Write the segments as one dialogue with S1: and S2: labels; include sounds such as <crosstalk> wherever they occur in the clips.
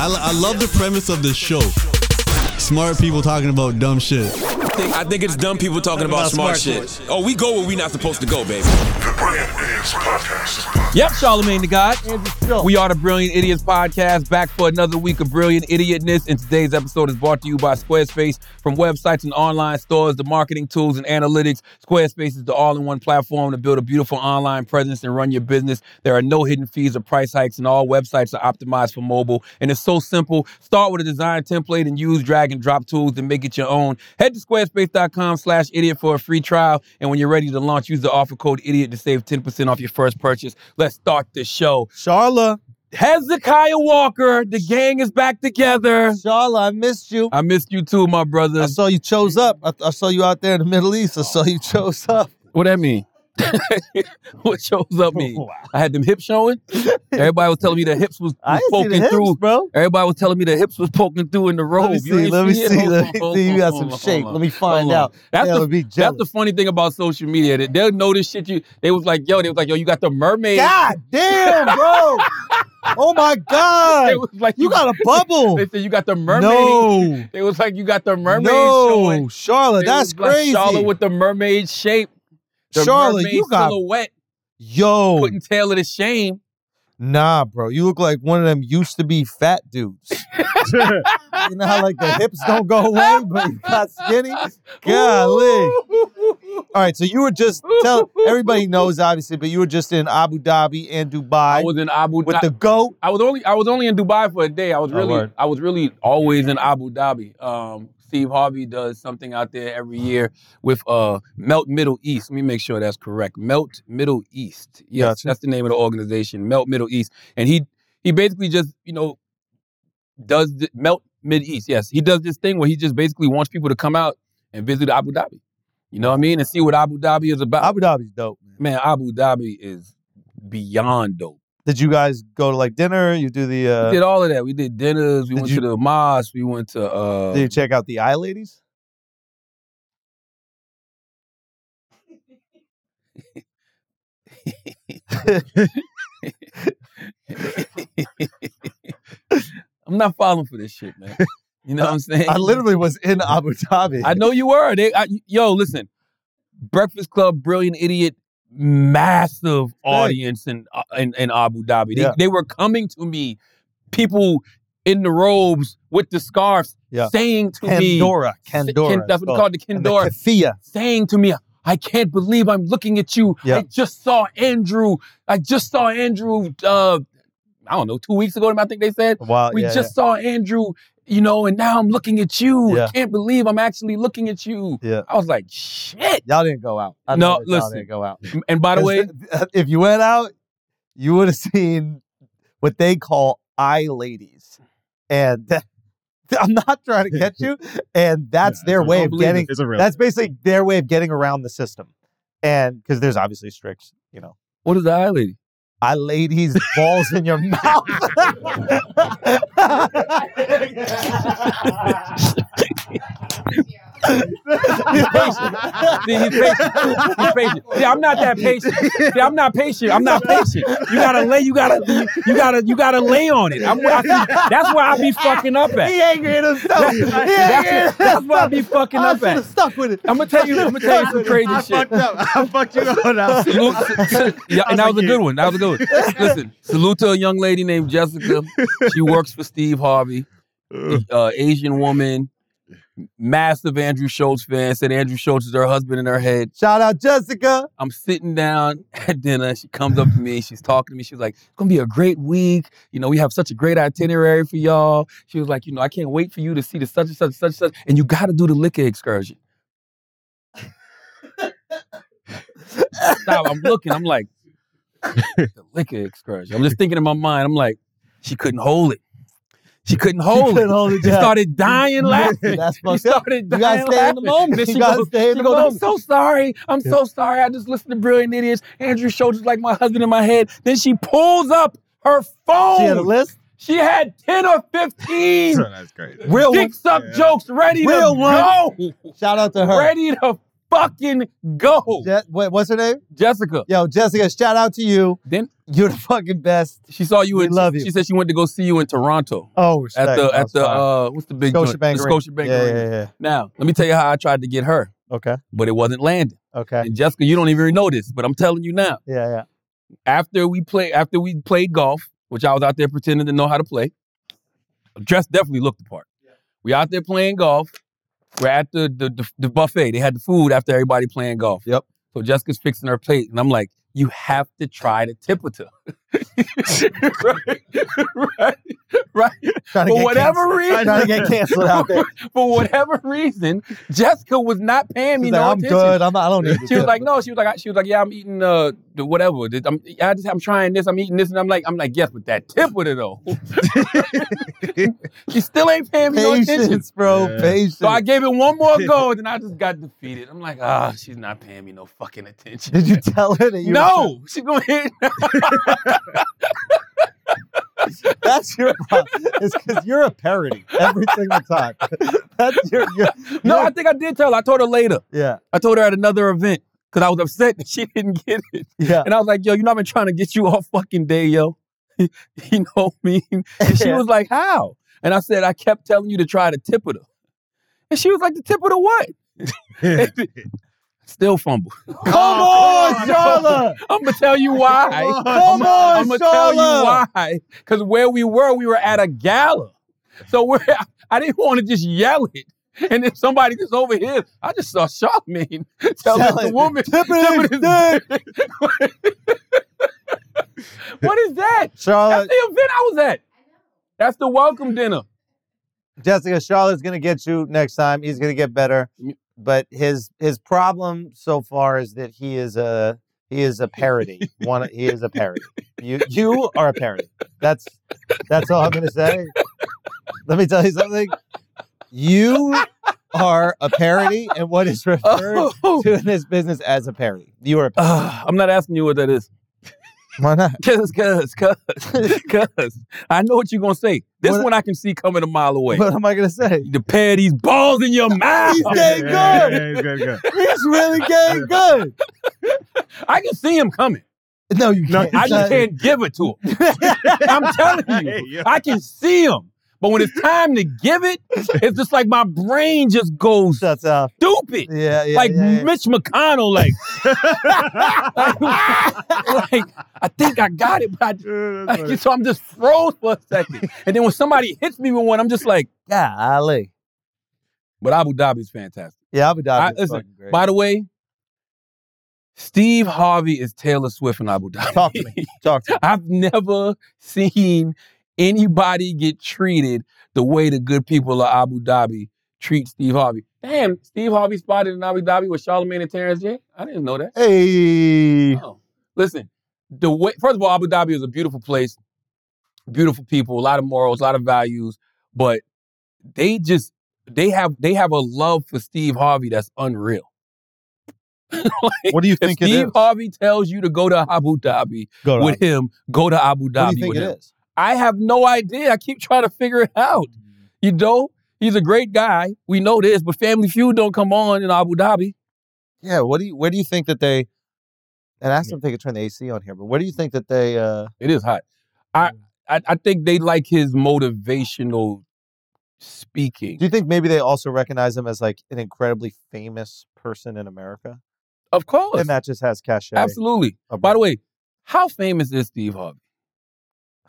S1: I, lo- I love the premise of this show. Smart people talking about dumb shit.
S2: I think, I think it's dumb people talking about,
S1: About
S2: smart,
S1: smart
S2: shit. Oh, we go where we not supposed to go, baby.
S3: The Brilliant Idiots Podcast.
S4: Yep, Charlemagne the God. We are the Brilliant Idiots Podcast, back for another week of brilliant idiotness. And today's episode is brought to you by Squarespace. From websites and online stores, the marketing tools and analytics, Squarespace is the all-in-one platform to build a beautiful online presence and run your business. There are no hidden fees or price hikes, and all websites are optimized for mobile. And it's so simple. Start with a design template and use drag and drop tools to make it your own. Head to squarespace.com slash idiot for a free trial. And when you're ready to launch, use the offer code idiot to save 10% off your first purchase. Let's start the show.
S5: Charla,
S4: Hezekiah Walker, the gang is back together.
S5: Charla, I missed you.
S4: I missed you too, my
S5: I
S4: brother.
S5: saw you chose up. I, I saw you out there in the Middle East. I saw you chose up.
S4: What that mean? <laughs> what shows up mean? I had them hips showing. Everybody was telling me the hips was,
S5: I
S4: was
S5: didn't see
S4: poking
S5: the hips,
S4: through.
S5: bro.
S4: Everybody was telling me the hips was poking through in the robe.
S5: Let me
S4: Oh, You
S5: see.
S4: ain't
S5: Let me
S4: it?
S5: see.
S4: Hold
S5: Let
S4: on,
S5: me
S4: hold
S5: see.
S4: on,
S5: You got
S4: hold
S5: some
S4: on,
S5: shape.
S4: hold on.
S5: Let me find
S4: Hold on.
S5: out.
S4: That's
S5: Yeah,
S4: the,
S5: I'll be
S4: that's the
S5: jealous.
S4: funny thing about social media. That they'll notice shit you. They was like, yo, they was like, yo, you got the mermaid.
S5: God damn, bro. oh my
S4: They
S5: God.
S4: was like,
S5: You got a
S4: <laughs>
S5: bubble.
S4: They said you got the mermaid.
S5: No.
S4: They was like, you got the mermaid
S5: No,
S4: showing.
S5: Charla,
S4: They
S5: Oh, that's
S4: was like,
S5: crazy.
S4: Charlotte with the mermaid shape. The
S5: Charlotte,
S4: mermaid
S5: you got- Oh.
S4: silhouette
S5: Yo,
S4: putting Taylor to shame.
S5: nah, bro. You look like one of them used to be fat
S4: <laughs>
S5: dudes. you know how like the hips don't go away, but you got skinny? Golly. All right, so you were just tell everybody knows obviously, but you were just in Abu Dhabi and
S4: I
S5: Dubai
S4: was in Abu
S5: with
S4: Dhabi.
S5: the goat.
S4: I was only I was only in Dubai for a day. I was
S5: Oh,
S4: really
S5: word.
S4: I was really always in Abu Dhabi. Um, Steve Harvey does something out there every year with uh Melt Middle East. Let me make sure that's correct. Melt Middle East. Yes,
S5: Gotcha.
S4: that's the name of the organization. Melt Middle East. And he he basically just you know does the, Melt Mid East. Yes, he does this thing where he just basically wants people to come out and visit Abu Dhabi. You know what I mean? And see what Abu Dhabi is about.
S5: Abu Dhabi's dope. man.
S4: Man, Abu Dhabi is beyond dope.
S5: Did you guys go to like dinner? You do the
S4: We
S5: uh
S4: did all of that. We did dinners. We
S5: Did
S4: went
S5: you-
S4: to the mosque. We went to. Uh,
S5: did you check out the eye ladies?
S4: I'm not falling for this shit,
S5: <laughs>
S4: man. You know what I'm saying?
S5: I literally was in Abu Dhabi.
S4: <laughs> I know you were. They, I, yo, listen. Breakfast Club, Brilliant Idiot, massive audience in, uh, in in Abu Dhabi. They,
S5: Yeah.
S4: they were coming to me, people in the robes with the scarves,
S5: Yeah.
S4: saying to me,
S5: Pandora.
S4: Ken-
S5: Pandora.
S4: that's what they called the
S5: And the
S4: Kendora.
S5: kefia.
S4: saying to me, I can't believe I'm looking at you.
S5: Yeah.
S4: I just saw Andrew. I just saw Andrew, uh, I don't know, two weeks ago, I think they said.
S5: Wow.
S4: We
S5: Uh, yeah,
S4: just saw Andrew, you know, and now I'm looking at you.
S5: Yeah.
S4: I can't believe I'm actually looking at you.
S5: Yeah.
S4: I was like,
S5: <laughs>
S4: shit.
S5: yeah. Y'all didn't go out. I
S4: No,
S5: know that Y'all
S4: listen.
S5: didn't go out.
S4: And by the way,
S5: uh, if you went out, you would have seen what they call eye ladies, and <laughs> that, I'm not trying to get you. And that's their way of getting.
S6: It's a real.
S5: That's basically their way of getting around the system, and because there's obviously strict, you know,
S4: what is the eye lady?
S5: eye ladies
S4: <laughs>
S5: balls in your mouth. <laughs>
S4: See, he's patient. He's patient. See, I'm not that patient. See, I'm not patient. I'm not patient. You gotta lay. You gotta. You gotta. You gotta lay on it. I'm, I, see, that's where I be fucking up
S5: <laughs>
S4: at.
S5: he angry
S4: <laughs>
S5: at himself. He angry
S4: That's,
S5: at
S4: what- that's where I
S5: himself.
S4: be fucking
S5: I
S4: up
S5: should have
S4: at.
S5: stuck
S4: <laughs>
S5: with it.
S4: I'm gonna tell you. I'm gonna tell you some crazy
S6: <laughs> I
S4: shit.
S6: fucked up. I fucked you up. Now.
S4: Salute, yeah, and that was a good one. That was a good one. Listen, salute to a young lady named Jessica. She works for Steve Harvey, uh, Asian woman, massive Andrew Schultz fan. Said Andrew Schultz is her husband in her head.
S5: Shout out Jessica.
S4: I'm sitting down <laughs> at dinner. She comes up to me. She's talking to me. She's like, "It's gonna be a great week. You know, we have such a great itinerary for y'all." She was like, "You know, I can't wait for you to see the such and such and such and such, and you got to do the liquor excursion." Stop! I'm looking. I'm like, the liquor excursion. I'm just thinking in my mind. I'm like, she couldn't hold it. She couldn't hold
S5: couldn't
S4: it.
S5: hold it
S4: She
S5: down.
S4: started dying laughing.
S5: That's
S4: She
S5: fucked up.
S4: started
S5: You
S4: dying
S5: gotta stay in the
S4: laughing. <laughs>
S5: moment.
S4: Then
S5: You
S4: she
S5: gotta
S4: goes-
S5: stay in
S4: she
S5: the
S4: goes,
S5: moment.
S4: I'm so sorry. I'm so sorry. I just listened to Brilliant Idiots. Andrew showed just like my husband in my head. Then she pulls up her phone.
S5: She had a list.
S4: She had 10 or 15
S6: <laughs> That's great.
S5: Real one.
S4: dicks up jokes ready
S5: Real
S4: to
S5: one.
S4: go.
S5: Shout out to her.
S4: Ready to fucking go.
S5: Je- wait, what's her name?
S4: Jessica.
S5: Yo, Jessica, shout out to you.
S4: Then
S5: You're the fucking best.
S4: she saw you.
S5: We
S4: in,
S5: love
S4: she,
S5: you.
S4: she said she went to go see you in Toronto
S5: Oh,
S4: at
S5: respect.
S4: the
S5: That
S4: at
S5: was
S4: the
S5: fire.
S4: uh, what's the big joint?
S5: Scotiabank
S4: The
S5: Arena.
S4: Scotiabank
S5: yeah,
S4: Arena.
S5: yeah, yeah.
S4: Now let me tell you how I tried to get her,
S5: Okay,
S4: but it wasn't landing.
S5: okay.
S4: And Jessica, you don't even know this, but I'm telling you now.
S5: Yeah, yeah.
S4: After we play, after we played golf, which I was out there pretending to know how to play, dress definitely looked the part. We out there playing golf. We're at the the, the the buffet. They had the food after everybody playing golf.
S5: Yep.
S4: So Jessica's fixing her plate, and I'm like, "You have to try the tipita." <laughs> right, <laughs> right, right.
S5: Trying
S4: For whatever
S5: canceled.
S4: reason,
S5: Trying to get canceled
S4: <laughs>
S5: out there.
S4: for whatever reason, Jessica was not paying me
S5: She's
S4: no
S5: like, I'm
S4: attention.
S5: good. I'm, I don't need
S4: She was like, no. She was like, I- she was like, yeah, I'm eating uh the whatever. I'm, I just I'm trying this. I'm eating this, and I'm like, I'm like, yes, but that tip with it though. <laughs> she still ain't paying me no attention.
S5: patience, bro.
S6: Yeah.
S5: Patience.
S4: So I gave it one more go, and then I just got defeated. I'm like, ah, she's not paying me no fucking attention.
S5: Did you tell her that you?
S4: no, she's gonna hit.
S5: That's your problem. It's because you're a parody every single time. That's your. your
S4: No,
S5: your-
S4: I think I did tell her. I told her later.
S5: yeah,
S4: I told her at another event because I was upset that she <laughs> didn't get it.
S5: yeah.
S4: And I was like, yo, you know, I've been trying to get you <laughs> all fucking day, yo. <laughs> you know what I mean? And she
S5: Yeah.
S4: was like, how? And I said, I kept telling you to try the tip of the. And she was like, the tip of the what? <laughs> Still fumble. <laughs>
S5: Come on, Charla.
S4: I'm going to tell you why.
S6: on.
S4: I'm
S5: Come on,
S4: going to tell you
S5: Charla.
S4: why. Because where we were, we were at a gala. So <laughs> we're, I didn't want to just yell it. And then somebody just over here, I just saw Charlamagne <laughs> telling the
S5: Charlamagne,
S4: woman,
S5: Tip it in
S4: "Tip
S5: his
S4: it in." what is that? That's
S5: Charlotte,
S4: the event I was at. That's the welcome dinner.
S5: Jessica, Charlotte's gonna get you next time. He's gonna get better. But his his problem so far is that he is a he is a parody. One, he is a parody. You you are a parody. That's that's all I'm gonna say. Let me tell you something. You are a parody, and what <laughs> is referred
S4: Oh.
S5: to in this business as a parody. You are a parody.
S4: Ah, I'm not asking you what that is. <laughs>
S5: Why not?
S4: Cuz, cuz, cuz, cuz. I know what you're going to say. This
S5: What-
S4: one I can see coming a mile away.
S5: What am I gonna say? <laughs>
S4: the pair of these balls in your mouth.
S5: He's
S4: <laughs>
S5: dang
S6: Yeah,
S5: good.
S6: yeah, yeah, good, good.
S5: He's really getting good.
S4: I can see him coming.
S5: No, you
S6: No,
S5: can't.
S4: I just
S5: Son.
S4: can't give it to him.
S5: <laughs>
S4: I'm telling
S6: Hey,
S4: you,
S6: yo.
S4: I can see him. But when it's time to give it, it's just like my brain just
S5: <laughs>
S4: goes
S5: Shuts up.
S4: stupid.
S5: Yeah, yeah.
S4: like
S5: yeah, yeah.
S4: Mitch McConnell,
S5: <laughs>
S4: like, <laughs> like, like, I think I got it, but I, <laughs>
S6: <laughs> Dude, that's
S4: Like,
S6: funny.
S4: so I'm just froze for a second. and then when somebody hits me with one, I'm just like,
S5: Golly.
S4: but Abu Dhabi's fantastic.
S5: Yeah, Abu
S4: I-
S5: Dhabi. is
S4: listen,
S5: fucking great.
S4: By the way, Steve Harvey is Taylor Swift in Abu Dhabi. <laughs>
S5: Talk to me. Talk to me.
S4: I've never seen anybody get treated the way the good people of Abu Dhabi treat Steve Harvey. Damn, Steve Harvey spotted in Abu Dhabi with Charlamagne and Terrence J. I didn't know that.
S5: Hey.
S4: Oh, listen. The way, first of all, Abu Dhabi is a beautiful place, beautiful people, a lot of morals, a lot of values, but they just they have they have a love for Steve Harvey that's unreal. like,
S5: What do you
S4: if
S5: think it is?
S4: Steve Harvey tells you to go to Abu Dhabi
S5: Go to
S4: with
S5: Abu-
S4: him, go to Abu
S5: What do
S4: Dhabi
S5: you think
S4: with
S5: it
S4: him.
S5: is?
S4: I have no idea. I keep trying to figure it out.
S5: Mm.
S4: You know, he's a great guy. We know this, but Family Feud don't come on in Abu Dhabi.
S5: Yeah, what do you where do you think that they and I asked them if they could turn the AC on here, but where do you think that they uh
S4: It is hot. I,
S5: Mm.
S4: I I think they like his motivational speaking.
S5: do you think maybe they also recognize him as like an incredibly famous person in America?
S4: Of course.
S5: And that just has cachet.
S4: Absolutely. By the way, how famous is Steve Harvey?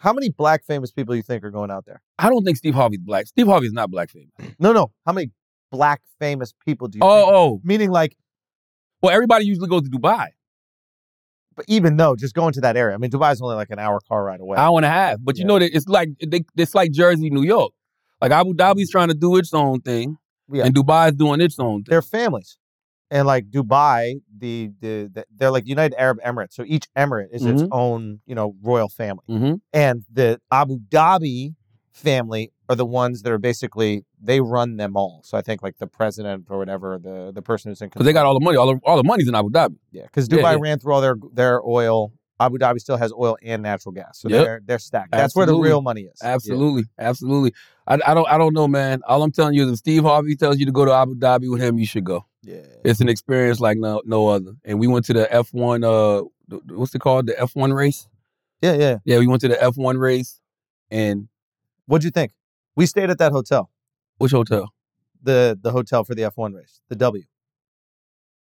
S5: how many black famous people you think are going out there?
S4: I don't think Steve Harvey's black. Steve Harvey's not black famous.
S5: No, no. How many black famous people do you think?
S4: Oh, oh.
S5: Meaning like
S4: Well, everybody usually goes to Dubai.
S5: but even though just going to that area. I mean Dubai's only like an hour car ride away.
S4: hour and a half. But you
S5: Yeah.
S4: know that it's like they, it's like Jersey, New York. Like Abu Dhabi's trying to do its own thing,
S5: Yeah.
S4: and Dubai's doing its own thing.
S5: their families. And like Dubai, the, the the they're like United Arab Emirates. So each emirate is its
S4: Mhm.
S5: own, you know, royal family.
S4: hmm
S5: And the Abu Dhabi family are the ones that are basically they run them all. So I think like the president or whatever, the the person who's in
S4: Because they got
S5: control.
S4: all the money. All the, all the money's in Abu Dhabi.
S5: yeah. Because
S4: yeah,
S5: Dubai
S4: yeah.
S5: ran through all their their oil. Abu Dhabi still has oil and natural gas, so
S4: Yep.
S5: they're they're stacked. That's where the
S4: Absolutely.
S5: real money is. Yeah.
S4: Absolutely, absolutely. I, I don't I don't know, man. All I'm telling you is if Steve Harvey tells you to go to Abu Dhabi with him, you should go.
S5: Yeah.
S4: It's an experience like no no other. And we went to the F1 uh th- th- what's it called? The F1 race?
S5: Yeah, yeah.
S4: Yeah, we went to the F1 race and
S5: What'd you think? We stayed at that hotel,
S4: which hotel?
S5: the the hotel for the F1 race, the W.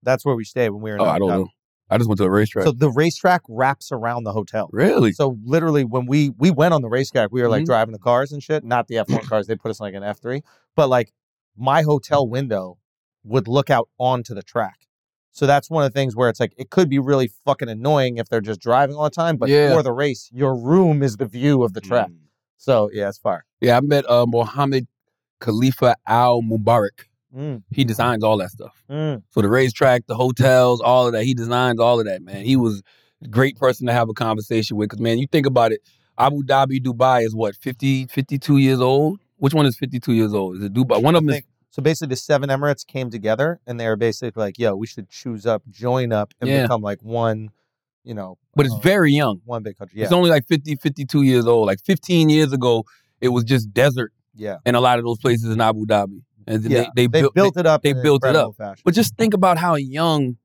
S5: That's where we stayed when we were in
S4: Oh, I don't
S5: Abu
S4: know. I just went to a
S5: Dhabi.
S4: racetrack.
S5: So the racetrack wraps around the hotel.
S4: really?
S5: So literally, when we we went on the racetrack, we were like
S4: Mhm.
S5: driving the cars and shit. Not the F
S4: <clears throat>
S5: one cars; they put us in like an F three. But like my hotel window would look out onto the track. So that's one of the things where it's like it could be really fucking annoying if they're just driving all the time. But
S4: Yeah. Mm.
S5: for the race, your room is the view of the track. So yeah, it's fire.
S4: Yeah, I met uh Mohammed Khalifa Al Mubarak.
S5: Mm,
S4: He designs all that stuff.
S5: mm.
S4: So the racetrack, the hotels, all of that. He designs all of that, man. He was a great person to have a conversation with. Cause man, you think about it, Abu Dhabi, Dubai is what, 50, 52 years old? Which one is 52 years old? Is it Dubai? One of them is
S5: think- So basically, the seven Emirates came together, and they were basically like, "Yo, we should choose up, join up, and
S4: Yeah.
S5: become like one." You know,
S4: but it's
S5: uh,
S4: very young.
S5: one big country. Yeah,
S4: It's only like 50, 52 years old. Like 15 years ago, it was just desert
S5: yeah,
S4: in a lot of those places in Abu Dhabi. And
S5: yeah.
S4: they, they, built,
S5: it up.
S4: they
S5: in an
S4: built it
S5: incredible
S4: up.
S5: fashion.
S4: But just think about how young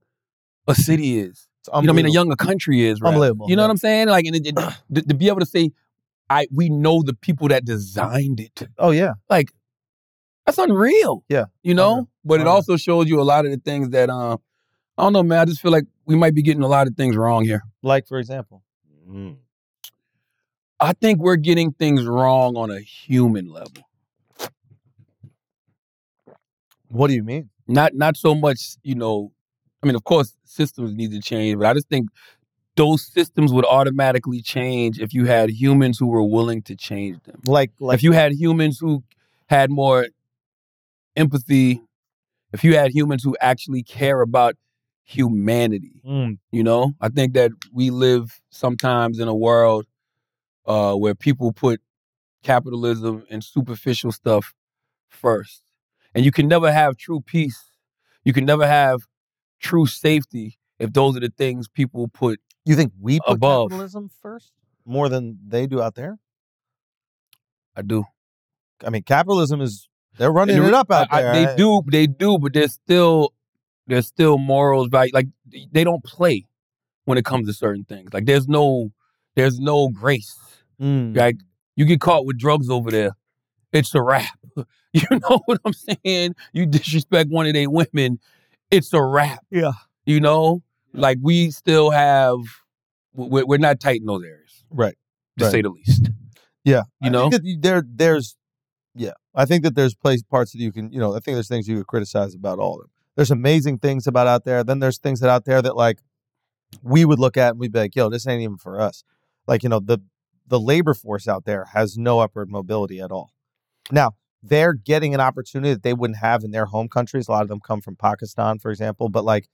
S4: a city is. You know what I mean? A younger country is, right?
S5: Unbelievable,
S4: You know
S5: yeah.
S4: what I'm saying? Like, and it,
S5: <clears throat>
S4: it- to, to be able to say, I we know the people that designed it.
S5: Oh yeah,
S4: Like, that's unreal.
S5: Yeah,
S4: You know?
S5: unreal,
S4: But it
S5: unreal.
S4: also shows you a lot of the things that, um, I don't know, man. I just feel like we might be getting a lot of things wrong here.
S5: like for example.
S4: I think we're getting things wrong on a human level.
S5: What do you mean?
S4: Not not so much, you know, I mean, of course, systems need to change, but I just think those systems would automatically change if you had humans who were willing to change them.
S5: Like like
S4: if you had humans who had more empathy, if you had humans who actually care about humanity,
S5: Mm,
S4: you know, I think that we live sometimes in a world uh, where people put capitalism and superficial stuff first, and you can never have true peace. You can never have true safety if those are the things people put.
S5: you think we put
S4: Above.
S5: capitalism first more than they do out there?
S4: I do.
S5: I mean, capitalism is they're running
S4: And the
S5: it
S4: re-
S5: up out
S4: I-
S5: there.
S4: they do, they do, but there's still there's still morals value. Like they don't play when it comes to certain things. Like there's no there's no grace.
S5: Mm,
S4: Like you get caught with drugs over there, it's a wrap. <laughs> You know what I'm saying? You disrespect one of their women, it's a wrap.
S5: Yeah.
S4: You know, like we still have we're, we're not tight in those areas,
S5: Right.
S4: to
S5: Right.
S4: say the least.
S5: Yeah.
S4: You
S5: I
S4: know,
S5: think that you- there there's yeah. I think that there's place parts that you can you know I think there's things you could criticize about all of them. There's amazing things about out there. Then there's things that out there that like we would look at and we'd be like, yo, this ain't even for us. Like you know the the labor force out there has no upward mobility at all. Now they're getting an opportunity that they wouldn't have in their home countries. A lot of them come from Pakistan, for example. But like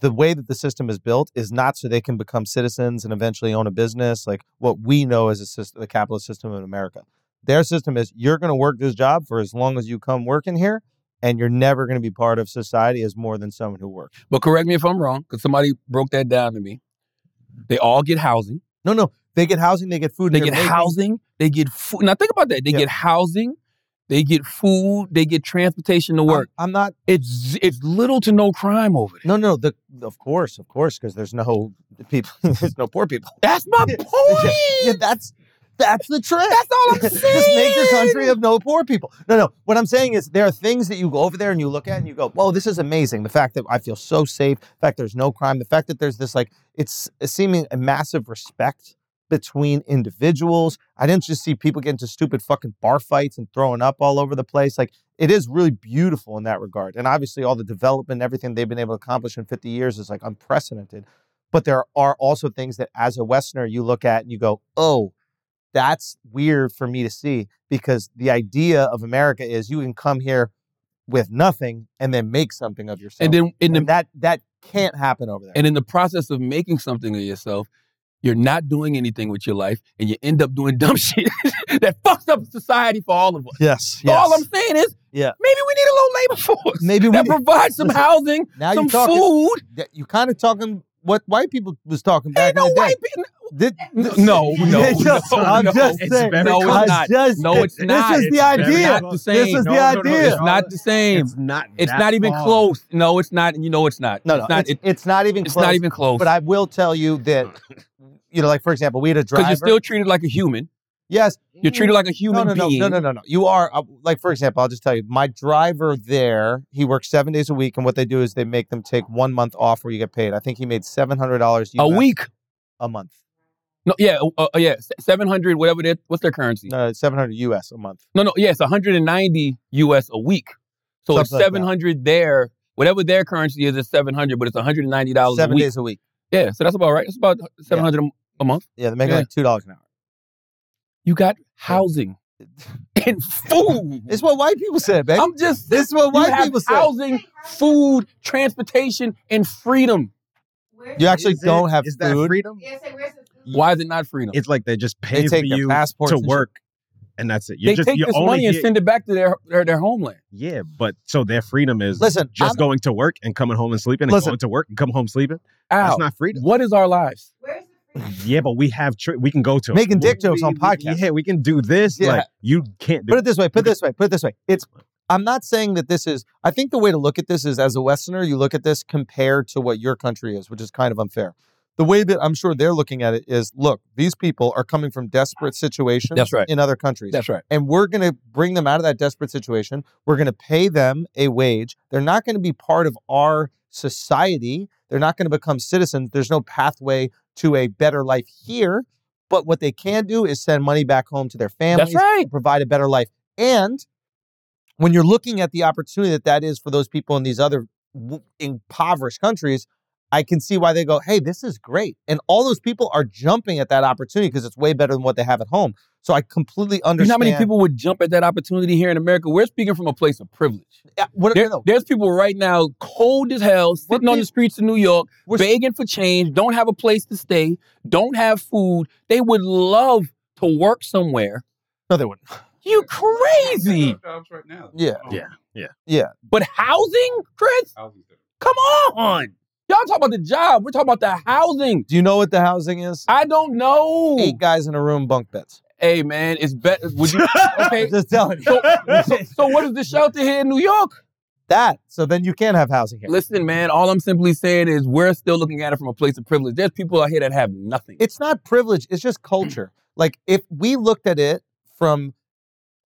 S5: the way that the system is built is not so they can become citizens and eventually own a business like what we know as a system, the capitalist system in America. Their system is you're going to work this job for as long as you come working here, and you're never going to be part of society as more than someone who works.
S4: but correct me if I'm wrong, because somebody broke that down to me. They all get housing.
S5: No, no, they get housing, they get food,
S4: They
S5: they're
S4: get
S5: making-
S4: housing. They get food. Now think about that. They
S5: Yeah.
S4: get housing. They get food. They get transportation to
S5: I'm-
S4: work.
S5: I'm not.
S4: it's it's little to no crime over there.
S5: No, no. The of course, of course, because there's no people. <laughs> there's no poor people.
S4: That's my
S5: <laughs> Yeah,
S4: point.
S5: yeah, that's that's the trick. That's
S4: all I'm
S5: <laughs> Just make your
S4: saying.
S5: country of no poor people. No, no. What I'm saying is there are things that you go over there and you look at and you go, "Whoa, this is amazing." The fact that I feel so safe, the fact there's no crime, the fact that there's this like it's a seeming a massive respect between individuals. I didn't just see people get into stupid fucking bar fights and throwing up all over the place. Like it is really beautiful in that regard. And obviously all the development, everything they've been able to accomplish in 50 years is like unprecedented. But there are also things that as a Westerner you look at and you go, oh, that's weird for me to see because the idea of America is you can come here with nothing and then make something of yourself.
S4: And then in the
S5: And that that can't happen over there.
S4: and in the process of making something of yourself, you're not doing anything with your life, and you end up doing <laughs> dumb shit that fucks up society for all of us.
S5: yes,
S4: So all I'm saying is,
S5: Yeah.
S4: maybe we need a little labor force
S5: Maybe we
S4: that
S5: need- <laughs>
S4: provides some
S5: Listen,
S4: housing,
S5: now you're
S4: some
S5: talking-
S4: food.
S5: that you kind of talking what white people was talking back
S4: Ain't no
S5: in the day.
S4: white people.
S5: Did-
S4: <laughs> No, no,
S5: Yeah,
S4: no,
S5: just- I'm
S4: no.
S5: just
S6: It's
S5: saying.
S6: very
S4: No, it's
S5: I
S4: not.
S5: just-
S4: No, it's
S5: this
S4: not.
S5: is the
S6: It's very
S5: idea.
S4: not the same.
S5: This is the
S6: No, no, no,
S5: idea.
S4: It's not the same.
S6: It's not.
S4: It's
S6: that
S4: not even
S6: far.
S4: close. No, it's not. You know, it's not.
S5: No, no,
S4: it's not.
S5: it's, it's not even
S4: it's
S5: close.
S4: not even close.
S5: But I will tell you that, you know, like for example, we had a
S4: Because
S5: driver.
S4: you're still treated like a human.
S5: yes,
S4: You're treated like a human
S5: no, no,
S4: being.
S5: No, no, no, no, no. You are uh, like, for example, I'll just tell you, my driver there, he works seven days a week, and what they do is they make them take one month off where you get paid. I think he made seven hundred dollars
S4: A week.
S5: a month.
S4: No, yeah, uh, uh, yeah, seven hundred, whatever. That what's their currency?
S5: No, seven hundred US a month.
S4: No, no, yeah, it's one hundred and ninety US a week. So it's
S5: Something like that.
S4: seven hundred there. Whatever their currency is, it's seven hundred, but it's one hundred and ninety dollars a
S5: Seven
S4: week.
S5: days a week.
S4: Yeah, so that's about right. It's about seven hundred a month.
S5: Yeah, they're making
S4: Yeah.
S5: like two dollars an hour.
S4: You got
S5: <laughs>
S4: housing and food.
S5: It's what white people said, baby.
S4: I'm just
S5: this is what
S4: you
S5: white
S4: have
S5: people said.
S4: housing, food, transportation, and freedom.
S5: You actually
S6: Is it-
S5: don't have
S6: is that
S5: food.
S6: freedom?
S4: Why is it not freedom?
S6: It's like they just
S5: They
S6: pay
S5: take
S6: for
S5: your
S6: you
S5: passports
S6: to
S5: and shit.
S6: work, and that's it. You're
S4: they
S6: just,
S4: take
S6: you
S4: this
S6: only
S4: money and
S6: get-
S4: send it back to their their, their homeland.
S6: Yeah, but so their freedom is
S5: Listen,
S6: just
S5: I'm-
S6: going to work and coming home and sleeping, and
S5: Listen.
S6: going to work and come home sleeping.
S4: Ow.
S6: That's not freedom.
S4: What is our lives?
S6: Yeah, but we have tr- we can go to
S5: Making dick
S6: We-
S5: jokes on
S6: we-
S5: podcasts.
S6: Yeah, we can do this.
S5: Yeah.
S6: Like you can't do.
S5: Put it this way. Put it this way. Put it this way. It's. I'm not saying that this is. I think the way to look at this is, as a Westerner, you look at this compared to what your country is, which is kind of unfair. The way that I'm sure they're looking at it is, look, these people are coming from desperate situations
S4: That's right.
S5: in other countries,
S4: That's right.
S5: and we're going to bring them out of that desperate situation. We're going to pay them a wage. They're not going to be part of our society. They're not going to become citizens. There's no pathway to a better life here. But what they can do is send money back home to their families
S4: That's right.
S5: to provide a better life. And when you're looking at the opportunity that that is for those people in these other w- impoverished countries, I can see why they go, hey, this is great. And all those people are jumping at that opportunity because it's way better than what they have at home. So I completely
S4: You know how
S5: understand.
S4: many people would jump at that opportunity here in America? We're speaking from a place of privilege.
S5: Yeah, what,
S4: There-
S5: no, no,
S4: there's people right now, cold as hell, sitting
S5: We're
S4: on
S5: pe-
S4: the streets of New York,
S5: we're-
S4: begging for change, don't have a place to stay, don't have food. They would love to work somewhere.
S5: no, they wouldn't.
S4: You crazy.
S5: Yeah.
S6: Yeah, yeah.
S5: Yeah.
S4: But housing, Chris? Come on. Y'all talk about the job. We're talking about the housing.
S5: Do you know what the housing is?
S4: I don't know.
S5: Eight guys in a room, bunk beds.
S4: Hey, man, it's better. Would <laughs> you? Okay.
S5: I'm just telling you
S4: so, so, so what is the shelter here in New York?
S5: that. So then you can have housing here.
S4: Listen, man, all I'm simply saying is we're still looking at it from a place of privilege. There's people out here that have nothing.
S5: It's not privilege. It's just
S4: Mm.
S5: culture. like if we looked at it from,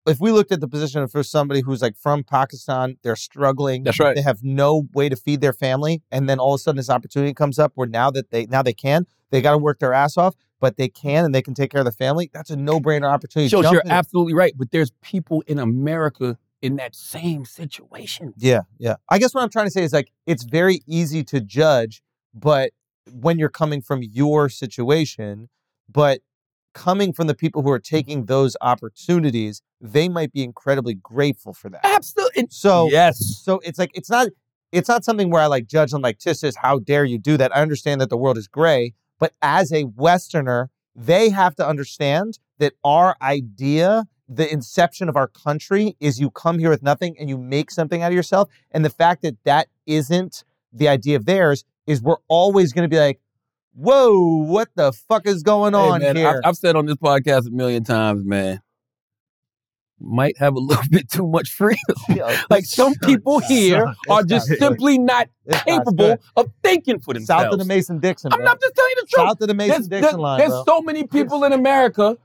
S5: if we looked at the position for somebody who's like from Pakistan, they're struggling.
S4: That's right.
S5: They have no way to feed their family, and then all of a sudden this opportunity comes up where now that they now they can, they got to work their ass off, but they can and they can take care of the family. That's a no brainer opportunity.
S4: Joe,
S5: Jump
S4: you're
S5: in it.
S4: absolutely right. But there's people in America in that same situation.
S5: Yeah, yeah. I guess what I'm trying to say is like it's very easy to judge, but when you're coming from your situation, but coming from the people who are taking those opportunities, they might be incredibly grateful for that.
S4: Absolutely.
S5: So
S4: yes.
S5: so it's like it's not it's not something where I like judge them like this is how dare you do that. I understand that the world is gray, but as a Westerner, they have to understand that our idea, the inception of our country, is you come here with nothing and you make something out of yourself. And the fact that that isn't the idea of theirs is we're always going to be like, whoa, what the fuck is going
S4: Hey,
S5: on
S4: man,
S5: here?
S4: I've, I've said on this podcast a million times, man. Might have a <laughs> little bit too much
S5: <laughs>
S4: freedom.
S5: You know,
S4: Like some people here
S6: Son,
S4: are
S5: it's
S4: just
S5: not good.
S4: simply not
S5: it's not
S4: capable
S5: good.
S4: of thinking for themselves.
S5: South of the Mason Dixon.
S4: I'm not just telling you the truth.
S5: South of the Mason
S4: there's,
S5: Dixon line.
S4: there's
S5: bro.
S4: so many people
S5: <laughs>
S4: in America.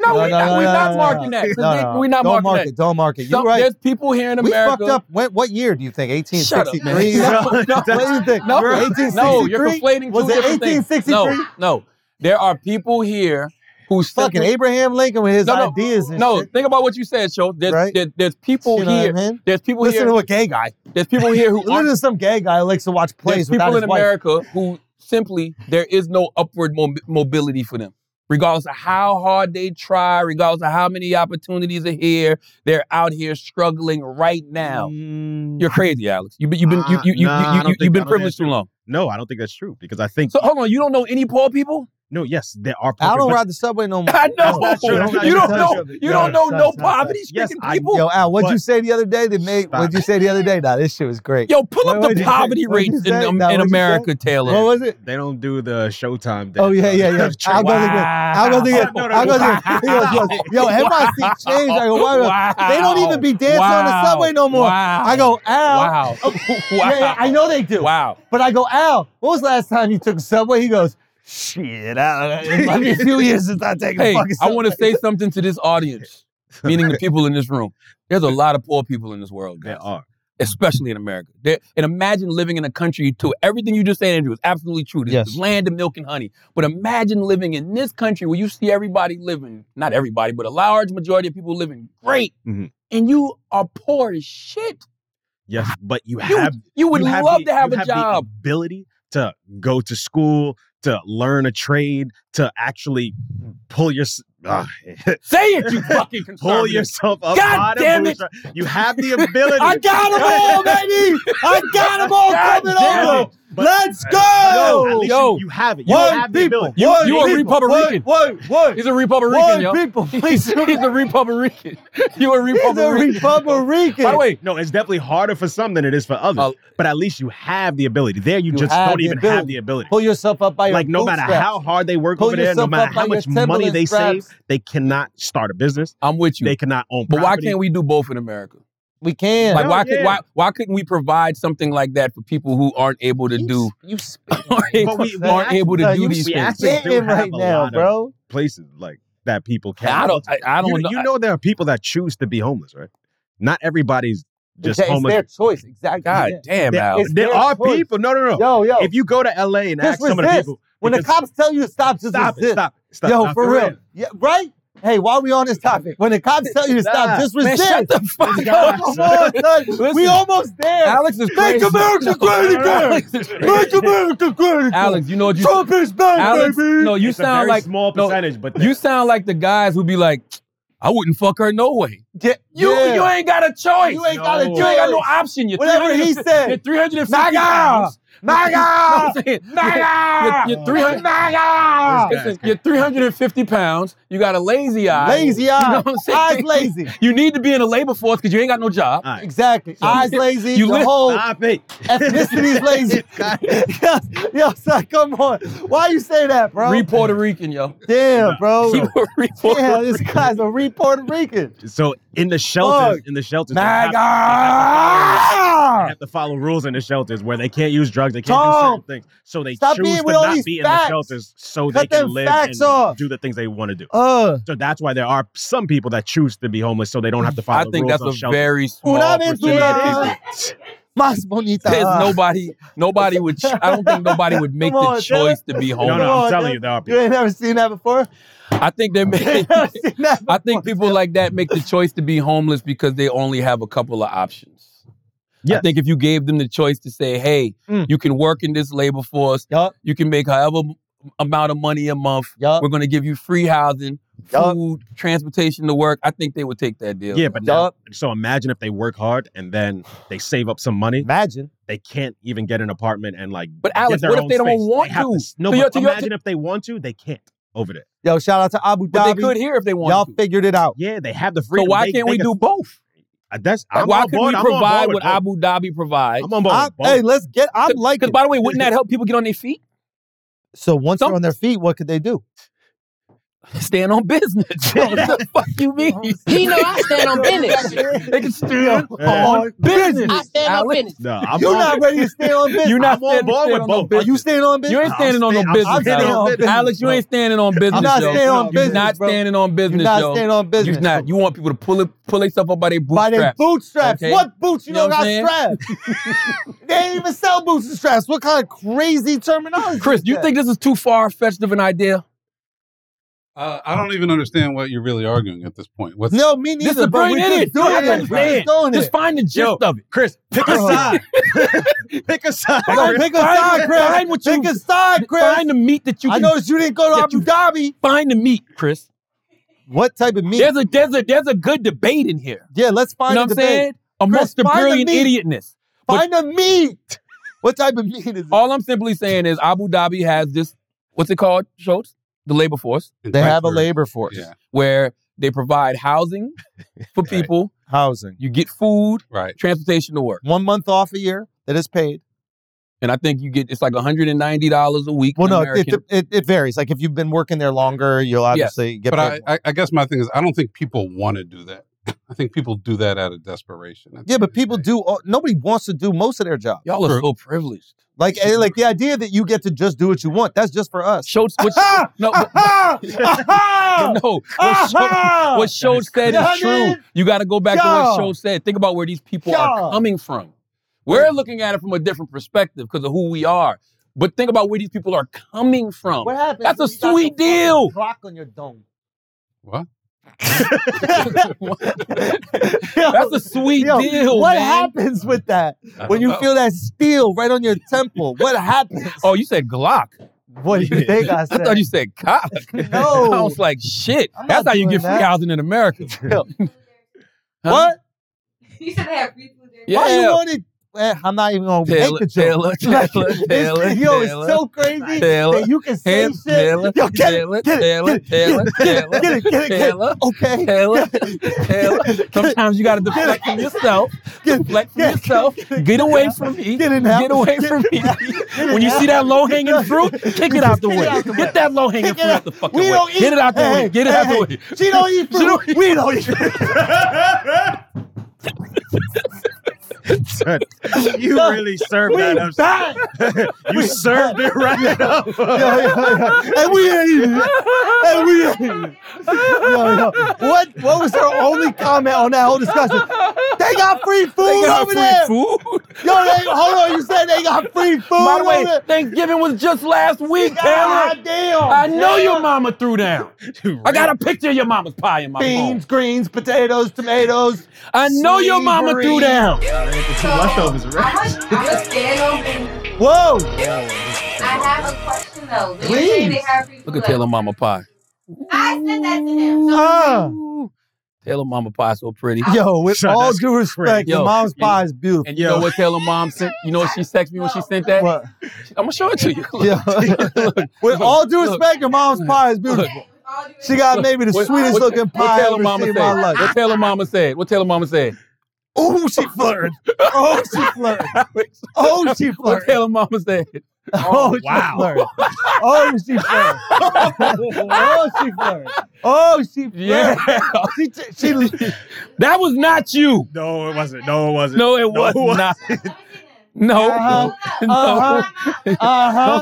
S4: No,
S5: No,
S4: we're
S5: no,
S4: not,
S5: no,
S4: we're
S5: no,
S4: not
S5: no,
S4: marking
S5: no.
S4: that. 'cause
S5: No,
S4: they-
S5: no, no.
S4: We're not
S5: don't
S4: marking
S5: mark
S4: that.
S5: it. Don't mark it. You're
S4: Some-
S5: right.
S4: There's people here in
S5: We
S4: America.
S5: fucked up. When, what year do you think?
S4: Shut up,
S5: 1863?
S4: man. <laughs>
S5: <laughs>
S4: No,
S5: what do you think?
S4: No,
S5: We're
S4: no, you're
S5: 1863?
S4: conflating two
S5: Was it
S4: different things.
S5: 1863?
S4: No, no. There are people here who
S5: Fucking
S4: simply-
S5: Abraham Lincoln with his
S4: No, no,
S5: ideas and
S4: No,
S5: shit.
S4: think about what you said, Show. There's,
S5: Right?
S4: there- there's people
S5: You know
S4: here.
S5: what I mean?
S4: There's people
S5: Listen
S4: here.
S5: to a gay guy.
S4: There's people here who
S5: <laughs> Listen
S4: aren't
S5: to some gay guy who likes to watch plays
S4: There's people
S5: without
S4: in
S5: his wife.
S4: America who simply there is no upward mo- mobility for them. Regardless of how hard they try, regardless of how many opportunities are here, they're out here
S5: Mm.
S4: struggling right now. You're crazy, Alex. You've been you've been you,
S6: Ah,
S4: you, you,
S6: nah, I
S4: you, you,
S6: don't
S4: have
S6: think- I
S4: been
S6: don't
S4: privileged
S6: think-
S4: too long.
S6: no, I don't think that's true because I think
S4: So hold on, you don't know any poor people? <laughs>
S6: no. Yes, there are.
S1: I don't
S6: but-
S1: ride the subway no more.
S4: I know.
S6: that's true. That's not
S4: you don't
S6: true.
S4: know. You don't know
S6: No, it's
S4: no
S6: not- it's not-
S4: poverty
S6: Yes,
S4: stricken
S6: I-
S4: people.
S1: Yo, Al, what'd you
S6: But-
S1: say the other day that made?
S6: Stop.
S1: What'd you say the other day? Nah, this shit was great.
S4: Yo, pull
S1: Wait,
S4: up
S1: wait,
S4: the
S1: did you
S4: poverty
S1: say- what'd
S4: rates
S1: you
S4: in,
S1: say?
S4: um,
S1: Now,
S4: in
S1: what'd you
S4: America, Taylor.
S1: what was it?
S6: They don't do the Showtime.
S1: Oh
S6: dance.
S1: yeah,
S6: <laughs>
S1: yeah, yeah. I'll go there. I'll go there.
S6: Wow.
S1: I'll go there. He goes, he goes, Yo,
S4: <laughs>
S1: MIC changed. I go, why? the- They don't even be dancing on the
S4: Wow.
S1: subway no more.
S4: Wow.
S1: I go, Al.
S4: Wow. <laughs> wow.
S1: Yeah, yeah, I know they do.
S4: Wow.
S1: But I go, Al, what was the last time you took a subway? He goes, shit, I don't know. It might be a few years since I take a
S4: Hey,
S1: fucking
S4: I
S1: subway.
S4: want to say something to this audience, meaning the people in this room. There's a lot of poor people in this world, guys, <laughs>
S6: There are.
S4: especially in America. There- and imagine living in a country too. Everything you just said, Andrew, is absolutely true. This
S1: Yes.
S4: is land of milk and honey. But imagine living in this country where you see everybody living, not everybody, but a large majority of people living great,
S6: Mhm.
S4: and you are poor as shit.
S6: Yes, but you
S4: You,
S6: have.
S4: you <laughs> would
S6: you have
S4: love
S6: the-
S4: to have
S6: you
S4: a
S6: <laughs>
S4: job.
S6: The ability to go to school, to learn a trade, to actually pull your uh,
S4: Say it, you fucking
S6: <laughs> pull
S4: conservative.
S6: yourself up.
S4: God
S6: by the
S4: damn it.
S6: bootstrap. You have the ability.
S1: I got them all,
S6: <laughs>
S1: baby. I got them all
S6: God
S1: coming
S6: damn
S1: over.
S6: it. But-
S1: Let's
S6: No, at
S1: go.
S6: least
S4: Yo.
S6: you, you have it. You
S1: One
S6: have the
S1: people.
S6: ability.
S4: You-
S1: one
S4: you a
S1: people,
S4: Republican.
S1: One, one,
S4: He's a Republican,
S1: one,
S4: yo.
S1: one people.
S4: He's,
S1: Please.
S4: <laughs> he's a Republican. <laughs> You a
S1: He's a
S4: Republican.
S1: Republican.
S4: By the way,
S6: No, it's definitely harder for some than it is for others.
S4: Uh,
S6: but at least you have the ability. There, you,
S1: You
S6: just
S1: have
S6: don't
S1: the
S6: even have
S1: ability.
S6: the ability.
S1: pull yourself up by your
S6: like no matter
S1: bootstraps.
S6: how hard they work
S1: Pull
S6: over there, no
S1: yourself
S6: maber
S1: up by
S6: how much
S1: your
S6: money they
S1: Timberland
S6: save, they cannot start a business.
S4: I'm with you.
S6: They cannot own.
S4: But why
S6: property.
S4: can't we do both in America?
S1: we
S4: <laughs>
S1: can.
S4: Like
S6: No,
S4: why
S6: yeah.
S4: could why why couldn't we provide something like that for people who aren't able to do
S1: you
S4: <laughs> aren't able,
S1: <laughs>
S6: we- we
S4: aren't
S6: actually-
S4: able to
S1: no,
S4: do
S1: you
S4: these
S6: we
S4: things?
S6: actually do
S1: spitting
S6: have
S1: right
S6: a
S1: now,
S6: lot of-
S1: bro?
S6: places like that people can?
S4: I don't I, I don't
S6: you,
S4: know.
S6: You know there are people that choose to be homeless, right? Not everybody's just
S1: it's
S6: homeless.
S1: their choice, exactly.
S4: God
S1: Yeah.
S4: damn,
S6: There-
S4: Al.
S1: it's
S6: there
S1: their
S6: are
S1: choice.
S6: people. No, no, no.
S1: Yo, yo.
S6: If you go to LA and
S1: Just
S6: ask some of the
S1: resist.
S6: people,
S1: when the
S6: because-
S1: cops tell you to stop, just
S6: stop it,
S1: resist.
S6: stop, it, stop.
S1: Yo,
S6: stop,
S1: for real. Yeah, right? Hey, why are we on this topic? When the cops tell you to stop,
S6: Nah,
S1: just
S4: Man,
S1: resist.
S4: shut
S1: <laughs>
S4: the fuck up.
S1: Come on, son. We
S4: <laughs> Listen.
S1: almost there.
S4: Alex is
S1: Make
S4: crazy.
S1: America great again.
S4: Alex is crazy.
S1: Make America great again.
S4: Alex, you know what you
S1: Trump is back,
S4: Alex,
S1: baby.
S4: no, you
S6: It's a
S4: sound
S6: very
S4: like
S6: small
S4: no,
S6: percentage, but
S4: you sound like the guys who be like, I wouldn't fuck her no way.
S1: Yeah,
S4: You
S1: yeah.
S4: you ain't got a choice.
S1: You ain't got a
S6: No.
S1: choice.
S4: You ain't got no option. You're
S1: Whatever he
S4: 350
S1: said.
S4: You're 350
S1: Naga!
S4: pounds. <laughs>
S1: Naga!
S4: You know what I'm saying? <laughs> You're, you're 300 Listen, you're 350 pounds. You got a lazy eye.
S1: Lazy eye.
S4: You know what I'm saying?
S1: Eyes lazy.
S4: <laughs> You need to be in the labor force because you ain't got no job.
S6: All right.
S1: Exactly. Eyes lazy.
S4: You
S1: the
S4: live-
S1: whole
S6: Stop it.
S1: ethnicity's lazy.
S4: <laughs>
S1: <laughs> yes, yes, son, come on. Why you say that, bro?
S4: Re Puerto Rican,
S1: <laughs>
S4: yo.
S1: Damn, bro.
S4: You were re <laughs> Puerto
S1: Yeah, this guy's a re Puerto Rican.
S6: So in the shelters,
S1: Fuck.
S6: in the shelters, they have, they have to follow- they
S1: Naga!
S6: have to follow rules in the shelters where they can't use drugs, they can't
S1: Tom,
S6: do certain things. So they
S1: stop
S6: choose
S1: being
S6: to
S1: with all
S6: not
S1: these
S6: be
S1: facts.
S6: in the shelters so
S1: Cut
S6: they can
S1: them
S6: live
S1: facts
S6: and
S1: off.
S6: do the things they want to do.
S1: Uh,
S6: So that's why there are some people that choose to be homeless so they don't have to follow
S4: I think
S6: rules
S4: that's
S6: on
S4: a
S6: shelter.
S4: very small
S1: una
S4: percentage.
S1: aventura más bonita.
S4: There's nobody, nobody would. ch- I don't think nobody
S1: <laughs>
S4: would make
S1: Come on,
S4: the choice to be
S6: No,
S4: homeless.
S1: Come
S6: no,
S1: on,
S6: I'm telling
S1: dude.
S6: you, there
S1: <laughs>
S6: are
S1: You
S6: people.
S1: ain't never seen
S4: <laughs>
S1: that before?
S4: I think they
S1: You
S6: <laughs>
S4: make.
S1: ain't never seen that
S4: I think people like that make the choice to be homeless because they only have a couple of options. I
S6: Yes.
S4: think if you gave them the choice to say, "Hey,
S1: Mm.
S4: you can work in this labor force.
S1: Yup.
S4: You can make however m- amount of money a month.
S1: Yup.
S4: We're going to give you free housing,
S1: Yup.
S4: food, transportation to work." I think they would take that deal.
S6: Yeah, but now, so imagine if they work hard and then they save up some money,
S1: Imagine.
S6: they can't even get an apartment and like.
S4: But
S6: get
S4: Alex,
S6: their
S4: what if
S6: own
S4: they don't
S6: space.
S4: want
S6: have
S4: to?
S6: s- No,
S4: To your-
S6: but
S4: to your-
S6: imagine if they want to, they can't over there.
S1: Yo, shout out to Abu
S4: But
S1: Dhabi.
S4: they could here if they wanted.
S1: Y'all
S4: to.
S1: figured it out.
S6: Yeah, they have the
S4: So
S6: freedom.
S4: why
S6: They-
S4: can't
S6: they
S4: we
S6: can-
S4: do both?
S6: Uh, That's I'm
S4: why
S6: on
S4: can
S6: board.
S4: we
S6: I'm on board
S4: provide
S6: with
S4: what
S6: both.
S4: Abu Dhabi provides?
S6: I'm on board.
S1: I'm,
S6: with both.
S1: hey, let's get. I'm like.
S4: Because by the way, wouldn't that help people get on their feet? <laughs>
S1: So once
S4: Some-
S1: they're on their feet, what could
S4: <laughs>
S1: they do?
S4: Stand on business. <laughs> what
S6: <laughs>
S4: the fuck you mean?
S7: <laughs> He know I stand
S8: <laughs>
S7: on business.
S4: They
S1: <laughs>
S4: can stand
S6: Yeah.
S4: on business.
S7: I stand on
S4: Alex.
S7: business.
S6: no, I'm
S1: You're
S6: on
S1: not ready to stand on
S4: <laughs>
S1: business.
S4: You're not
S6: I'm on
S4: standing,
S6: board with
S4: standing on
S6: both.
S4: business.
S1: Are you standing on business?
S4: You ain't standing on no
S6: stand- I'm
S4: business.
S1: standing
S4: Alex.
S1: on business,
S4: Alex, you
S1: bro.
S4: ain't standing on business.
S1: not
S4: yo.
S1: standing on
S4: You're
S1: business,
S4: not
S1: bro.
S4: standing on business.
S1: You're not
S4: yo.
S1: standing on business.
S4: You're not. You want people to pull it, pull themselves up by their
S1: By their
S4: bootstraps.
S1: bootstraps.
S4: Okay.
S1: What boots you,
S4: You know
S1: don't
S4: what
S1: got
S4: I'm
S1: straps? <laughs> they ain't even sell boots and straps. What kind of crazy terminology?
S4: Chris,
S1: is
S4: you
S1: that?
S4: think this is too far fetched of an idea?
S9: Uh, I don't even understand what you're really arguing at this point. What's
S1: No, me
S4: This
S1: neither.
S4: is a
S1: but we
S4: brilliant idiot.
S1: just doing
S4: I
S1: it. We're
S4: understand.
S1: just doing
S4: Just
S1: it.
S4: find the gist
S6: Yo,
S4: of it.
S6: Chris, pick a side. <laughs> pick a side.
S1: Yo, pick a
S4: Find
S1: side,
S4: what-
S1: Chris.
S4: find what you-
S1: pick a side, Chris.
S4: Find the meat that you
S1: I
S4: can
S1: noticed you didn't go to
S4: that
S1: Abu
S4: you-
S1: Dhabi.
S4: find the meat, Chris.
S1: What type of meat?
S4: There's a there's a there's a good debate in here.
S1: yeah, let's
S4: you
S1: find
S4: know
S1: a
S4: what I'm
S1: debate.
S4: saying? Amongst the
S1: find the
S4: brilliant
S1: meat.
S4: idiotness.
S1: Find the meat. <laughs> What type of meat is it?
S4: All I'm simply saying is Abu Dhabi has this, what's it called, Schultz? The labor force,
S1: They have a labor force.
S9: Yeah.
S4: where they provide
S1: <laughs>
S4: housing for people.
S1: Housing.
S4: You get food,
S9: Right.
S4: transportation to work.
S1: One month off a year that is paid.
S4: And I think you get, it's like $190 a week.
S1: Well, no, it,
S4: American.
S1: it, it, it varies. Like if you've been working there longer, you'll
S4: Yes,
S1: obviously get
S9: But
S1: paid.
S9: I, I, I guess my thing is, I don't think people want to do that. I think people do that out of desperation. That's
S1: yeah,
S9: what
S1: but
S9: it
S1: people
S9: is.
S1: do. all- Nobody wants to do most of their job.
S4: Y'all are so privileged.
S1: Like, eh, like the idea that you get to just do what you want. That's just for us. Ah,
S4: Schultz, what, no, <laughs>
S1: <laughs>
S4: but- no, what Schultz,
S1: ah.
S4: what Schultz said
S1: Yeah,
S4: is true.
S1: man.
S4: You got to go back to what
S1: Yeah.
S4: Schultz said. Think about where these people
S1: Yeah.
S4: are coming from. We're looking at it from a different perspective because of who we are. But think about where these people are coming from.
S1: What happened?
S4: That's a sweet deal.
S1: Clock on your dome.
S4: <laughs>
S9: What?
S4: That's a sweet
S1: <laughs> Yo,
S4: deal,
S1: What
S4: man.
S1: happens with that
S9: I don't
S1: when you
S9: know.
S1: feel that steel right on your temple? What happens?
S4: Oh, you said Glock.
S1: What do you think I
S4: I
S1: said?
S4: thought you said cock. <laughs>
S1: No.
S4: I was like, shit.
S1: I'm
S4: That's
S1: not
S4: how you
S1: doing
S4: get free
S1: that.
S4: housing in
S1: <laughs>
S4: America. Huh?
S1: what?
S8: You said they have free food
S1: <laughs>
S8: there.
S4: Yeah.
S1: Why you wanted? Eh, I'm not even gonna
S4: Taylor,
S1: make the joke.
S4: Taylor,
S1: <laughs> Like,
S4: Taylor,
S1: this-
S4: Taylor,
S1: yo, it's
S4: Taylor,
S1: so crazy
S4: Taylor,
S1: that you can say
S4: Taylor,
S1: shit.
S4: Taylor,
S1: yo, get
S4: Taylor,
S1: it, get
S4: Taylor,
S1: it, get it,
S4: Taylor,
S1: get it, get it, get it, get it.
S4: Taylor,
S1: <laughs> Okay.
S4: Taylor,
S1: Get it,
S4: Taylor.
S1: <laughs>
S4: Sometimes you gotta deflect from yourself.
S1: Get-
S4: Deflect from
S1: <laughs> get-
S4: yourself. Get away from me.
S1: Get in
S4: Get
S1: out.
S4: away
S1: Get
S4: from me.
S1: out.
S4: <laughs> When you see that low hanging fruit, kick it out the
S1: Kick it
S4: way.
S1: out the way.
S4: Get that low hanging
S1: Kick it
S4: fruit
S1: out.
S4: out the fucking
S1: We
S4: way.
S1: don't
S4: Get
S1: eat-
S4: it out the way.
S1: Hey,
S4: Get it out
S1: hey,
S4: the way.
S1: She
S4: <laughs>
S1: don't eat fruit. we don't eat fruit.
S10: Son, you
S1: Yo,
S10: really served
S1: we
S10: that up.
S1: back.
S10: you served it right up.
S6: <laughs>
S1: Yo, yo, yo. And we ain't eating it. And we ain't eating it. Yo, yo. What, what was her only comment on that whole discussion? They got free food
S4: They got
S1: over
S4: free
S1: there.
S4: food.
S1: Yo, they, hold on. You said they got free food
S4: By the way,
S1: over there.
S4: Thanksgiving was just last week, Taylor.
S1: God damn.
S4: I know your mama threw down. I got a picture of your mama's pie in my phone.
S1: Beans, greens, potatoes, tomatoes.
S4: I know your mama threw down.
S10: leftovers,
S8: I'm a, I'm a stand-on.
S1: Whoa.
S8: I have a question though. They
S1: Please.
S8: say They have free food
S4: Look at
S8: there.
S4: Taylor Mama Pie.
S8: I said that to him. So
S1: Ah.
S4: Taylor Mama Pie so pretty.
S1: Yo, with
S10: Son,
S1: all
S10: that's
S1: due respect,
S10: crazy.
S1: your
S4: Yo.
S1: mom's pie is beautiful.
S4: And you know
S10: Yo.
S4: what Taylor Mom sent? You know what she texted me when she sent that?
S1: What?
S4: I'm gonna show it to you. <laughs> Look,
S1: Yo. With all due
S4: look.
S1: respect, your mom's pie is beautiful.
S8: with all due
S1: She got
S4: Look,
S1: maybe the
S4: what-
S1: sweetest
S4: what-
S1: looking
S4: what
S1: pie I
S4: Taylor
S1: ever
S4: Mama
S1: seen in
S4: said?
S1: my life.
S4: <laughs> What Taylor Mama said? What Taylor Mama
S1: <laughs>
S4: said?
S1: Oh, she
S6: <laughs>
S1: flirted. Oh, she flirted. Oh,
S4: <laughs>
S1: she
S4: What
S1: flirted.
S4: Taylor Mama
S1: <laughs>
S4: said?
S1: Oh, she flirted. Oh, she flirted. Oh, she flirted. Oh, she flirted.
S4: <laughs> Yeah.
S1: She, t- she,
S4: that was not you.
S10: No, it wasn't. No, it wasn't.
S4: No, it was not.
S10: wasn't.
S6: <laughs>
S8: respect. Let me see them.
S4: No.
S1: Uh-huh.
S4: No.
S1: <laughs> Uh-huh.
S4: <laughs>
S1: uh-huh.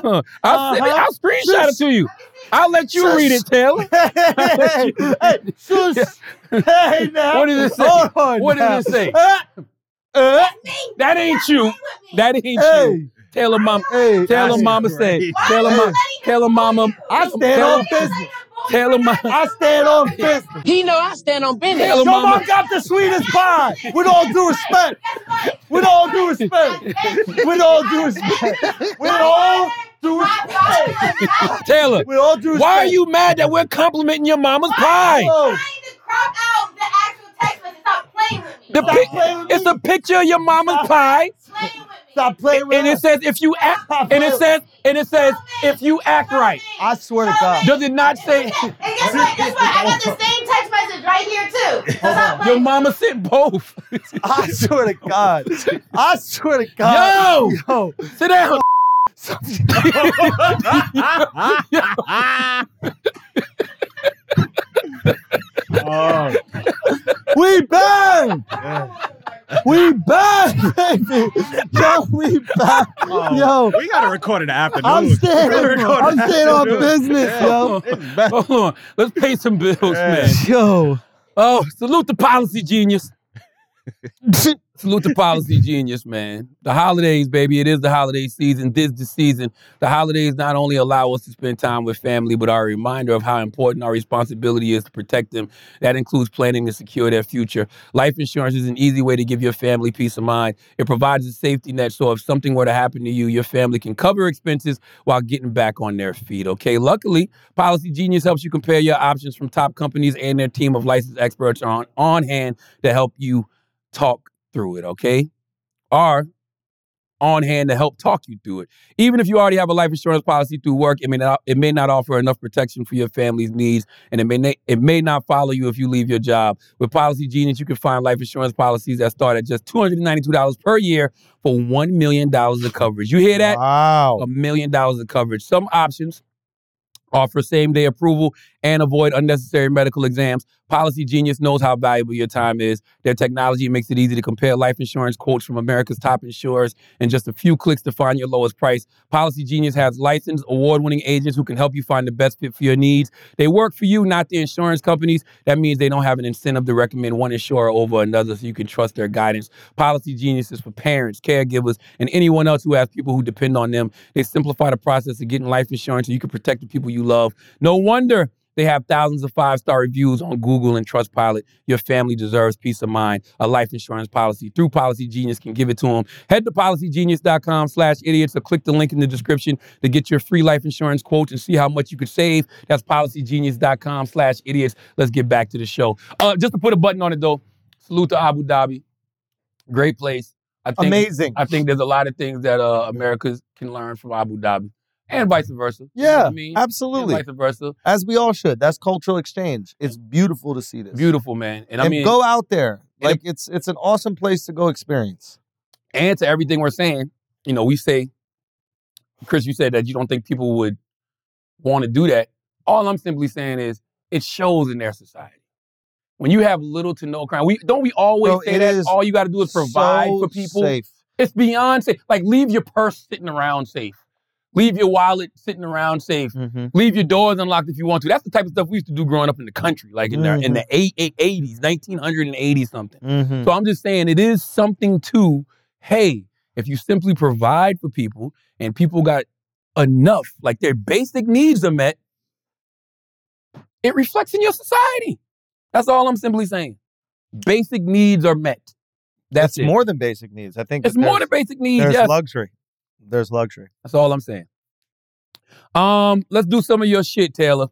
S4: Uh-huh. I'll, send it- I'll screenshot it to you. I'll let you
S1: Sus.
S4: read it, Taylor.
S1: hey, hey,
S4: <laughs>
S1: sus. Hey, now.
S4: What did it say?
S1: Hold on
S4: What did
S1: now.
S4: it say?
S1: Uh, uh,
S4: That ain't you. That ain't you.
S1: hey,
S4: Taylor Mom.
S1: hey.
S4: Taylor
S10: That's
S4: Mama
S10: great.
S4: said. Taylor Mom. Taylor Mama.
S1: I stand on
S4: Taylor,
S1: business.
S4: Taylor Mom.
S1: I stand on business.
S7: He know I stand on business.
S4: Taylor
S1: Your mom
S4: Mama.
S1: got the sweetest pie. With all due respect. With all due respect. With all due respect. With all due respect.
S4: Taylor.
S1: With all due respect.
S4: Why are you mad that we're complimenting your mama's pie?
S1: Oh,
S8: Crop out the actual text message. Stop playing with me.
S4: The
S8: Stop
S4: pic-
S1: playing with me.
S4: it's a picture of your mama's pie,
S8: playing with me.
S1: stop playing with
S4: and it
S1: us.
S4: says if you act, and it says and it says if you act right.
S1: I swear to God.
S4: Does it not say
S5: <laughs>
S8: And guess what? Guess what? I got the same text message right here
S5: <laughs>
S8: too. So stop
S4: your
S8: playing.
S4: mama sent both? <laughs>
S1: I swear to God. I swear to God.
S4: Yo,
S1: Yo.
S4: sit down.
S10: Oh,
S1: We bang! We bang, baby! Yo, we bang!
S6: Oh,
S1: Yo,
S10: we gotta record it afternoon.
S1: I'm
S10: We gotta
S1: staying,
S10: record
S1: I'm
S10: it
S1: staying on
S10: afternoon.
S1: business,
S5: <laughs>
S1: yo.
S4: Hold on, let's pay some bills, man.
S1: Yo.
S4: Oh, salute the policy genius. Salute the policy <laughs> genius, man. The holidays, baby, it is the holiday season. This the season. The holidays not only allow us to spend time with family, but are a reminder of how important our responsibility is to protect them. That includes planning to secure their future. Life insurance is an easy way to give your family peace of mind. It provides a safety net so if something were to happen to you, your family can cover expenses while getting back on their feet. Okay. Luckily, Policy Genius helps you compare your options from top companies and their team of licensed experts are on, on hand to help you talk through it, okay? Or on hand to help talk you through it. Even if you already have a life insurance policy through work, it may not, it may not offer enough protection for your family's needs, and it may na- it may not follow you if you leave your job. With Policy Genius, you can find life insurance policies that start at just two hundred and ninety two dollars per year for one million dollars of coverage. You hear <laughs> that?
S5: Wow.
S4: a million dollars of coverage. Some options offer same day approval and avoid unnecessary medical exams. Policy Genius knows how valuable your time is. Their technology makes it easy to compare life insurance quotes from America's top insurers in just a few clicks to find your lowest price. Policy Genius has licensed, award winning agents who can help you find the best fit for your needs. They work for you, not the insurance companies. That means they don't have an incentive to recommend one insurer over another, so you can trust their guidance. Policy Genius is for parents, caregivers, and anyone else who has people who depend on them. They simplify the process of getting life insurance so you can protect the people you love. No wonder they have thousands of five star reviews on Google and Trustpilot. Your family deserves peace of mind. A life insurance policy through Policy Genius can give it to them. Head to policygenius.com slash idiots or click the link in the description to get your free life insurance quote and see how much you could save. That's policygenius.com slash idiots. Let's get back to the show. Uh, just to put a button on it though, salute to Abu Dhabi. Great place. I think,
S5: Amazing.
S4: I think there's a lot of things that uh, America can learn from Abu Dhabi and vice versa. You know what
S5: Yeah,
S4: I mean?
S5: absolutely.
S4: And vice versa.
S5: As we all should. That's cultural exchange. It's beautiful to see this.
S4: Beautiful, man. And I
S5: and
S4: mean,
S5: go out there.
S4: and
S5: Like it's it's an awesome place to go experience.
S4: and to everything we're saying, you know, we say, Chris, you said that you don't think people would want to do that. All I'm simply saying is it shows in their society. When you have little to no crime, we don't we always
S5: Bro,
S4: say
S5: it
S4: that
S5: is
S4: all you got to do is provide
S5: So
S4: for people.
S5: Safe.
S4: It's beyond safe. Like leave your purse sitting around safe. Leave your wallet sitting around safe.
S5: Mm-hmm.
S4: Leave your doors unlocked if you want to. That's the type of stuff we used to do growing up in the country, like in the in the eight, eight, 80s, 1980 something.
S5: Mm-hmm.
S4: So I'm just saying it is something to, hey, if you simply provide for people and people got enough, like their basic needs are met, it reflects in your society. That's all I'm simply saying. Basic needs are met. That's
S5: That's
S4: it.
S5: more than basic needs. I think
S4: It's
S5: that
S4: more than
S5: there's-
S4: basic needs.
S5: There's
S4: Yes,
S5: luxury. There's luxury.
S4: that's all I'm saying. Um, let's do some of your shit,
S5: <laughs>
S4: Taylor.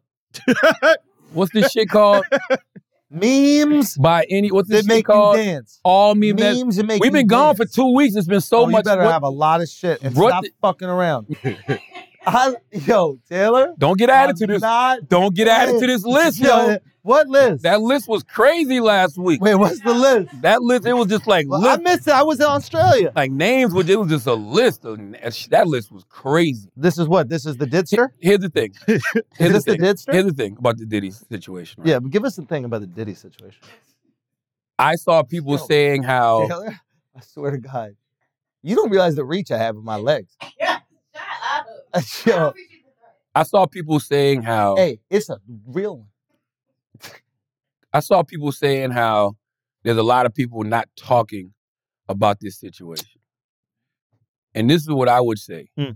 S4: what's this shit called?
S5: Memes
S4: By any? What's this
S5: that
S4: shit
S5: make you
S4: called?
S5: dance.
S4: All me.
S5: memes that make
S4: We've
S5: you
S4: been gone for
S5: dance.
S4: two weeks. It's been so
S5: Oh,
S4: much.
S5: You better
S4: what-
S5: have a lot of shit and
S4: What
S5: stop
S4: the- <laughs>
S5: fucking around. I, yo, Taylor.
S4: Don't get added to
S5: I'm
S4: this.
S5: Not,
S4: Don't get added to
S5: <laughs>
S4: this list, yo.
S5: What list?
S4: That list was crazy last week.
S5: Wait, what's the list?
S4: That list, it was just like
S5: Well, I
S4: list,
S5: missed it. I was in Australia.
S4: like names, which it was just a list. Of, that list was crazy.
S5: This is what? This is the Didster?
S4: Here's the thing.
S5: Is
S4: Here's the
S5: this the
S4: thing.
S5: Didster?
S4: Here's the thing about the Diddy situation. right?
S5: Yeah, but give us the thing about the Diddy situation.
S4: I saw people
S5: Yo.
S4: saying how
S5: <laughs> Taylor, I swear to God, you don't realize the reach I have in my legs. <laughs>
S11: Shut up. I don't
S5: Yo,
S11: appreciate the threat.
S4: I saw people saying how
S5: hey, it's a real one.
S4: I saw people saying how there's a lot of people not talking about this situation. And this is what I would say.
S5: Hmm.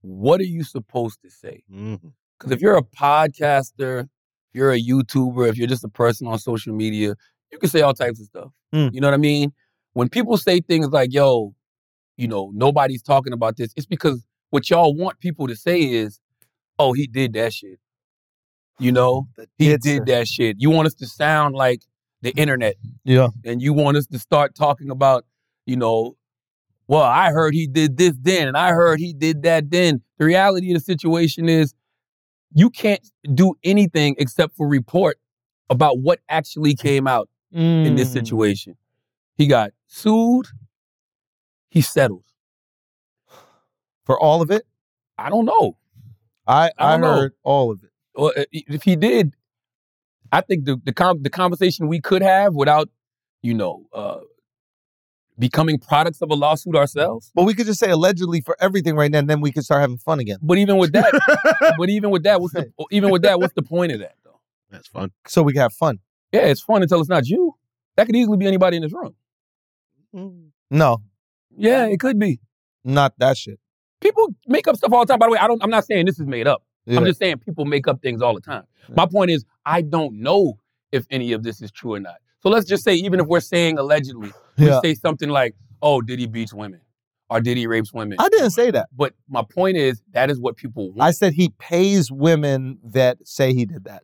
S4: What are you supposed to say?
S6: Mhm.
S4: Because if you're a podcaster, if you're a YouTuber, if you're just a person on social media, you can say all types of stuff.
S5: Mm.
S4: You know what I mean? When people say things like, yo, you know, nobody's talking about this, it's because what y'all want people to say is, oh, he did that shit. You know, he
S5: Didster.
S4: did that shit. You want us to sound like the internet
S5: Yeah.
S4: and you want us to start talking about, you know, well, I heard he did this then, and I heard he did that then. The reality of the situation is you can't do anything except for report about what actually came out in
S5: Mm.
S4: this situation. He got sued, he settled.
S5: Mm. For all of it?
S4: I don't know.
S5: I,
S4: I
S5: I,
S4: don't know.
S5: heard all of it.
S4: Or uh, if he did, I think the the, com- the conversation we could have without, you know, uh, becoming products of a lawsuit ourselves.
S5: But we could just say allegedly for everything right now, and then we could start having fun again.
S4: But even with that, but even with that, what's the, even with that, what's the point of that though?
S6: That's fun.
S5: So we can have fun.
S4: Yeah, it's fun until it's not you. That could easily be anybody in this room.
S5: No,
S4: Yeah, it could be.
S5: not that shit.
S4: People make up stuff all the time. By the way, I don't. I'm not saying this is made up.
S5: Yeah.
S4: I'm just saying people make up things all the time. My point is, I don't know if any of this is true or not. So let's just say, even if we're saying allegedly, we
S5: Yeah.
S4: say something like, "Oh, did he beats women, or did he rapes women?"
S5: I didn't say that.
S4: But my point is, that is what people want.
S5: I said he pays women that say he did that.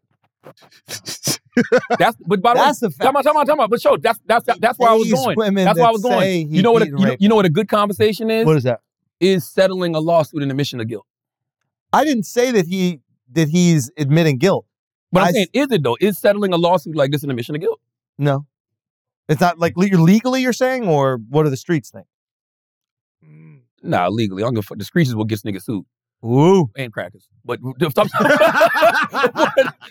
S4: That's but by the
S5: That's
S4: way,
S5: the fact.
S4: time out, time out, time out. But show that's that's that's where I was
S5: These
S4: going.
S5: women
S4: That's where I
S5: that
S4: was
S5: say
S4: going.
S5: he
S4: You know what? A,
S5: beat
S4: you, know,
S5: rape-
S4: you know what a good conversation is
S5: What is that?
S4: is settling a lawsuit and admission of guilt.
S5: I didn't say that he that he's admitting guilt.
S4: But I'm
S5: I s-
S4: saying, is it though? Is settling a lawsuit like this an admission of guilt?
S5: No, it's not like le- legally you're saying, or what do the streets think?
S6: Mm,
S4: Nah, legally, I'm gonna fuck. The screeches will get niggas sued
S5: Ooh,
S4: and crackers. But <laughs>
S5: <laughs>
S4: stop.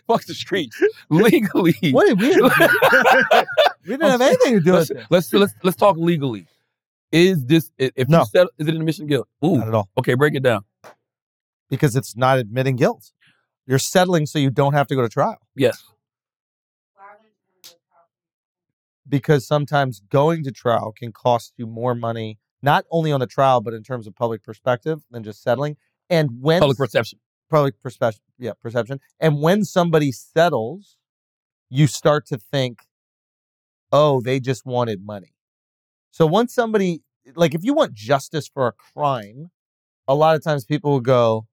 S4: Fuck the streets legally. <laughs>
S5: what did we? we didn't have anything to do
S4: Let's,
S5: with it.
S4: let's let's let's talk legally. Is this i- if
S5: No.
S4: you settle, is it an admission of guilt? Ooh,
S5: Not at all,
S4: okay, break it down.
S5: because it's not admitting guilt. You're settling so you don't have to go to trial.
S4: Yes,
S5: because sometimes going to trial can cost you more money, not only on the trial, but in terms of public perspective than just settling. And when
S4: public perception.
S5: public perspective, yeah, perception. And when somebody settles, you start to think, oh, they just wanted money. So once somebody, like if you want justice for a crime, a lot of times people will go,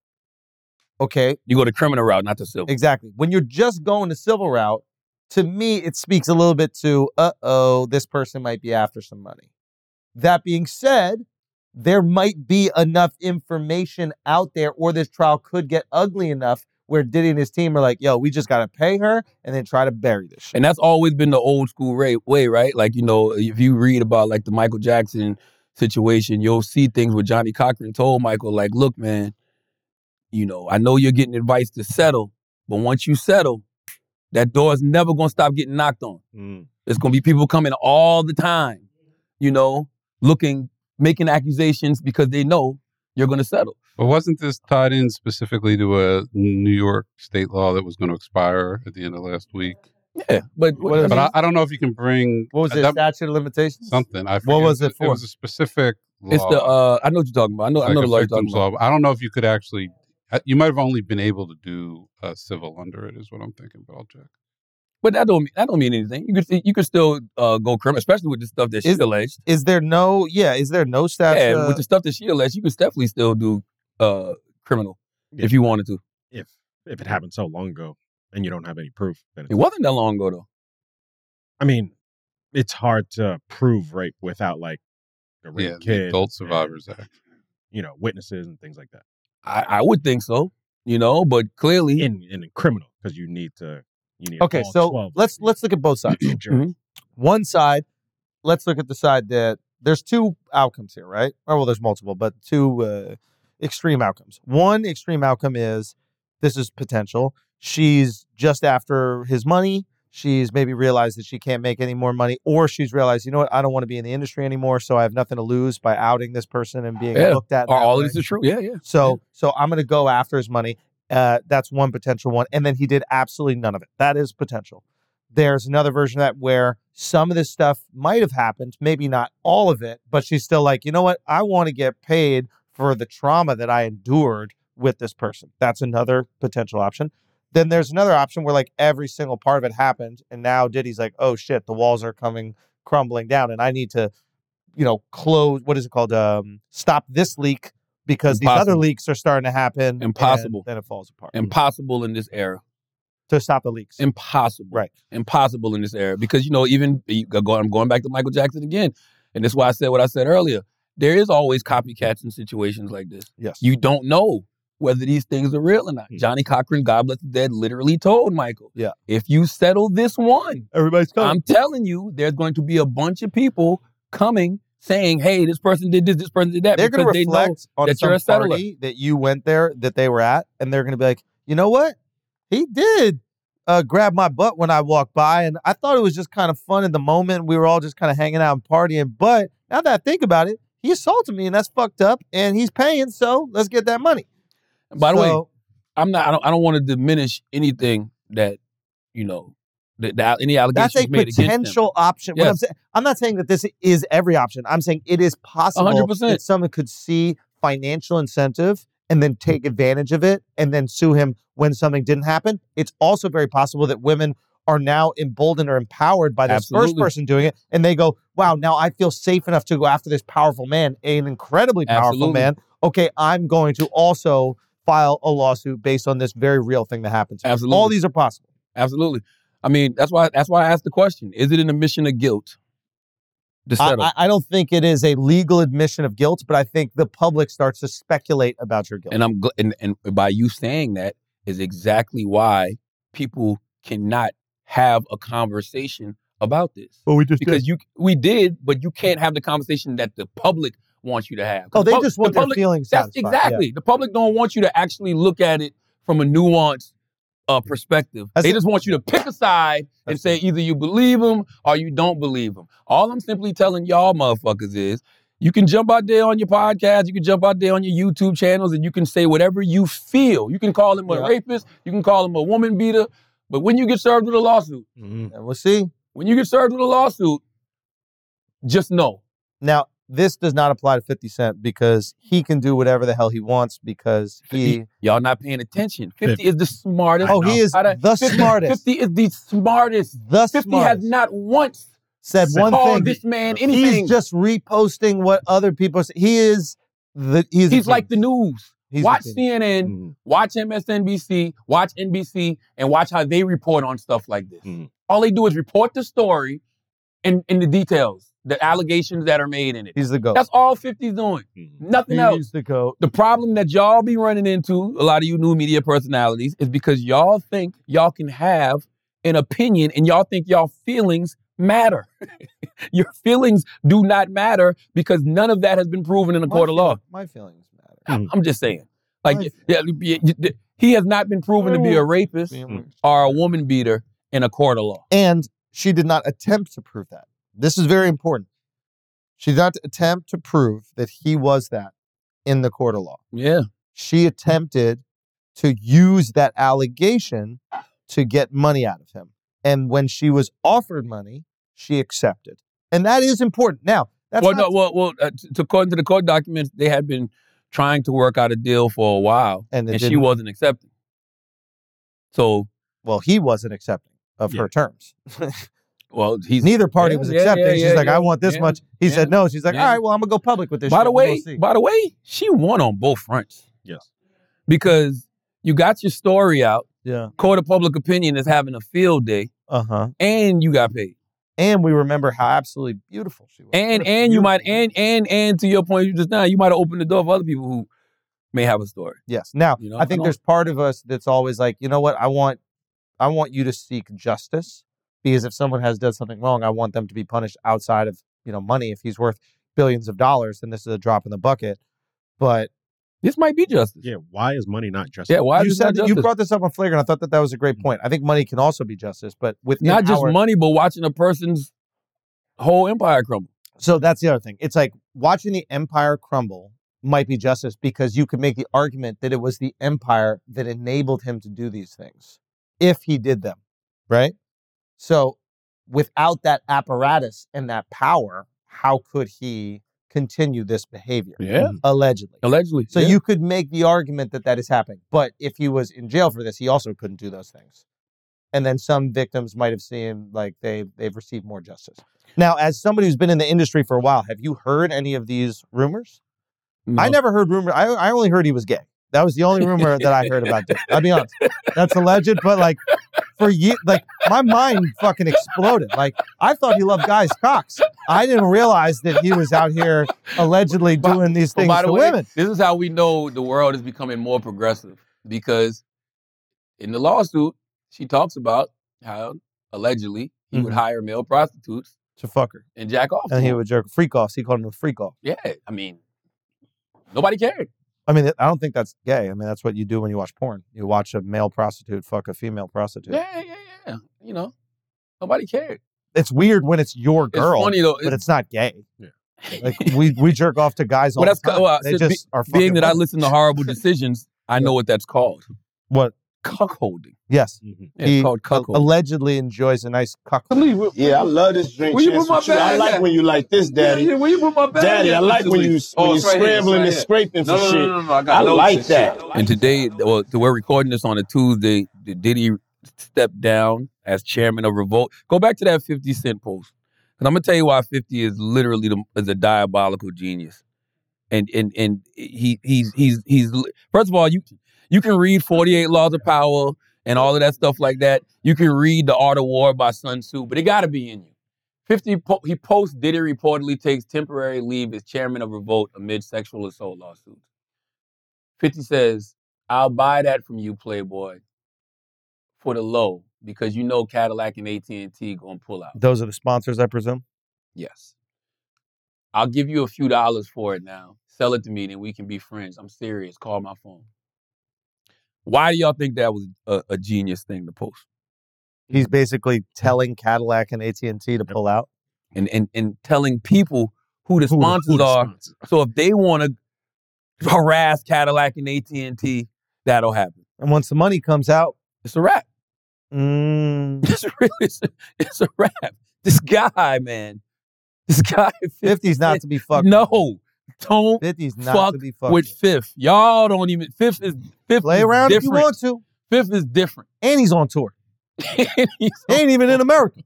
S5: okay,
S4: You go the criminal route, not the civil.
S5: Exactly. When you're just going the civil route, to me, it speaks a little bit to, uh oh, this person might be after some money. That being said, there might be enough information out there, or this trial could get ugly enough where Diddy and his team are like, yo, we just got to pay her and then try to bury this shit.
S4: And that's always been the old school ra- way, right? Like, you know, if you read about like the Michael Jackson situation, you'll see things where Johnny Cochran told Michael, like, look, man, you know, I know you're getting advice to settle, but once you settle, that door is never going to stop getting knocked on.
S9: Mm.
S4: There's going to be people coming all the time, you know, looking, making accusations because they know you're going to settle.
S9: <laughs> But wasn't this tied in specifically to a New York state law that was going to expire at the end of last week?
S4: Yeah. But,
S5: What is
S9: But
S5: it?
S9: I, I don't know if you can bring
S5: What was it?
S9: that-
S5: statute of limitations?
S9: something. I
S5: What
S9: forget.
S5: was it for?
S9: It was a specific law.
S4: it's the, uh, I know what you're talking about. I know, I
S9: like
S4: know the
S9: a
S4: law you're talking
S9: victim's
S4: about.
S9: law. but I don't know if you could actually. I- You might have only been able to do uh, civil under it, is what I'm thinking. But I'll check.
S4: But that don't, that don't mean anything. You could, you could still uh, go criminal, especially with the stuff that's
S5: Is-
S4: still alleged.
S5: Is there no, yeah, is there no statute?
S4: yeah,
S5: of-
S4: with the stuff that she alleged, you could definitely still do uh, criminal if you wanted to.
S6: if if it happened so long ago and you don't have any proof, then it's,
S4: It wasn't that long ago though.
S6: I mean, it's hard to prove rape without like the rape
S9: yeah,
S6: kid,
S9: the Adult
S6: and,
S9: Survivors Act.
S6: you know, witnesses and things like that.
S4: I, I would think so, you know, but clearly,
S6: In in a criminal because you need to you need
S5: okay,
S6: all
S5: so
S6: 12
S5: let's let's look at both sides. <clears throat>
S6: jurors.
S5: one side. Let's look at the side that there's two outcomes here, right? Oh, well, there's multiple, but two uh, extreme outcomes. One extreme outcome is this is potential. She's just after his money. She's maybe realized that she can't make any more money, or she's realized, you know what, I don't want to be in the industry anymore, so I have nothing to lose by outing this person and being
S4: Yeah.
S5: looked at.
S4: are
S5: that
S4: all
S5: way.
S4: of this is true? Yeah, yeah.
S5: So so I'm gonna go after his money. Uh, that's one potential one. And then he did absolutely none of it. That is potential. There's another version of that where some of this stuff might have happened, maybe not all of it, but she's still like, you know what? I want to get paid for the trauma that I endured with this person. That's another potential option. Then there's another option where like every single part of it happened, and now Diddy's like, oh shit, the walls are coming crumbling down, and I need to, you know, close. What is it called? Um, stop this leak because these other
S4: Impossible.
S5: leaks are starting to happen. and
S4: Impossible.
S5: then it falls apart.
S4: Impossible in this era.
S5: to stop the leaks.
S4: Impossible.
S5: Right.
S4: Impossible in this era because you know even you go- I'm going back to Michael Jackson again, and that's why I said what I said earlier. There is always copycats in situations like this.
S5: yes.
S4: You don't know whether these things are real or not.
S6: Hmm.
S4: Johnny Cochran, God bless the dead, literally told Michael,
S5: Yeah.
S4: if you settle this one,
S5: Everybody's coming.
S4: I'm telling you, there's going to be a bunch of people coming saying, "Hey, this person did this, this person did that."
S5: they're going
S4: because
S5: to
S4: they know-
S5: reflect on
S4: that
S5: some
S4: you're a settler.
S5: party that you went there that they were at, and they're going to be like, you know what? He did uh, grab my butt when I walked by, and I thought it was just kind of fun in the moment. We were all just kind of hanging out and partying. But now that I think about it, he assaulted me, and that's fucked up. And he's paying, so let's get that money.
S4: By the way,
S5: So,
S4: I'm not. I don't. I don't want to diminish anything that you know. That, that any allegations
S5: that's a
S4: made against them.
S5: potential option. What I'm
S4: Yes.
S5: saying, I'm not saying that this is every option. I'm saying it is possible
S4: 100%.
S5: that someone could see financial incentive and then take advantage of it and then sue him when something didn't happen. It's also very possible that women are now emboldened or empowered by this first
S4: Absolutely.
S5: person doing it and they go, "Wow, now I feel safe enough to go after this powerful man, an incredibly powerful
S4: Absolutely.
S5: man. Okay, I'm going to also file a lawsuit based on this very real thing that happened to me."
S4: Absolutely.
S5: All these are possible.
S4: Absolutely. I mean, that's why that's why I asked the question. Is it an admission of guilt to
S5: I,
S4: settle?
S5: I- I don't think it is a legal admission of guilt, but I think the public starts to speculate about your guilt.
S4: and uh, I'm gl- and, and by you saying that is exactly why people cannot have a conversation about this.
S5: but we just
S4: Because you we did, but you can't have the conversation that the public wants you to have.
S5: oh, they
S4: The pub-
S5: just
S4: the
S5: want their
S4: public-
S5: feelings
S4: That's
S5: satisfied. Yeah.
S4: exactly. The public don't want you to actually look at it from a nuanced uh, perspective.
S5: That's
S4: they
S5: it.
S4: just want you to pick a side and
S5: That's
S4: say either you believe them or you don't believe them. All I'm simply telling y'all motherfuckers is you can jump out there on your podcast, you can jump out there on your YouTube channels, and you can say whatever you feel. You can call him a
S5: Yeah.
S4: rapist, you can call him a woman beater, but when you get served with a lawsuit,
S5: And we'll see.
S4: when you get served with a lawsuit, just know.
S5: Now, this does not apply to 50 Cent because he can do whatever the hell he wants because he.
S4: Y'all not paying attention. 50 is the smartest.
S5: Oh, he is
S4: Out of-
S5: the
S4: 50
S5: smartest.
S4: 50 is the smartest.
S5: the
S4: 50
S5: smartest.
S4: has not once
S5: said
S6: said
S5: one
S4: called
S5: thing.
S4: this man anything.
S5: He's just reposting what other people say. He is the. He's, a
S4: He's like the
S5: genius.
S4: news.
S5: He's Mm. a
S4: watch
S5: genius.
S4: CNN, watch MSNBC, watch NBC, and watch how they report on stuff like this.
S5: Mm.
S6: Mhm.
S4: All they do is report the story and, and the details, the allegations that are made in it.
S5: He's the goat.
S4: That's all 50's doing.
S6: Mm-hmm.
S4: Nothing else.
S5: He's the goat.
S4: The problem that y'all be running into, a lot of you new media personalities, is because y'all think y'all can have an opinion and y'all think y'all feelings matter. <laughs> Your feelings do not matter because none of that has been proven in a court of
S5: My feel-
S4: law.
S5: My feelings matter.
S4: I'm just saying. Like,
S5: Right.
S4: yeah, y- y- y- he has not been proven to be a rapist or a woman beater in a court of law.
S5: And she did not attempt to prove that. This is very important. She did not attempt to prove that he was that in the court of law.
S4: Yeah.
S5: She attempted to use that allegation to get money out of him. And when she was offered money, she accepted. And that is important. Now, that's
S4: well,
S5: not
S4: no, well, well uh, t- to, according to the court documents, they had been trying to work out a deal for a while
S5: And it
S4: and she
S5: didn't.
S4: wasn't accepting. So,
S5: well, he wasn't accepting of her terms.
S4: well, he's
S5: Neither party
S4: Yeah,
S5: was
S4: yeah,
S5: accepting.
S4: yeah,
S5: She's
S4: yeah,
S5: like,
S4: yeah,
S5: I want this
S4: yeah,
S5: much. He said no. She's like,
S4: yeah.
S5: all right, well, I'm gonna go public with this.
S4: By
S5: shit,
S4: the
S5: and
S4: way,
S5: we'll see."
S4: by the way, she won on both fronts.
S6: Yes.
S4: Because you got your story out,
S5: yeah,
S4: court of public opinion is having a field day,
S5: uh huh.
S4: and you got paid.
S5: And we remember how absolutely beautiful she was.
S4: And
S5: What a
S4: and you might
S5: beautiful-
S4: and and and to your point you just now, you might have opened the door for other people who may have a story.
S5: yes. Now,
S4: You know,
S5: I
S4: I
S5: think
S4: don't-
S5: there's part of us that's always like, you know what? I want, I want you to seek justice because if someone has done something wrong, I want them to be punished outside of you know money. If he's worth billions of dollars, then this is a drop in the bucket. But
S4: This might be justice.
S6: Yeah, why is money not justice?
S4: Yeah, why
S5: you
S4: is this not
S5: said that you
S4: justice?
S5: brought this up on flagrant. I thought that that was a great point. I think money can also be justice, but with
S4: not just money, but watching a person's whole empire crumble.
S5: So that's the other thing. It's like watching the empire crumble might be justice because you could make the argument that it was the empire that enabled him to do these things if he did them, right? So without that apparatus and that power, how could he continue this behavior
S4: Yeah.
S5: allegedly?
S4: Allegedly.
S5: So
S4: yeah.
S5: you could make the argument that that is happening. But if he was in jail for this, he also couldn't do those things. And then some victims might have seen like they they've received more justice. Now, as somebody who's been in the industry for a while, have you heard any of these rumors?
S4: No.
S5: I never heard rumor. I, I only heard he was gay. That was the only rumor that I heard about this. I'll be honest. That's alleged, but like for years, like my mind fucking exploded. Like I thought he loved guys' cocks. I didn't realize that he was out here allegedly
S4: By-
S5: doing these
S4: But
S5: things
S4: by the
S5: to
S4: way,
S5: women.
S4: This is how we know the world is becoming more progressive because in the lawsuit, she talks about how allegedly he would
S5: Mhm.
S4: hire male prostitutes
S5: to fuck her.
S4: and jack off. to
S5: And he
S4: them.
S5: would jerk freak offs. He called him a freak off.
S4: yeah, I mean, nobody cared.
S5: I mean, I don't think that's gay. I mean, that's what you do when you watch porn. You watch a male prostitute fuck a female prostitute.
S4: Yeah, yeah, yeah. You know, nobody cared.
S5: It's weird when it's your
S4: It's
S5: girl,
S4: funny though.
S5: but
S4: it's-
S5: it's not gay. Like we, we jerk off to guys all
S4: Well, that's
S5: the time.
S4: co- well,
S5: they
S4: since
S5: just are fucking
S4: being that I
S5: women.
S4: listen to
S5: <laughs>
S4: horrible decisions, I know what that's called.
S5: What?
S4: Cuckolding.
S5: Yes,
S6: Mhm.
S4: Yeah, it's
S5: He-
S4: called
S5: a-
S4: cuckolding.
S5: allegedly enjoys a nice cock.
S12: Yeah, I love this drink.
S4: Where you
S12: Chance
S4: put my
S12: with you. I
S4: bag
S12: like
S4: at?
S12: when you like this, Daddy.
S4: where you put my bag?
S12: Daddy, I like when you
S4: Oh,
S12: when you scrambling and scraping for shit. I like that.
S4: And today, well, so we're recording this on a Tuesday. The Diddy stepped down as chairman of Revolt. Go back to that 50 Cent post. And I'm gonna tell you why 50 is literally the, is a diabolical genius. And and and he he's he's he's first of all, you you can read 48 Laws of Power and all of that stuff like that. You can read The Art of War by Sun Tzu, but it got to be in you. 50 po- he posts Diddy reportedly takes temporary leave as chairman of Revolt amid sexual assault lawsuits. 50 says, I'll buy that from you, Playboy, for the low because you know Cadillac and AT&T going to pull out.
S5: Those are the sponsors, I presume.
S4: Yes. I'll give you a few dollars for it now. Sell it to me, then we can be friends. I'm serious. Call my phone. Why do y'all think that was a, a genius thing to post? Mm-hmm.
S5: He's basically telling Cadillac and AT and T to pull out.
S4: And and and telling people who the
S6: Who the-
S4: sponsors
S6: who the
S4: are.
S6: sponsors?
S4: So if they want to harass Cadillac and AT and T, that'll happen.
S5: And once the money comes out,
S4: It's a wrap. <laughs>
S5: mm,
S4: It's really it's a, it's a wrap. This guy, man, this guy. <laughs>
S5: 50's not to be fucked.
S4: No, don't
S5: 50's not
S4: fuck
S5: to be fucked.
S4: with fifth. Y'all don't even fifth is fifth.
S5: Play
S4: is
S5: around if you
S4: different.
S5: want to.
S4: Fifth is different. <laughs>
S5: And he's on tour.
S4: and
S5: He ain't even
S4: <laughs>
S5: in America.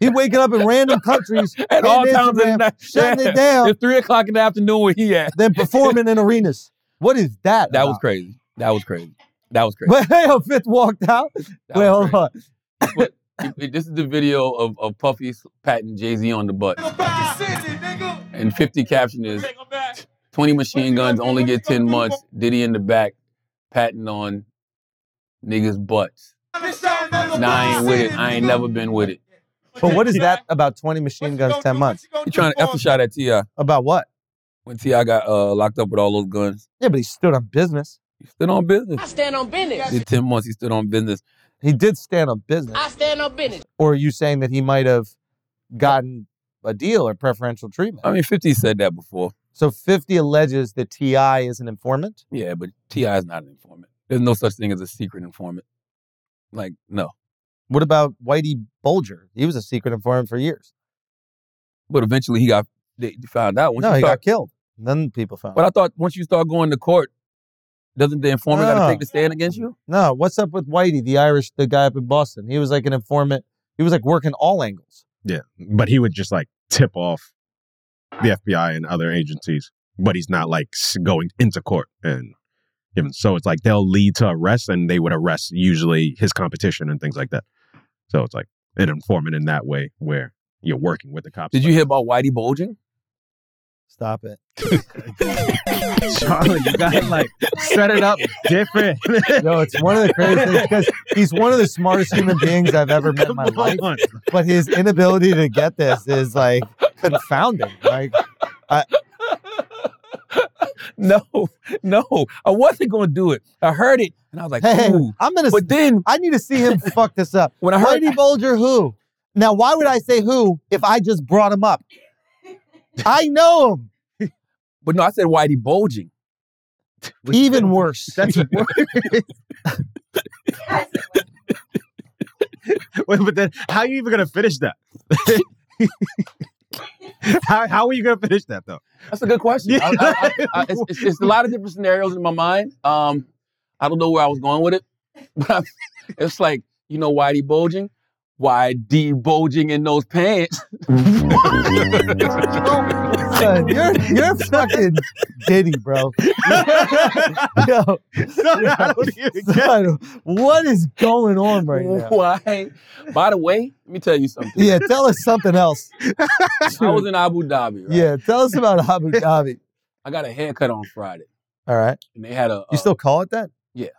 S5: He's waking up in random countries
S4: at all times of the
S5: Instagram,
S4: night. <laughs>
S5: shutting
S4: Yeah.
S5: it down,
S4: It's three o'clock in the afternoon where he at.
S5: then performing in arenas. What is that?
S4: That was
S5: about?
S4: crazy. That was crazy. That was crazy.
S5: But hey, Fifth walked out.
S4: That
S5: Wait,
S4: was
S5: hold on.
S4: crazy. This is the video of, of Puffy patting Jay Z on the butt. And 50 caption is 20 machine guns only get 10 months. Diddy in the back patting on niggas' butts. Nah, I ain't with it. I ain't never been with it.
S5: But what is
S4: <laughs>
S5: that about 20 machine guns, 10 months?
S4: He trying to F a shot at T.I.
S5: About what?
S4: when T.I. got uh, locked up with all those guns.
S5: Yeah, but he stood on business.
S4: He stood on business.
S13: I stand on business.
S4: Did 10 months, he stood on business.
S5: He did stand on business.
S13: I stand on business.
S5: Or are you saying that he might have gotten a deal or preferential treatment?
S4: I mean, 50 said that before.
S5: So 50 alleges that T.I. is an informant.
S4: Yeah, but T.I. is not an informant. There's no such thing as a secret informant. Like, no.
S5: What about Whitey Bulger? He was a secret informant for years.
S4: But eventually he got, they found out. Once
S5: no,
S4: you
S5: he
S4: start-
S5: got killed. Then people found
S4: But
S5: out.
S4: I thought once you start going to court, doesn't the informant got
S5: Ah.
S4: to take the stand against you?
S5: No, what's up with Whitey, the Irish, the guy up in Boston? He was like an informant. He was like working all angles.
S6: Yeah, but he would just like tip off the FBI and other agencies, but he's not like s- going into court and giving. So it's like they'll lead to arrest, and they would arrest usually his competition and things like that. So it's like an informant in that way, where you're working with the cops.
S4: Did you hear about Whitey bulging?
S5: Stop it.
S6: <laughs> Charlie? You got like set it up different.
S5: <laughs> Yo, it's one of the craziest things because he's one of the smartest human beings I've ever met in my life. But his inability to get this is like confounding. Like,
S4: No, <laughs> no, I wasn't going to do it. I heard it and I was like,
S5: hey,
S4: ooh.
S5: I'm gonna.
S4: But then
S5: I need to see him fuck this up.
S4: when I heard
S5: Whitey Bulger, who? Now, why would I say who if I just brought him up? I know him.
S4: but no, I said Whitey <laughs> bulging.
S5: Even
S4: <laughs>
S5: worse.
S6: That's
S5: <laughs>
S6: a word. <laughs> Wait, but then how are you even gonna finish that? <laughs> how how are you gonna finish that though? <laughs>
S4: That's a good question. I- I- I- I- it's, it's- it's a lot of different scenarios in my mind. Um, I don't know where I was going with it, <laughs> but I, it's like you know, Whitey bulging, Whitey bulging in those pants.
S5: Son, you're you're fucking Diddy,
S4: <laughs>
S5: bro. Yo,
S6: I don't even get it.
S5: son, what is going on right now?
S4: Why? By the way, let me tell you something.
S5: Yeah, tell us something else.
S4: I was in Abu Dhabi. Right?
S5: Yeah, tell us about Abu Dhabi.
S4: I got a haircut on Friday,
S5: All right,
S4: and they had a uh,
S5: you still call it
S4: <laughs>
S5: that?
S4: they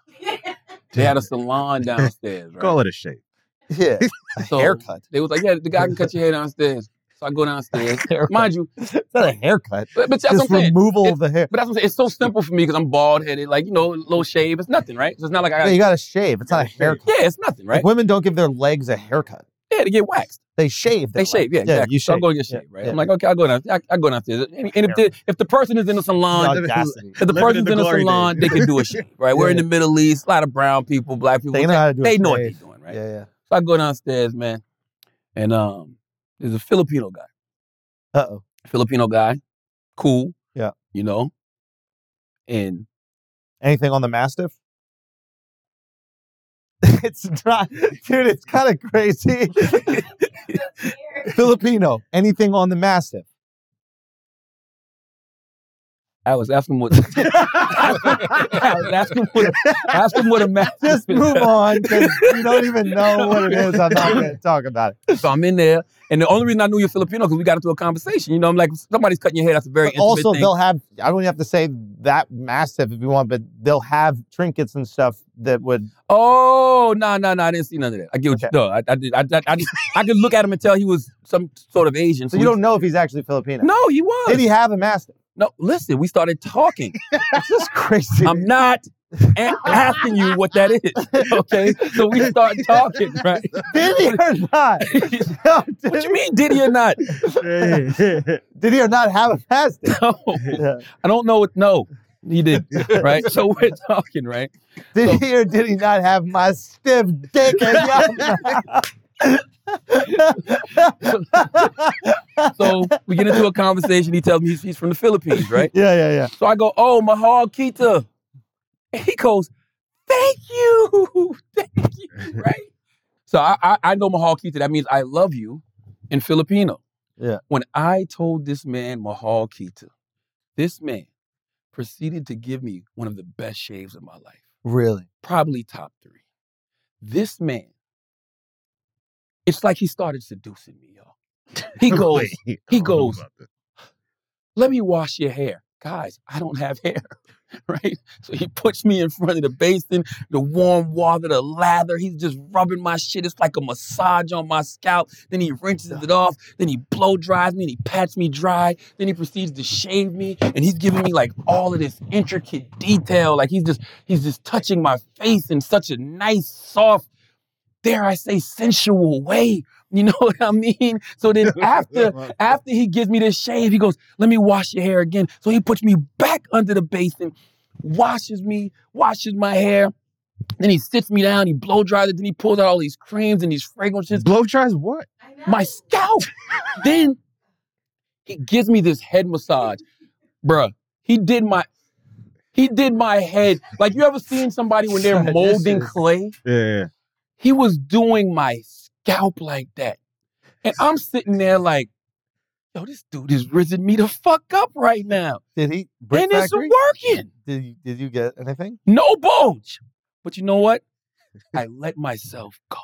S5: <laughs>
S4: had a salon downstairs. Right?
S6: Call it a shape.
S5: Yeah,
S4: So,
S5: haircut.
S4: They was like, yeah, the guy can cut your hair downstairs. So I go downstairs. Mind you,
S5: It's not a haircut.
S4: but, but that's what I'm
S5: Just
S4: saying.
S5: removal
S4: It-
S5: of the hair.
S4: But that's what I'm saying. It's so simple for me because I'm bald headed. Like you know, little shave. It's nothing, right? So it's not like I.
S5: Yeah,
S4: Got,
S5: you got to shave. It's not a haircut.
S4: yeah, it's nothing, right?
S5: Like, women don't give their legs a haircut.
S4: Yeah, to get waxed.
S5: They shave.
S4: They
S5: their
S4: shave. Yeah,
S5: legs.
S4: exactly.
S5: You
S4: so I
S5: shave.
S4: go and get
S5: Yeah,
S4: shaved, right?
S5: yeah.
S4: I'm like, okay, I'll go down. I, I go downstairs. And, and if, the, if the person is in the salon,
S5: The audacity.
S4: if the
S6: Living in
S4: person's
S6: the
S4: in a
S6: glory
S4: salon,
S6: days.
S4: they can do a shave, right? We're in the Middle East, a lot of brown people, black people.
S5: They know how to do
S4: they
S5: a
S4: know what they're
S5: shave.
S4: doing, <laughs> right?
S5: Yeah, yeah.
S4: So I go downstairs, man, and um, there's a Filipino guy.
S5: Uh oh.
S4: Filipino guy, cool.
S5: Yeah.
S4: You know, and
S5: Anything on the Mastiff? <laughs> it's not, dude. It's kind of crazy. Filipino. Anything on the Mastiff?
S4: I was asking what. <laughs> ask him what a, ask him what a mask
S5: Just move on because you don't even know what it is. I'm not going to talk about it.
S4: So I'm in there, and the only reason I knew you're Filipino because we got into a conversation. You know, I'm like, somebody's cutting your hair. That's a very
S5: But
S4: intimate
S5: also,
S4: thing.
S5: they'll have, I don't even have to say that massive if you want, but they'll have trinkets and stuff that would,
S4: Oh no no no! I didn't see none of that. I get what
S5: Okay.
S4: you, no. I, I did. I, I, I, just, I could look at him and tell he was some sort of Asian.
S5: so you
S4: we-
S5: don't know if he's actually Filipino.
S4: No, he was.
S5: Did he have a mastiff?
S4: No, listen. We started
S5: <laughs>
S4: talking.
S5: It's just crazy.
S4: I'm not a- asking you what that
S5: <laughs>
S4: is. Okay, so we start talking, right?
S5: did he or
S4: <laughs>
S5: not? No, did,
S4: What you mean, did he or not? <laughs>
S6: <laughs>
S5: did he or not have a mastiff?
S4: No,
S5: Yeah.
S4: I don't know. What, no, he did. Right. So we're talking, right?
S5: Did he or did he not have my stiff dick? in your mouth?
S4: So we get into a conversation. He tells me he's, he's from the Philippines, right?
S5: yeah, yeah, yeah.
S4: So I go, oh, Mahal Kita. And he goes, thank you. <laughs> Thank you. Right? So I, I, I know Mahal Kita. That means I love you in Filipino.
S5: Yeah.
S4: When I told this man Mahal Kita, this man proceeded to give me one of the best shaves of my life,
S5: Really?
S4: probably top three. This man, it's like he started seducing me, y'all. He goes,
S6: <laughs> Wait,
S4: he
S6: I don't know
S4: goes,
S6: about this.
S4: let me wash your hair. Guys, I don't have <laughs> hair, right? So he puts me in front of the basin, the warm water, the lather. He's just rubbing my shit. It's like a massage on my scalp. Then he rinses it off. Then he blow dries me and he pats me dry. Then he proceeds to shave me and he's giving me like all of this intricate detail. Like he's just he's just touching my face in such a nice, soft, dare I say, sensual way. You <laughs> know what I mean? So then after after he gives me this shave, he goes, let me wash your hair again. So he puts me back under the basin, washes me, washes my hair. Then he sits me down, he blow dries it, then he pulls out all these creams and these fragrances.
S6: blow dries what?
S4: My scalp. then he gives me this head massage. Bruh, he did my he did my head. Like you ever seen somebody when they're
S5: This
S4: molding
S5: is-
S4: clay?
S6: Yeah,
S4: He was doing my scalp like that. And I'm sitting there like, yo, this dude is rizzing me the fuck up right now.
S5: Did he? Brick
S4: and it's
S5: Factory?
S4: working.
S5: Did you, did you get anything?
S4: No bulge. But you know what? I let myself go.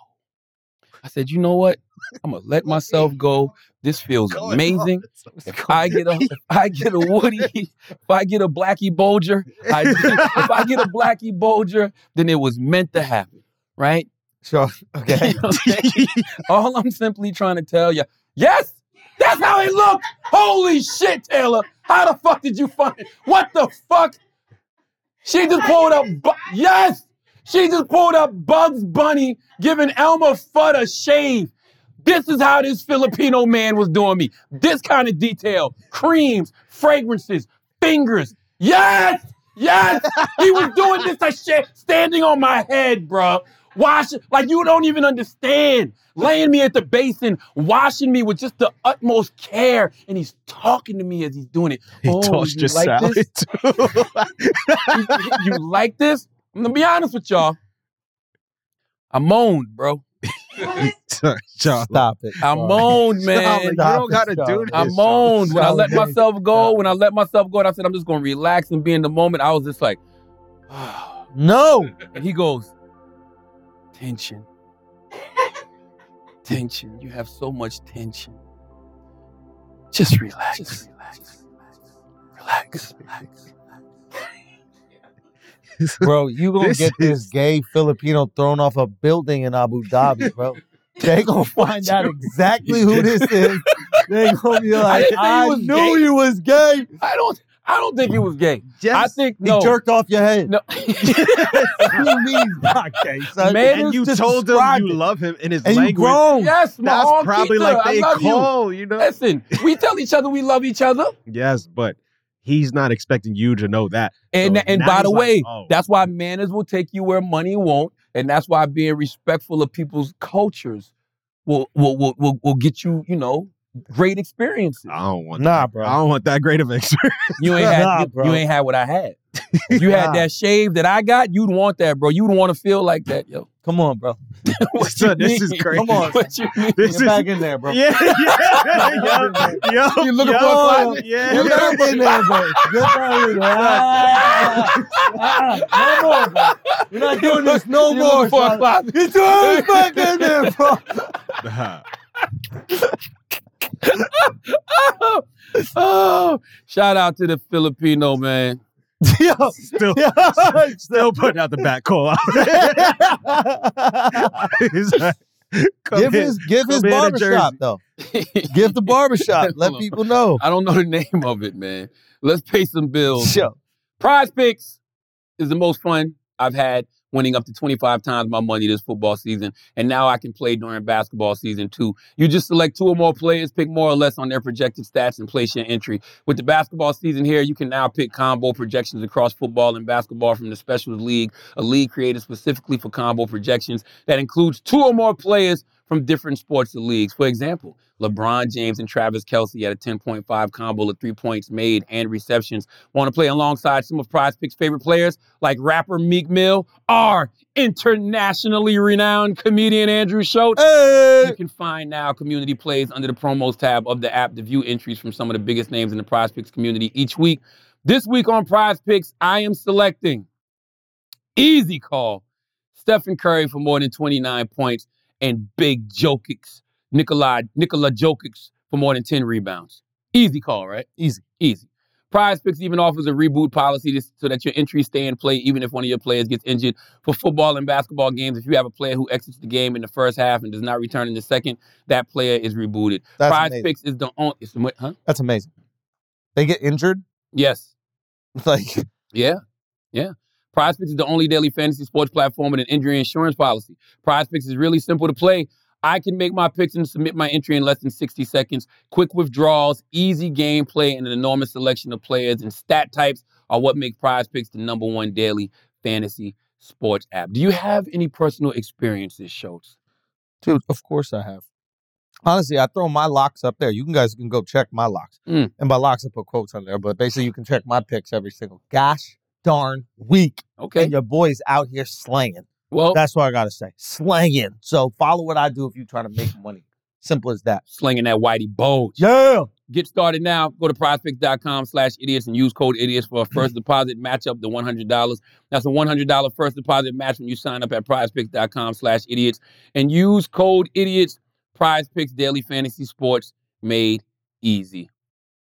S4: I said, you know what? I'm gonna let myself go. This feels amazing. If I get a, if I get a Woody, if I get a Blackie Bolger, I, if I get a Blackie Bolger, then it was meant to happen, right?
S5: Sure. <laughs> Okay.
S4: <laughs> You know what I'm saying? All I'm simply trying to tell you, yes, that's how it looked. Holy shit, Taylor. How the fuck did you find it? What the fuck? She just pulled up, bu- yes, she just pulled up Bugs Bunny giving Elmer Fudd a shave. This is how this Filipino man was doing me. This kind of detail, creams, fragrances, fingers. Yes, yes, he was doing this like shit, standing on my head, bro. Wash like you don't even understand. Laying me at the basin, washing me with just the utmost care, and he's talking to me as he's doing it.
S6: he
S4: oh,
S6: tossed
S4: you
S6: your
S4: like
S6: salad.
S4: This?
S6: too. <laughs>
S4: you, you like this? I'm gonna be honest with y'all. I moaned, bro.
S6: <laughs> Y'all,
S5: <laughs> Stop it.
S4: I
S5: Sorry.
S4: moaned,
S6: <laughs> Stop
S4: man.
S6: it. you don't gotta
S5: Stop
S6: do
S5: it.
S6: this.
S4: I moaned when I
S5: Solid
S4: let
S5: day.
S4: myself go. When I let myself go, and I said, I'm just gonna relax and be in the moment. I was just like, <sighs>
S5: No.
S4: and he goes, tension, tension. You have so much tension. Just relax. Just relax. Relax. Relax.
S5: Bro, you gonna
S6: This
S5: get this gay Filipino thrown off a building in Abu Dhabi, bro. They gonna find out exactly who this is. They gonna be like,
S4: didn't think he
S5: I,
S4: was
S5: knew
S4: gay."
S5: you was gay.
S4: I don't. I don't think he was gay. I
S6: Yes.
S4: think
S5: He
S4: no.
S5: jerked off your head.
S4: no. <laughs>
S5: What do you
S6: <laughs>
S5: mean, not gay, son?
S4: Man,
S6: and
S4: it's
S6: you
S5: just
S6: told him
S5: described
S6: you
S5: it.
S6: love him in his
S5: and you
S6: language.
S5: grown.
S4: Yes,
S6: That's
S4: Mahal
S6: probably
S4: Kita,
S6: like
S4: I
S6: they
S4: love you.
S6: call, you. know?
S4: Listen, we tell each other we love each other,
S6: yes, but he's not expecting you to know that.
S4: and
S6: So
S4: and
S6: now
S4: by the
S6: he's like,
S4: way,
S6: oh.
S4: that's why manners will take you where money won't, and that's why being respectful of people's cultures will will will will, will get you, you know, great experiences.
S6: I don't want
S5: Nah,
S6: that.
S5: bro.
S6: I don't want that great of an <laughs> experience.
S4: You ain't had
S5: Nah,
S4: you-
S5: bro.
S4: you, ain't had what I had. If you had
S5: Nah.
S4: that shave that I got, you'd want that, bro. You'd want to feel like that, yo.
S5: Come on, bro.
S6: Son, this is crazy.
S4: <laughs>
S5: <laughs> Come on.
S4: What you mean?
S6: This
S5: Get
S6: is-
S5: back in there, bro.
S6: <laughs> Yeah,
S5: <laughs>
S6: yeah, <laughs> yo, yo,
S4: You looking
S6: yo,
S4: for a partner?
S6: Yeah,
S5: Get back in there, bro. Get back in there. Ah, ah, ah. no more, bro. We're not doing this
S4: <laughs>
S5: no
S4: You
S5: more.
S4: looking for a
S5: son.
S4: closet?
S5: Get your ass <laughs> back in there, bro.
S6: <laughs> Nah.
S4: <laughs> Oh, shout out to the Filipino man. <laughs>
S5: Yo, <laughs>
S6: Still,
S5: yo.
S6: still putting out the
S5: <laughs>
S6: back call. <laughs> He's like, come
S5: give
S6: in.
S5: his give his
S6: Come in to
S5: barbershop
S6: Jersey.
S5: though. Give the barbershop. Let
S4: Hold on.
S5: people know.
S4: I don't know the name of it, man. Let's pay some bills.
S5: Yo,
S4: Prize Picks is the most fun I've had, winning up to 25 times my money this football season. And now I can play during basketball season too. You just select two or more players, pick more or less on their projected stats, and place your entry. With the basketball season here, you can now pick combo projections across football and basketball from the Specials League, a league created specifically for combo projections that includes two or more players from different sports and leagues. For example, LeBron James and Travis Kelsey had a 10.5 combo of three points made and receptions. Want to play alongside some of Prize Picks' favorite players like rapper Meek Mill, our internationally renowned comedian Andrew Schultz,
S5: hey,
S4: you can find now community plays under the promos tab of the app to view entries from some of the biggest names in the prize picks community each week. This week on prize picks, I am selecting easy call Stephen Curry for more than 29 points and big Jokic, Nikola, Nikola Jokic for more than 10 rebounds. Easy call, right?
S5: Easy.
S4: Easy. Prize Picks even offers a reboot policy to- so that your entries stay in play even if one of your players gets injured for football and basketball games, if you have a player who exits the game in the first half and does not return in the second, that player is rebooted.
S5: that's
S4: Prize
S5: amazing.
S4: Picks is the only. It's, what, huh?
S5: That's amazing. They get injured. <laughs>
S4: Yes.
S5: It's like
S4: Yeah. Yeah. Prize Picks is the only daily fantasy sports platform with an injury insurance policy. Prize Picks is really simple to play. I can make my picks and submit my entry in less than 60 seconds. Quick withdrawals, easy gameplay, and an enormous selection of players and stat types are what make Prize Picks the number one daily fantasy sports app. Do you have any personal experiences, Schultz?
S5: Dude, of course I have. Honestly, I throw my locks up there. You can guys can go check my locks.
S4: Mm.
S5: And by locks, I put quotes on there, but basically you can check my picks every single gosh darn week.
S4: Okay. Oh.
S5: And your boy's out here slanging.
S4: Well,
S5: That's what I gotta say. Slanging. So follow what I do if you're trying to make money. Simple as that.
S4: slinging that whitey bulge.
S5: Yeah.
S4: Get started now. Go to prospects.com slash idiots and use code idiots
S5: <laughs>
S4: for a first deposit match up to $100. That's a $100 first deposit match when you sign up at prizepicks.com slash idiots and use code idiots. Prize Picks Daily Fantasy Sports made easy.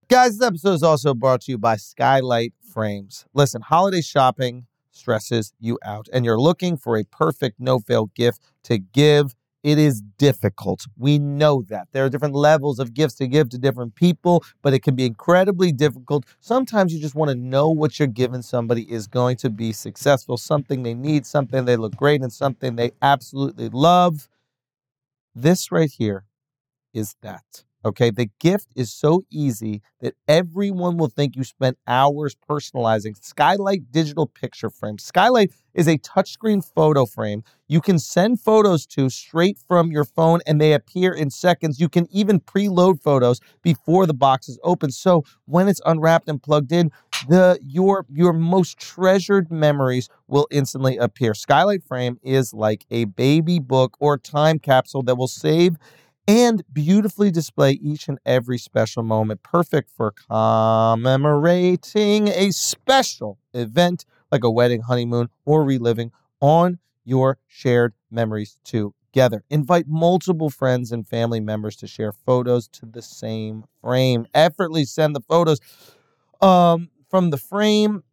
S5: Guys, this episode is also brought to you by Skylight Frames. Listen, holiday shopping stresses you out, and you're looking for a perfect no fail gift to give. It is difficult. We know that. There are different levels of gifts to give to different people, but it can be incredibly difficult. Sometimes you just want to know what you're giving somebody is going to be successful, something they need, something they look great, and something they absolutely love. This right here is that. Okay. The gift is so easy that everyone will think you spent hours personalizing Skylight digital picture frame. Skylight is a touchscreen photo frame you can send photos to straight from your phone and they appear in seconds. You can even preload photos before the box is open. So when it's unwrapped and plugged in, the your your most treasured memories will instantly appear. Skylight Frame is like a baby book or time capsule that will save and beautifully display each and every special moment, perfect for commemorating a special event like a wedding, honeymoon, or reliving on your shared memories together. Invite multiple friends and family members to share photos to the same frame. Effortlessly send the photos um, from the frame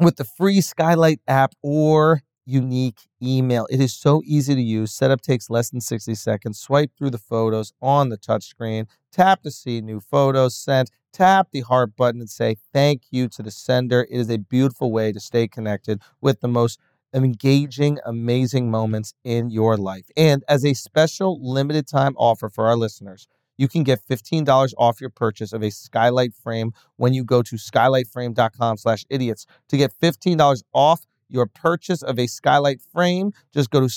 S5: with the free Skylight app or unique email. It is so easy to use. Setup takes less than 60 seconds. Swipe through the photos on the touchscreen. Tap to see new photos sent. Tap the heart button and say thank you to the sender. It is a beautiful way to stay connected with the most engaging, amazing moments in your life. And as a special limited time offer for our listeners, you can get $15 off your purchase of a skylight frame when you go to skylightframe.com slash idiots. To get $15 off your purchase of a skylight frame, just go to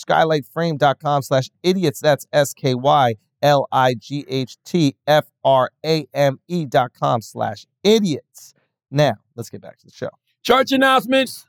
S5: skylightframe.com slash idiots. That's S-K-Y. L I G H T F R A M E dot com slash idiots. Now, let's get back to the show.
S4: Church announcements.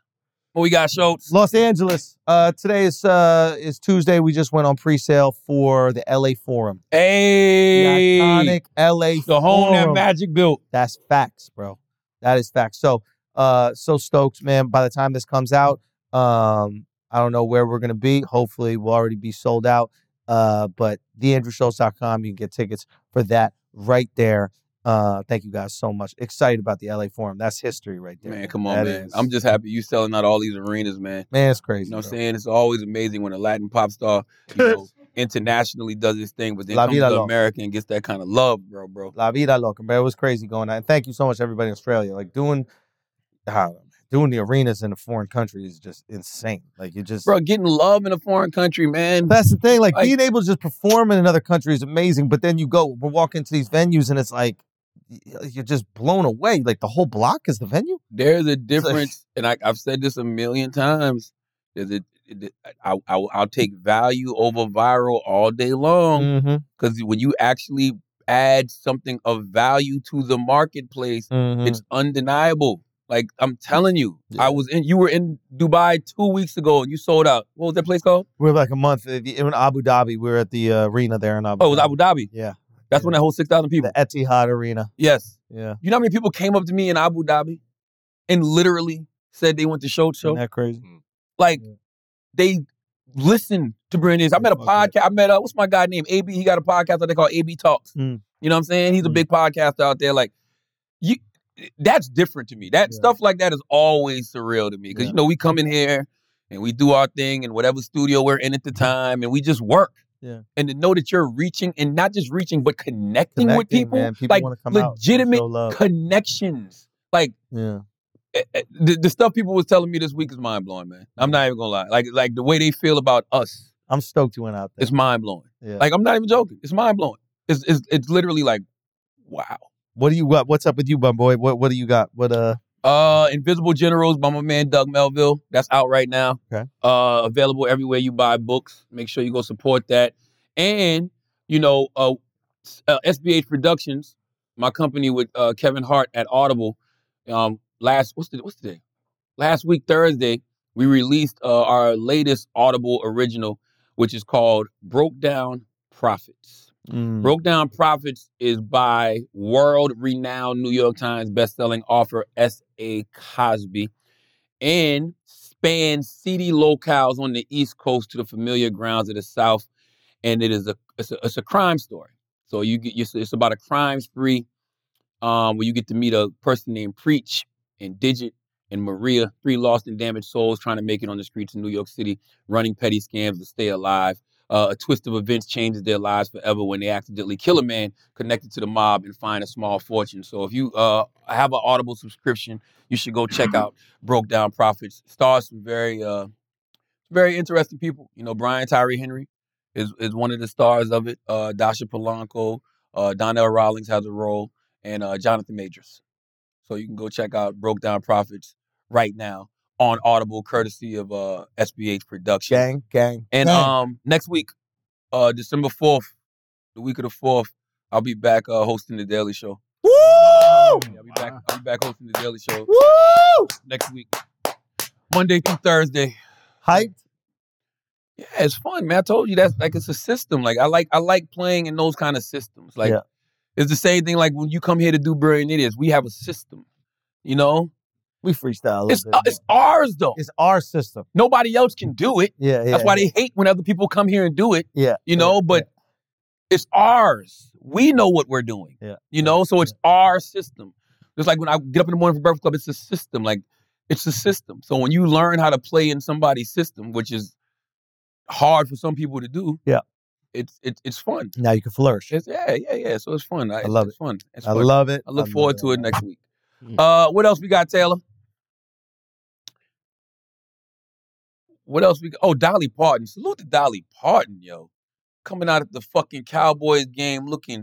S4: What we got, Schultz?
S5: Los Angeles. Uh, today is uh, is Tuesday. We just went on pre-sale for the LA Forum.
S4: Hey,
S5: The iconic LA
S4: the home that
S5: Forum.
S4: Magic built.
S5: That's facts, bro. That is facts. So, uh, so stoked, man. By the time this comes out, um, I don't know where we're gonna be. Hopefully, we'll already be sold out. Uh, but theandrewschultz.com, you can get tickets for that right there. Uh, thank you guys so much. Excited about the LA Forum. That's history right there.
S4: Man, come on,
S5: That
S4: man.
S5: is-
S4: I'm just happy you selling out all these arenas, man.
S5: man, it's crazy.
S4: You know what I'm
S5: bro.
S4: saying? It's always amazing when a Latin pop star, you
S5: <laughs>
S4: know, internationally does his thing, but then
S5: La
S4: comes
S5: vida
S4: to
S5: loca.
S4: America and gets that kind of love, bro, bro.
S5: La vida loca, man. It was crazy going on. And thank you so much, everybody in Australia. Like doing, ah, doing the arenas in a foreign country is just insane. Like you just,
S4: Bro, getting love in a foreign country, man.
S5: that's the thing. Like
S4: Like-
S5: being able to just perform in another country is amazing. But then you go, we walk into these venues, and it's like y- you're just blown away. Like the whole block is the venue.
S4: There's a difference, and I, I've said this a million times. There's a, it- I, I, I'll take value over viral all day long.
S5: Mm-hmm.
S4: because when you actually add something of value to the marketplace, it's
S5: Mm.
S4: undeniable. Like I'm telling you, I was in. You were in Dubai two weeks ago, and you sold out. What was that place called?
S5: We were like a month in in Abu Dhabi. We were at the uh, arena there in Abu.
S4: Oh, it was Abu Dhabi.
S5: Yeah,
S4: That's when that whole six thousand people.
S5: the Etihad Arena.
S4: Yes.
S5: Yeah,
S4: You know how many people came up to me in Abu Dhabi, and literally said they went to show
S5: isn't
S4: show.
S5: that crazy?
S4: Like
S5: Yeah.
S4: they listened to Britney's. I
S5: They
S4: met a
S5: fuck
S4: podcast. I met uh, what's my guy named AB. He got a podcast that they call AB Talks.
S5: Mm.
S4: You know what I'm saying? He's a
S5: Mm.
S4: big podcaster out there. Like you, that's different to me. That
S5: Yeah.
S4: stuff like that is always surreal to me because
S5: Yeah.
S4: you know we come in here and we do our thing in whatever studio we're in at the time and we just work.
S5: Mm. Yeah.
S4: And to know that you're reaching and not just reaching but connecting, with
S5: Connecting,
S4: people,
S5: man. People
S4: like
S5: wanna come out,
S4: legitimate
S5: show love.
S4: connections. Like
S5: Yeah,
S4: eh, eh, the, the stuff people was telling me this week is mind blowing, man. I'm not even gonna lie. Like like the way they feel about us
S5: I'm stoked you went out there.
S4: is mind blowing.
S5: Yeah.
S4: Like I'm not even joking. It's mind blowing. It's, it's it's literally like, wow.
S5: What do you got? What's up with you, bum boy? What What do you got? What uh?
S4: Uh, Invisible Generals by my man Doug Melville. That's out right now.
S5: Okay.
S4: Uh, available everywhere you buy books. Make sure you go support that. And you know, uh, s- uh SBH Productions, my company with uh, Kevin Hart at Audible. Um, last what's the what's the day? Last week Thursday, we released uh, our latest Audible original, which is called Broke Down Profits.
S5: Mm.
S4: Broke Down Profits is by world renowned New York Times bestselling author S.A. Cosby and spans seedy locales on the East Coast to the familiar grounds of the South. And it is a it's a, it's a crime story. So you get it's, it's about a crime spree um, where you get to meet a person named Preach and Digit and Maria, three lost and damaged souls trying to make it on the streets of New York City, running petty scams to stay alive. Uh, a twist of events changes their lives forever when they accidentally kill a man connected to the mob and find a small fortune. So if you uh, have an Audible subscription, you should go check out Broke Down Profits. Stars some very, uh, very interesting people. You know, Brian Tyree Henry is is one of the stars of it. Uh, Dasha Polanco, uh, Donnell Rawlings has a role, and uh, Jonathan Majors. So you can go check out Broke Down Profits right now on Audible, courtesy of uh, SBH Productions.
S5: Gang, gang,
S4: And
S5: gang.
S4: um, next week, uh, December fourth, the week of the fourth, I'll be back uh, hosting the Daily Show.
S5: Woo!
S4: Yeah, I'll be back. I'll be back hosting the Daily Show
S5: Woo!
S4: next week, Monday through Thursday.
S5: Hyped.
S4: Yeah, it's fun, man. I told you that's like it's a system. Like I like I like playing in those kind of systems. Like
S5: Yeah.
S4: it's the same thing. Like when you come here to do Brilliant Idiots, we have a system. You know,
S5: We freestyle. A little
S4: it's
S5: bit.
S4: uh, it's ours though.
S5: It's our system.
S4: Nobody else can do it.
S5: Yeah, yeah.
S4: That's why they hate when other people come here and do it.
S5: yeah, yeah,
S4: you know, but it's ours. We know what we're doing.
S5: Yeah.
S4: You know, so it's our system. Just like when I get up in the morning for Breakfast Club, it's a system. Like it's a system. So when you learn how to play in somebody's system, which is hard for some people to do,
S5: Yeah.
S4: it's it's it's fun.
S5: now you can flourish.
S4: It's yeah, yeah, yeah. So it's fun. I,
S5: love
S4: it's it. Fun. It's
S5: I
S4: fun.
S5: love it.
S4: I look
S5: love
S4: forward to it
S5: I
S4: next week.
S5: Mm.
S4: Uh, what else we got, Taylor? What else we got? Oh, Dolly Parton. Salute to Dolly Parton, yo. Coming out of the fucking Cowboys game looking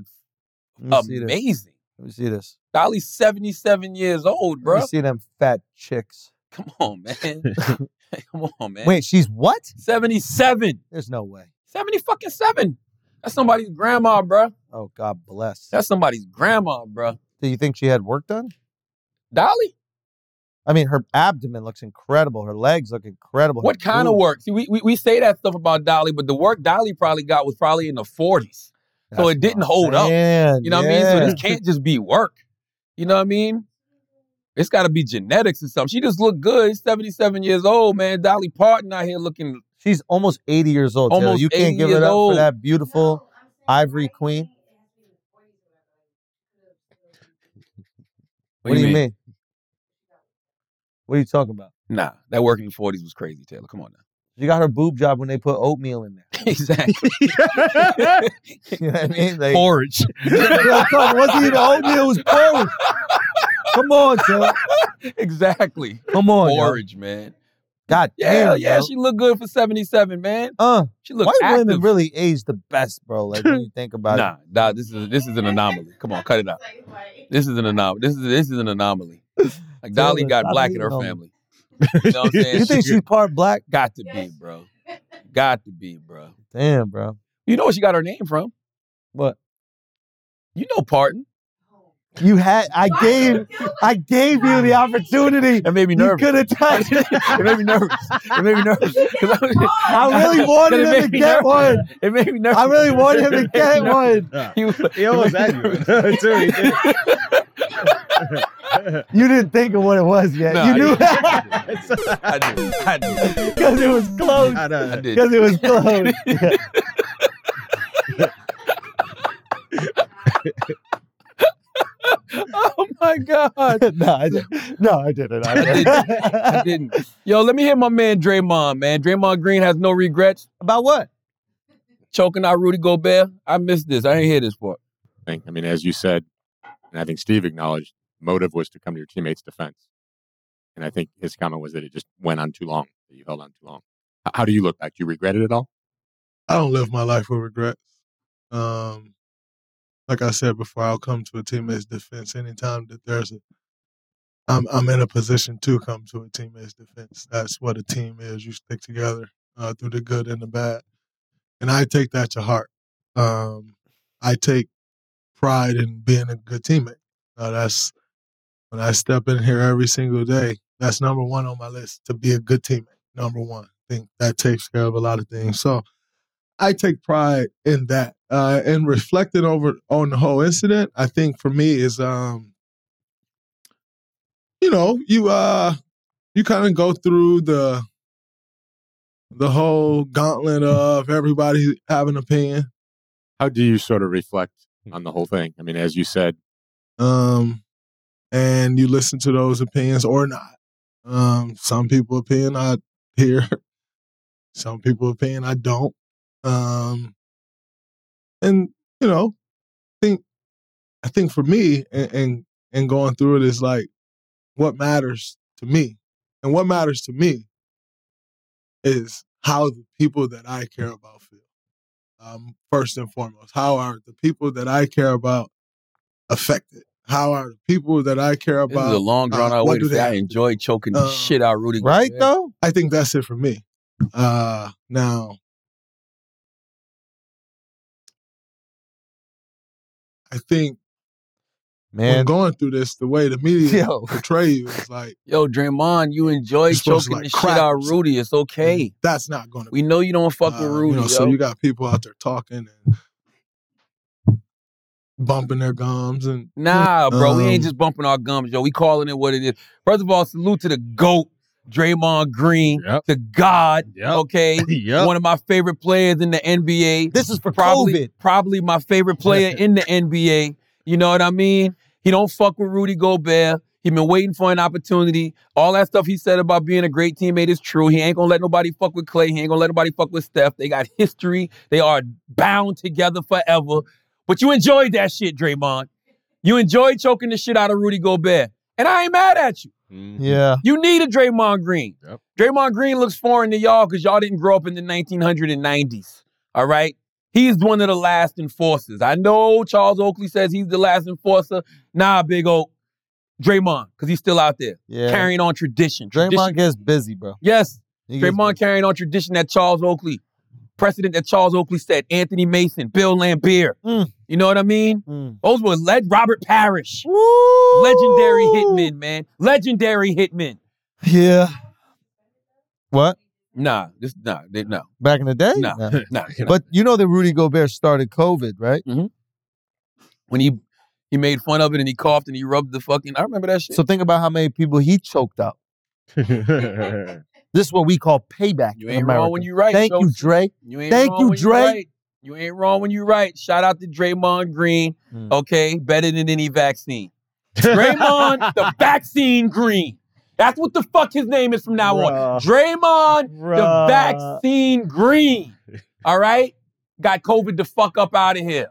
S4: uh,
S5: love it. Let me see this.
S4: amazing.
S5: Let me see this.
S4: Dolly's 77 years old,
S5: Let
S4: bro.
S5: me see them fat chicks.
S4: Come on, man.
S5: <laughs>
S4: <laughs> Come on, man.
S5: Wait, she's what?
S4: 77.
S5: There's no way.
S4: 70 fucking 7. That's somebody's grandma, bro.
S5: Oh God bless.
S4: That's somebody's grandma, bro.
S5: Do you think she had work done?
S4: Dolly?
S5: I mean, her abdomen looks incredible. Her legs look incredible.
S4: What
S5: Her
S4: kind of
S5: boobs-
S4: work? See, we, we, we say that stuff about Dolly, but the work Dolly probably got was probably in the 40s. So it
S5: That's
S4: didn't
S5: what I'm
S4: hold up.
S5: saying,
S4: You know what I mean? So this can't just be work. You know what I mean? It's got to be genetics or something. She just looked good. She's 77 years old, man. Dolly Parton out here looking.
S5: She's almost 80 years old. Taylor.
S4: Almost
S5: you
S4: 80
S5: can't give
S4: years
S5: it up
S4: old.
S5: for that beautiful Ivory Queen. What, do you mean? What are you talking about?
S4: Nah, that work in the 40s was crazy, Taylor. Come on now. <laughs>
S5: She got her boob job when they put oatmeal in there. <laughs>
S4: exactly.
S5: You know what I mean? Like,
S6: Porridge.
S5: Yeah, <laughs> come on, wasn't even oatmeal, it was porridge. Come on, son.
S4: exactly.
S5: Come on, yo.
S4: Orange, man.
S5: God
S4: Yeah,
S5: damn,
S4: yeah.
S5: yo.
S4: She looked good for 77, man.
S5: uh,
S4: She looked
S5: white
S4: active.
S5: women really age the best, bro. Like when you think about
S4: nah, nah, this is this is an anomaly. Come on, cut it out. This is an anomaly. This is this is an
S5: <laughs>
S4: anomaly. Like Dolly
S5: Taylor,
S4: got
S5: stop
S4: black in
S5: hating
S4: her
S5: on me. <laughs>
S4: family. You know what I'm saying?
S5: it. um, You think she's part black?
S4: got to be, bro. Got to be, bro.
S5: Damn, bro.
S4: You know where she got her name from?
S5: What?
S4: You know Parton.
S5: You had I gave <laughs> I gave you the opportunity.
S4: That made me
S5: You
S4: nervous.
S5: could have touched it.
S4: it made me nervous. It made me nervous. <laughs> 'Cause I was-
S5: <laughs>
S4: <laughs>
S5: I really wanted
S4: It
S5: him
S4: made
S5: to
S4: me
S5: get
S4: nervous.
S5: one.
S4: It made me nervous.
S5: I really wanted
S4: <laughs>
S5: him to
S4: It made me
S5: get
S4: nervous.
S5: one.
S4: He was like-
S6: He almost had you. <laughs> Too, he <laughs> did.
S5: You didn't think of what it was yet.
S4: Nah,
S5: you <laughs> knew
S4: <laughs> I did. I
S5: <laughs>
S4: did.
S5: because it was close.
S6: I
S4: I
S6: know.
S4: did.
S5: Because it was close. <laughs> Yeah.
S4: <laughs> Oh my god.
S5: no, <laughs> I didn't. No, I didn't. I
S4: I
S5: didn't.
S4: didn't. Yo, let me hear my man Draymond, man. Draymond Green has no regrets.
S5: About what?
S4: Choking out Rudy Gobert. I missed this. I didn't hear this part.
S14: think. I mean, as you said, and I think Steve acknowledged, motive was to come to your teammates' defense. And I think his comment was that it just went on too long, that you held on too long. H- How do you look back? Do you regret it at all?
S10: I don't live my life with regrets. Um, like I said before, I'll come to a teammate's defense anytime that there's a. I'm I'm in a position to come to a teammate's defense. That's what a team is. You stick together uh, through the good and the bad, and I take that to heart. Um, I take pride in being a good teammate. Uh, that's when I step in here every single day. That's number one on my list to be a good teammate. Number one, I think that takes care of a lot of things. So. I take pride in that. Uh, and reflecting over on the whole incident, I think for me is, um, you know, you uh, you kind of go through the the whole gauntlet of everybody having an opinion.
S14: How do you sort of reflect on the whole thing? I mean, as you said,
S10: um, and you listen to those opinions or not. Um, some people opinion I hear, <laughs> some people opinion I don't. Um, and you know, think I think for me and and, and going through it is like what matters to me, and what matters to me is how the people that I care about feel. Um, first and foremost, how are the people that I care about affected? How are the people that I care
S4: This is a
S10: about?
S4: long
S10: uh,
S4: drawn out
S10: what
S4: way to
S10: do
S4: say
S10: they
S4: I
S10: have to
S4: enjoy choking
S10: Uh,
S4: the shit out Rudy
S5: <laughs> Right
S4: Gobert.
S5: though?
S10: I think that's it for me. Uh, now, I think when
S5: Man.
S10: going through this, the way the
S4: <laughs>
S10: media
S5: <laughs> Yo.
S10: portray you is like
S4: Yo, Draymond, you enjoy
S10: You're supposed to,
S4: choking
S10: like,
S4: the shit
S10: crap
S4: out
S10: or something.
S4: Rudy. It's okay.
S10: that's not going to
S4: We know you don't fuck with
S10: Uh,
S4: Rudy.
S10: You know,
S4: yo.
S10: So you got people out there talking and bumping their gums and
S4: Nah, bro, we ain't
S10: Um,
S4: just bumping our gums, yo. We calling it what it is. First of all, salute to the GOAT, Draymond Green,
S6: Yep.
S4: to God,
S10: <laughs>
S6: Yep.
S4: okay?
S6: Yep.
S4: One of my favorite players in the NBA.
S5: This is for
S4: Probably,
S5: COVID.
S4: probably my favorite player in the NBA. You know what I mean? He don't fuck with Rudy Gobert. He been waiting for an opportunity. All that stuff he said about being a great teammate is true. He ain't gonna let nobody fuck with Clay. He ain't gonna let nobody fuck with Steph. They got <laughs> history. They are bound together forever. But you enjoyed that shit, Draymond. You enjoyed choking the shit out of Rudy Gobert. And I ain't mad at you. Mm-hmm.
S5: Yeah.
S4: You need a Draymond Green.
S6: Yep.
S4: Draymond Green looks foreign to y'all because y'all didn't grow up in the 1990s. All right? He's one of the last enforcers. I know Charles Oakley says he's the last enforcer. Nah, big old Draymond, because he's still out there
S5: Yeah.
S4: carrying on tradition.
S5: Draymond
S4: Tradition-
S5: gets busy, bro.
S4: Yes,
S5: He gets
S4: Draymond
S5: busy.
S4: carrying on tradition that Charles Oakley Precedent that Charles Oakley set, Anthony Mason, Bill Lambier.
S5: Mm.
S4: You know what I mean? Those were led Robert Parrish. Legendary hitmen, man. Legendary hitmen.
S5: Yeah. What?
S4: Nah, this nah, they, no.
S5: Back in the day?
S4: No. <laughs>
S5: <laughs>
S4: No.
S5: But you know that Rudy Gobert started COVID, right?
S4: Mm-hmm. When he he made fun of it and he coughed and he rubbed the fucking. I remember that shit.
S5: So think about how many people he choked out. This is what we call payback.
S4: You
S5: in
S4: ain't
S5: America.
S4: wrong when you right.
S5: Thank you,
S4: Schultz.
S5: Dre.
S4: You ain't
S5: Thank
S4: wrong
S5: you,
S4: when
S5: Dre.
S4: You, right. you ain't wrong when you right. Shout out to Draymond Green.
S5: Mm.
S4: Okay, better than any
S5: <laughs>
S4: vaccine. Draymond, the vaccine Green. That's what the fuck his name is from now on. Draymond,
S5: Bruh.
S4: the vaccine
S6: <laughs>
S4: Green. All right, got COVID the fuck up out of here.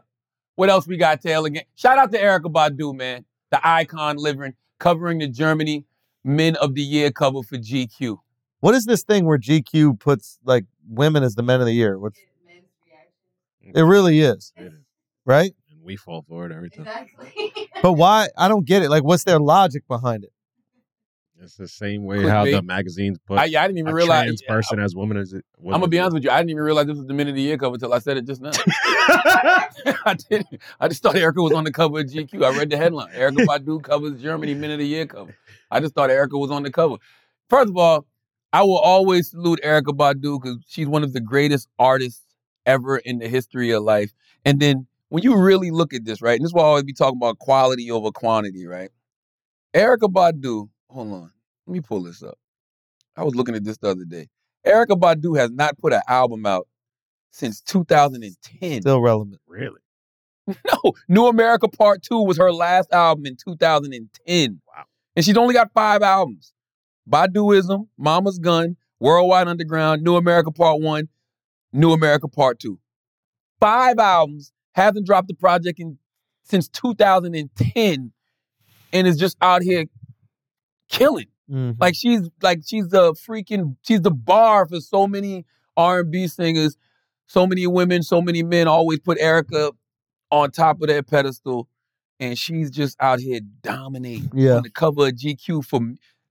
S4: What else we got, Taylor? Again, shout out to Erica Badu, man, the icon living, covering the Germany Men of the Year cover for GQ.
S5: What is this thing where GQ puts like women as the men of the year? <laughs> What's
S4: Mm.
S5: it really is, right?
S6: And we fall for it every time.
S5: <laughs>
S7: <laughs>
S5: But why? I don't get it. Like, what's their logic behind it?
S6: It's the same way
S4: Could
S6: how
S4: be.
S6: the magazines put
S4: I- yeah, I didn't even
S6: a
S4: realize-
S6: trans
S4: yeah,
S6: person as woman as it.
S4: I'm gonna be honest with you. I didn't even realize this was the minute of the year cover until I said it just now. <laughs> I did. not I just thought Erica was on the cover of GQ. I read the headline: Erica Badu covers Germany minute of the year cover. I just thought Erica was on the cover. First of all, I will always salute Erica Badu because she's one of the greatest artists ever in the history of life. And then when you really look at this, right, and this is why I always be talking about quality over quantity, right? Erica Badu, hold on, let me pull this up. I was looking at this the other day. Erica Badu has not put an album out since 2010.
S5: Still relevant.
S6: Really?
S4: <laughs> No, New America Part 2 was her last album in 2010. Wow. And she's only got five albums. Baduism, Mama's Gun, Worldwide Underground, New America Part 1, New America Part 2. Five albums, hasn't dropped the project in since 2010 and is just out here killing.
S5: Mm-hmm.
S4: Like she's like she's the freaking she's the bar for so many R and B singers, so many women, so many men always put Erica on top of their pedestal, and she's just out here dominating.
S5: Yeah.
S4: on the cover of GQ for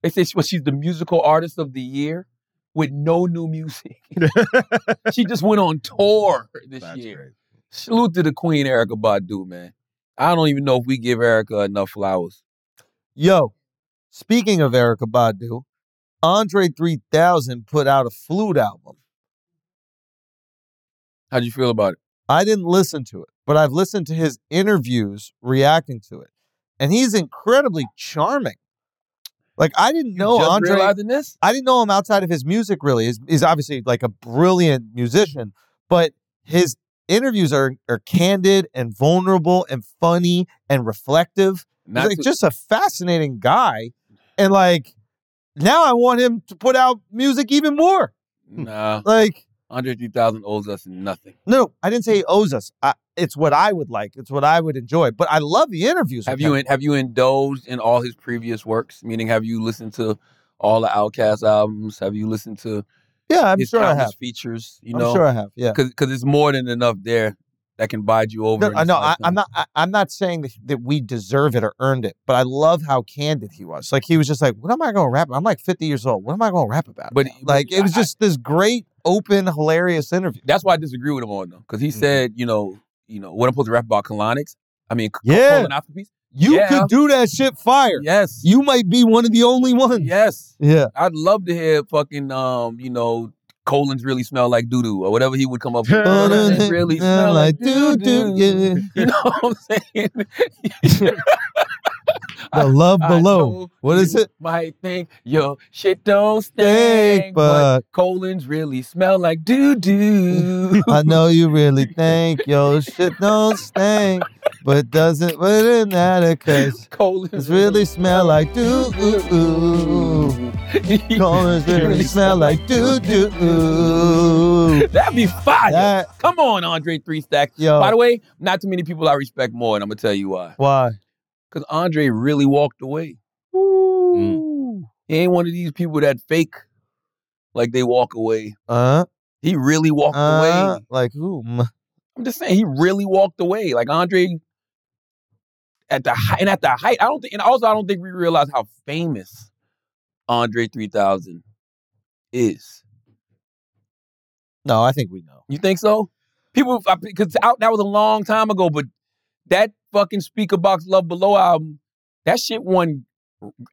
S4: they say she, well, she's the musical artist of the year with no new music. <laughs>
S5: <laughs>
S4: she just went on tour this year. Salute to the queen, Erica Badu, man. I don't even know if we give Erica enough flowers.
S5: Yo, speaking of Erica Badu, Andre 3000 put out a flute album.
S4: How'd you feel about it?
S5: I didn't listen to it, but I've listened to his interviews reacting to it. And he's incredibly charming. Like I didn't know
S4: just
S5: Andre
S4: realizing this?
S5: I didn't know him outside of his music really. He's, he's obviously like a brilliant musician, but his interviews are are candid and vulnerable and funny and reflective. He's,
S4: Not
S5: like
S4: to-
S5: just a fascinating guy. And like now I want him to put out music even more.
S4: Nah.
S5: Like
S4: Andre 3000 owes us nothing.
S5: no, I didn't say he owes us. I, it's what I would like. It's what I would enjoy. But I love the interviews.
S4: Have
S5: with
S4: you
S5: him.
S4: in, have you indulged in all his previous works? Meaning, have you listened to all the Outcast albums? Have you listened to
S5: Yeah, I'm
S4: his
S5: sure I
S4: countless
S5: have.
S4: features? You
S5: I'm
S4: know,
S5: sure I have, yeah.
S4: because it's more than enough there that can bide you over.
S5: No,
S4: in
S5: I
S4: this
S5: no, I,
S4: lifetime.
S5: I'm not. I, I'm not saying that, that we deserve it or earned it. But I love how candid he was. Like he was just like, "What am I going to rap? I'm like 50 years old. What am I going to rap about?"
S4: But-
S5: now?" like it was just this great, open, hilarious interview.
S4: That's why I disagree with him on though, because he
S5: Mm-hmm.
S4: said, you know, you know what I'm supposed to rap about colonics. I mean, c-
S5: Yeah.
S4: colonoscopies.
S5: You
S4: Yeah.
S5: could do that shit fire.
S4: Yes,
S5: you might be one of the only ones.
S4: Yes.
S5: Yeah.
S4: I'd love to hear fucking um, you know, colons really smell like doo doo or whatever he would come up with. Colons really smell like
S5: doo doo. Yeah.
S4: you know what I'm saying?
S5: <laughs> The
S4: <laughs>
S5: love
S4: I
S5: below.
S4: know
S5: What is
S4: you
S5: it?
S4: Might think your shit don't
S5: Stink,
S4: stink, but,
S5: but-
S4: colons really smell like doo doo.
S5: <laughs> I know you really think yo shit
S4: <laughs>
S5: don't stink, but doesn't but it
S4: <laughs>
S5: matter cause
S4: colons
S5: it's really smell like doo
S4: <laughs>
S5: doo. Colons really smell like doo doo.
S4: That'd be fire.
S5: That-
S4: Come on, Andre Three Stacks.
S5: Yo.
S4: By the way, not too many people I respect more, and I'm gonna tell you why.
S5: Why?
S4: Because Andre really walked away. He ain't one of these people that fake like they walk away.
S5: Uh,
S4: He really walked
S5: uh
S4: away.
S5: like whom?
S4: I'm just saying he really walked away. Like Andre at the height and at the height, I don't think and also I don't think we realize how famous Andre 3000 is.
S5: No, I think we know.
S4: You think so? People, because out that was a long time ago, but that fucking speaker box love below album, that shit won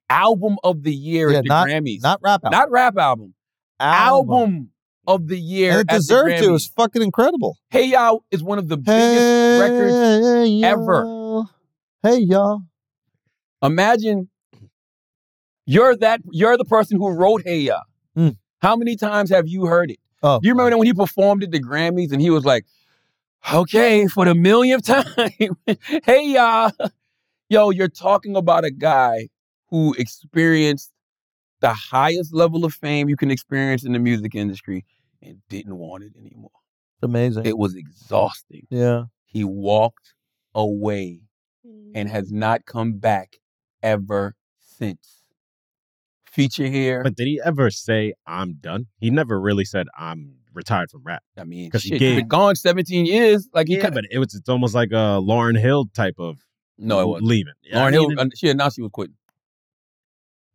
S4: album of the year
S5: Yeah,
S4: at the
S5: not-
S4: Grammys.
S5: not rap album.
S4: Not rap album. Album, of the year.
S5: And
S4: at
S5: it
S4: the
S5: deserved to. It
S4: Grammys.
S5: was fucking incredible.
S4: Hey Y'all is one of the biggest
S5: Hey,
S4: records ever.
S5: y'all. Hey y'all.
S4: Imagine you're that you're the person who wrote Hey Ya.
S5: Hmm.
S4: How many times have you heard it?
S5: Oh,
S4: Do you remember when he performed at the Grammys and he was like, "Okay, for the millionth time, <laughs> Hey Ya, yo, you're talking about a guy who experienced the highest level of fame you can experience in the music industry and didn't want it anymore.
S5: Amazing.
S4: It was exhausting.
S5: Yeah.
S4: He walked away and has not come back ever since. Feature here.
S6: But did he ever say I'm done? He never really said I'm retired from rap.
S4: I mean,
S6: because he
S4: shit, you've
S6: gave
S4: been gone 17 years. Like he
S6: yeah,
S4: kinda-
S6: but it was it's almost like a Lauren Hill type of
S4: No, it wasn't.
S6: leaving. Yeah,
S4: Lauren
S6: I
S4: Hill,
S6: mean,
S4: uh, she announced she was quitting.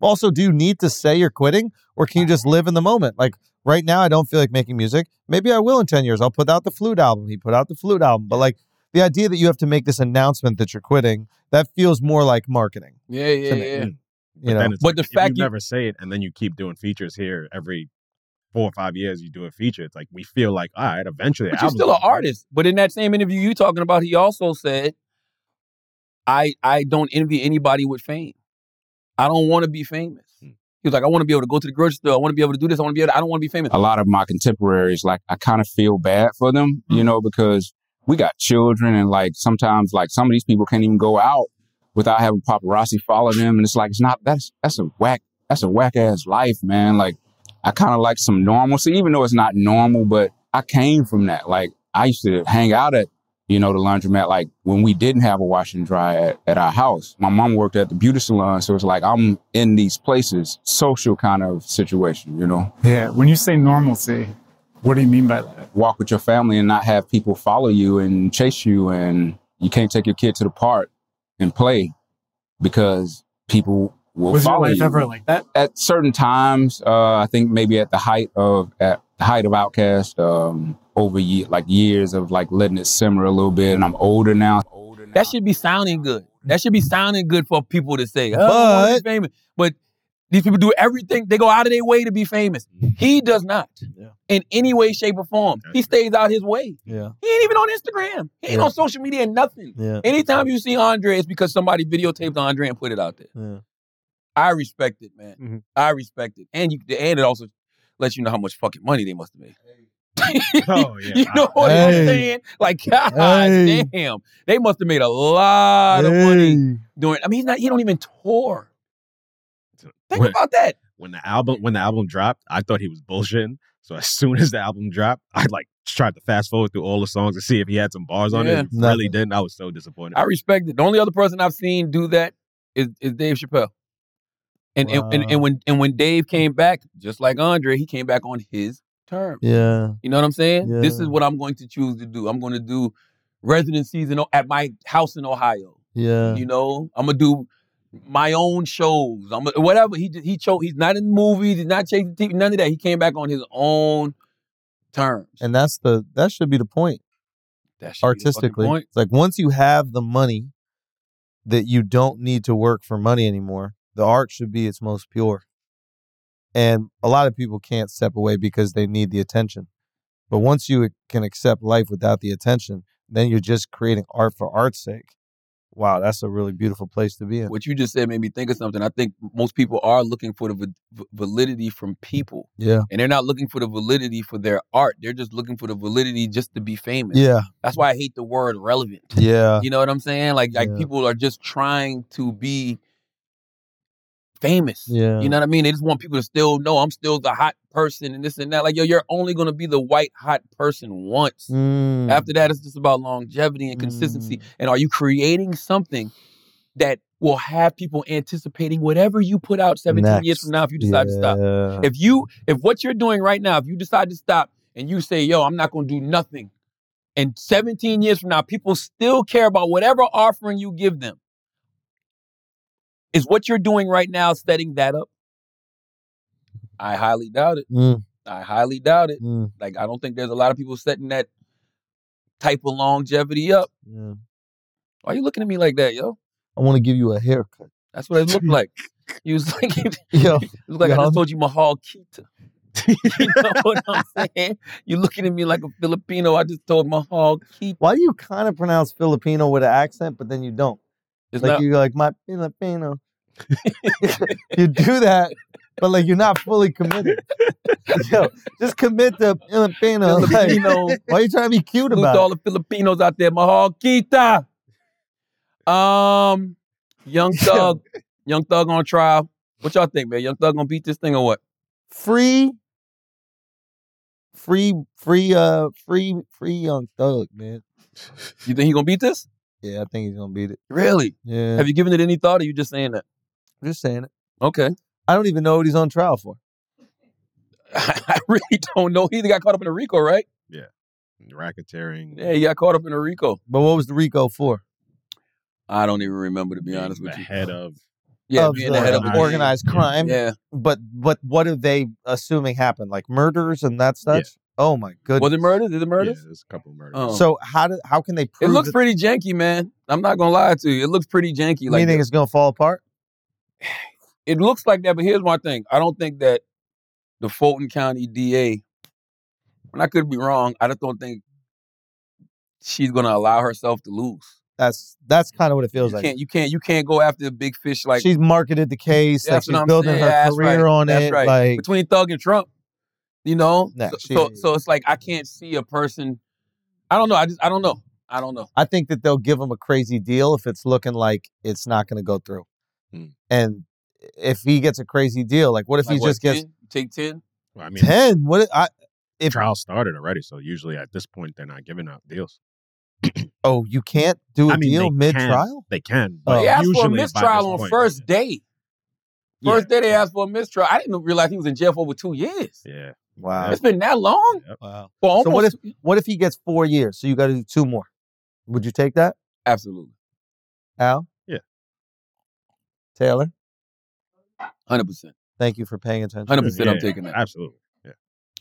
S5: Also, do you need to say you're quitting or can you just live in the moment? Like right now, I don't feel like making music. Maybe I will in 10 years. I'll put out the flute album. He put out the flute album. But like the idea that you have to make this announcement that you're quitting, that feels more like marketing.
S4: Yeah, yeah,
S5: To me.
S4: yeah.
S5: Mm.
S6: But
S5: You know,
S6: then it's
S5: But
S6: like,
S5: the
S6: if
S5: fact
S6: you
S5: you-
S6: never say it, and then you keep doing features here every four or five years, you do a feature. It's like we feel like all right, eventually.
S4: But
S6: the
S4: you're
S6: album's
S4: still an
S6: gonna-
S4: artist. <laughs> But in that same interview you talking about, he also said, "I I don't envy anybody with fame. I don't want to be famous." He was like, "I want to be able to go to the grocery store. I want to be able to do this. I want to be able. To, I don't want to be famous."
S15: A lot of my contemporaries, like I kind of feel bad for them, you
S4: Mm.
S15: know, because we got children and like sometimes like some of these people can't even go out without having paparazzi follow them. And it's like it's not that's that's a whack that's a whack ass life, man. Like I kind of like some normalcy, even though it's not normal, but I came from that. Like I used to hang out at, you know, the laundromat, like when we didn't have a wash and dry at, at our house. My mom worked at the beauty salon. So it's like I'm in these places, social kind of situation, you know?
S16: Yeah, when you say normalcy, what do you mean by that?
S15: Walk with your family and not have people follow you and chase you. And you can't take your kid to the park and play because people will
S16: Was your
S15: follow
S16: life
S15: you.
S16: ever like that?
S15: At certain times, uh, I think maybe at the height of at the height of Outcast, um, over ye- like years of like letting it simmer a little bit, and I'm older now.
S4: That should be sounding good. That should be sounding good for people to say, oh, I wanna be famous. But these people do everything. They go out of their way to be famous. He does not in any way, shape, or form. He stays out his way.
S5: Yeah.
S4: He ain't even on Instagram. He ain't
S5: Yeah.
S4: on social media and nothing.
S5: Yeah.
S4: Anytime you see Andre, it's because somebody videotaped Andre and put it out there.
S5: Yeah.
S4: I respect it, man. I respect it. And you and it also lets you know how much fucking money they must have made. <laughs>
S6: oh
S4: yeah. you know what
S5: Hey.
S4: I'm saying? Like, <laughs> god
S5: Hey.
S4: damn. They must have made a lot of money doing I mean he's not he don't even tour. Think
S6: When-
S4: about that.
S6: When the album when the album dropped, I thought he was bullshitting. So as <laughs> soon as the album dropped, I like tried to fast forward through all the songs to see if he had some bars on
S4: Yeah.
S6: it. He really didn't. I was so disappointed.
S4: I respect it. The only other person I've seen do that is, is Dave Chappelle. And, and, and and when and when Dave came back, just like Andre, he came back on his terms.
S5: Yeah.
S4: You know what I'm saying? This
S5: Yeah.
S4: is what I'm going to choose to do. I'm going to do residencies in, O- at my house in Ohio.
S5: Yeah.
S4: You know, I'm gonna do my own shows. I'm gonna, whatever he he chose. He's not in movies. He's not chasing TV. None of that. He came back on his own terms.
S5: And that's the that should be the point.
S4: That should be the fucking
S5: artistically.
S4: point.
S5: It's like once you have the money that you don't need to work for money anymore, the art should be its most pure. And a lot of people can't step away because they need the attention. But once you can accept life without the attention, then you're just creating art for art's sake. Wow, that's a really beautiful place to be in.
S4: What you just said made me think of something. I think most people are looking for the va- validity from people.
S5: Yeah.
S4: and they're not looking for the validity for their art. They're just looking for the validity just to be famous.
S5: Yeah.
S4: That's why I hate the word relevant.
S5: Yeah.
S4: You know what I'm saying? Like like
S5: Yeah.
S4: people are just trying to be famous.
S5: Yeah.
S4: You know what I mean? They just want people to still know I'm still the hot person and this and that. Like, yo, you're only gonna be the white hot person once.
S5: Mm.
S4: After that, it's just about longevity and consistency. And are you creating something that will have people anticipating whatever you put out 17 years from now if you decide to stop?
S5: Yeah.
S4: If you if what you're doing right now, if you decide to stop and you say, "Yo, I'm not going to do nothing." And 17 years from now, people still care about whatever offering you give them. Is what you're doing right now setting that up? I highly doubt it.
S5: Mm.
S4: I highly doubt it.
S5: Mm-hmm.
S4: Like I don't think there's a lot of people setting that type of longevity up.
S5: Yeah.
S4: Why you looking at me like that, yo?
S5: I want to give you a haircut. <laughs>
S4: That's what it looked like. You was <laughs> like,
S5: yo,
S4: look like I
S5: yo.
S4: just told you Mahal Keita.
S5: <laughs>
S4: <laughs> you know what I'm saying? You're looking at me like a Filipino. I just told Mahal Keita.
S5: Why do you kind of pronounce Filipino with an accent, but then you don't?
S4: It's
S5: like
S4: not-
S5: you're like my
S4: <laughs>
S5: Filipino. you do that, but like you're not fully committed. <laughs> Yo, just commit to Filipino. like,
S4: Filipino.
S5: why are you trying to be cute
S4: Salute
S5: about
S4: to all
S5: it?
S4: the Filipinos out there. Mahal Kita. Um,
S5: <laughs>
S4: Young Thug. Young Thug on trial. What y'all think, man? Young Thug gonna beat this thing or what?
S5: Free, free, free, uh, free, free young thug, man.
S4: You think he gonna beat this?
S5: Yeah, I think he's gonna beat it.
S4: Really?
S5: Yeah.
S4: Have you given it any thought or you just saying that?
S5: I'm just saying it.
S4: Okay. <laughs>
S5: I don't even know what he's on trial for.
S4: I really don't know. He either got caught up in a Rico, right?
S6: Racketeering.
S4: Yeah, he got caught up in a Rico.
S5: But what was the Rico for?
S4: I don't even remember to be honest with
S6: the
S4: you.
S6: head of
S4: Yeah,
S5: of
S4: being the head of the
S5: organized
S4: gang.
S5: crime.
S4: Yeah.
S5: But but what are they assuming happened? Like murders and that stuff? Oh my goodness.
S4: Was it murder? Did it murder? Oh. Yeah,
S6: there's a couple murders.
S4: Um,
S5: So how did how can they
S4: it
S5: prove
S4: looks
S5: that-
S4: pretty janky, man. I'm not gonna lie to you. It looks pretty janky. Like
S5: you think it's gonna fall apart?
S4: it looks like that, but here's my thing. I don't think that the Fulton County DA, and I could be wrong, I just don't think she's gonna allow herself to lose.
S5: That's that's kind of what it feels
S4: You
S5: like.
S4: can't you can't you can't go after a big fish like
S5: she's marketed the case, like
S4: That's
S5: she's
S4: what I'm
S5: building
S4: saying.
S5: her
S4: Yeah, that's
S5: career
S4: right.
S5: on
S4: That's
S5: it.
S4: right.
S5: Like
S4: between Thug and Trump, you know.
S5: Nah,
S4: so,
S5: she-
S4: so so it's like I can't see a person. I don't know. I just I don't know. I don't know.
S5: I think that they'll give him a crazy deal if it's looking like it's not gonna go through. And if he gets a crazy deal, like what if
S4: Hmm. Like
S5: he
S4: what,
S5: just gets
S4: 10? take ten?
S6: I mean,
S5: ten? What if- I if
S6: trial started already, so usually at this point they're not giving out deals.
S5: oh you can't do a
S6: I mean,
S5: deal
S6: they
S5: mid
S6: can-
S5: trial?
S6: they can,
S5: Oh.
S6: but
S4: They asked for a
S6: usually by
S4: mistrial
S6: this
S4: on
S6: point-
S4: first day. First day they asked for a mistrial. I didn't realize he was in jail for over two years.
S6: Yeah.
S4: <laughs>
S5: Wow.
S4: It's been that long.
S5: Wow.
S4: For almost
S5: So what if what if he gets four years? So you got to do two more. Would you take that,
S4: absolutely
S5: Al?
S6: Yeah.
S5: Taylor,
S4: hundred percent.
S5: thank you for paying attention.
S4: 100% I'm
S6: Yeah,
S4: taking that.
S6: Absolutely. Yeah.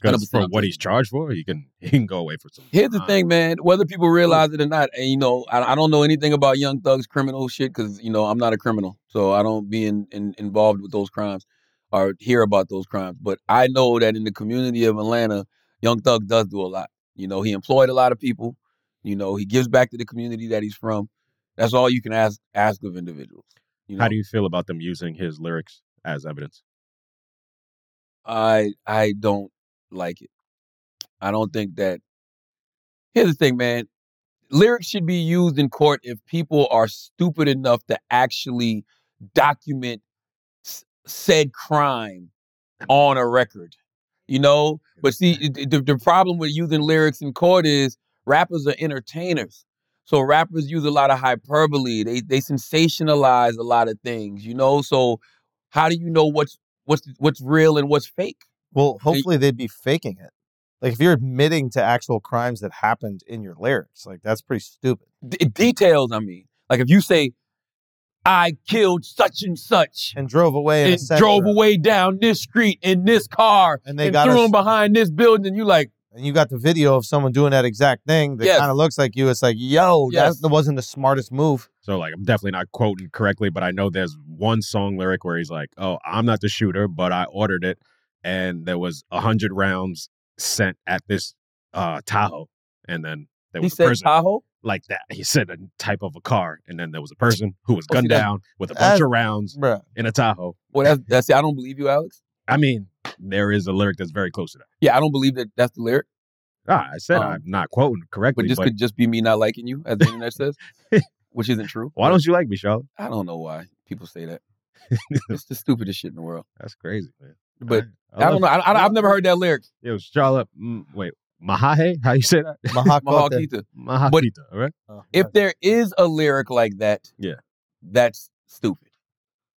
S4: 100%
S6: Because for
S4: I'm
S6: what he's charged for, he can <laughs> he can go away for some.
S4: Here's the thing, man. Whether people realize it or not, and you know, I, I don't know anything about Young Thug's criminal shit because you know I'm not a criminal, so I don't be in, in, involved with those crimes or hear about those crimes. But I know that in the community of Atlanta, Young Thug does do a lot. You know, he employed a lot of people. You know, he gives back to the community that he's from. That's all you can ask ask of individuals. You know,
S6: How do you feel about them using his lyrics as evidence?
S4: I I don't like it. I don't think that. Here's the thing, man. Lyrics should be used in court if people are stupid enough to actually document s- said crime on a record. You know, but see, it- the, the problem with using lyrics in court is rappers are entertainers. So rappers use a lot of hyperbole. They they sensationalize a lot of things. You know, so how do you know what's what's what's real and what's fake?
S5: Well, hopefully they'd be faking it. Like if you're admitting to actual crimes that happened in your lyrics, like that's pretty stupid.
S4: D- details. I mean, like if you say, "I killed such and such,"
S5: and drove away, in a
S4: and
S5: Sentra.
S4: drove away down this street in this car,
S5: And they got
S4: threw
S5: us-
S4: him behind this building, and you like,
S5: and you got the video of someone doing that exact thing that
S4: Yes.
S5: kind of looks like you, it's like, yo,
S4: Yes.
S5: that wasn't the smartest move.
S6: So like I'm definitely not quoting correctly, but I know there's one song lyric where he's like, "Oh, I'm not the shooter, but I ordered it, and there was a hundred rounds sent at this uh Tahoe, and then there
S4: He
S6: was
S4: said
S6: a person
S4: Tahoe?
S6: like that. He said a type of a car, and then there was a person who was
S4: Oh, see,
S6: gunned
S4: that's-
S6: down with a
S4: that's-
S6: bunch of rounds
S5: bruh.
S6: in a Tahoe.
S4: "Well, that's that's it. I don't believe you, Alex."
S6: I mean, there is a lyric that's very close to that.
S4: Yeah, I don't believe that that's the lyric.
S6: Ah, I said
S4: Um,
S6: I'm not quoting correctly,
S4: But this
S6: but
S4: could just be me not liking you, as the internet
S6: <laughs>
S4: says, which isn't true.
S6: why don't you like me, Charlotte?
S4: I don't know why people say
S6: <laughs>
S4: that. it's the stupidest shit in the world.
S6: That's crazy, man.
S4: But
S6: I- I
S4: I, don't
S6: love-
S4: know. I, I, have never heard that lyric.
S6: It was Charlotte. Mm, wait, Mahahe? How you say that?
S4: Mahakita. But-
S6: Mahakita. All right.
S5: Oh,
S4: If there is a lyric like that,
S6: Yeah.
S4: that's stupid.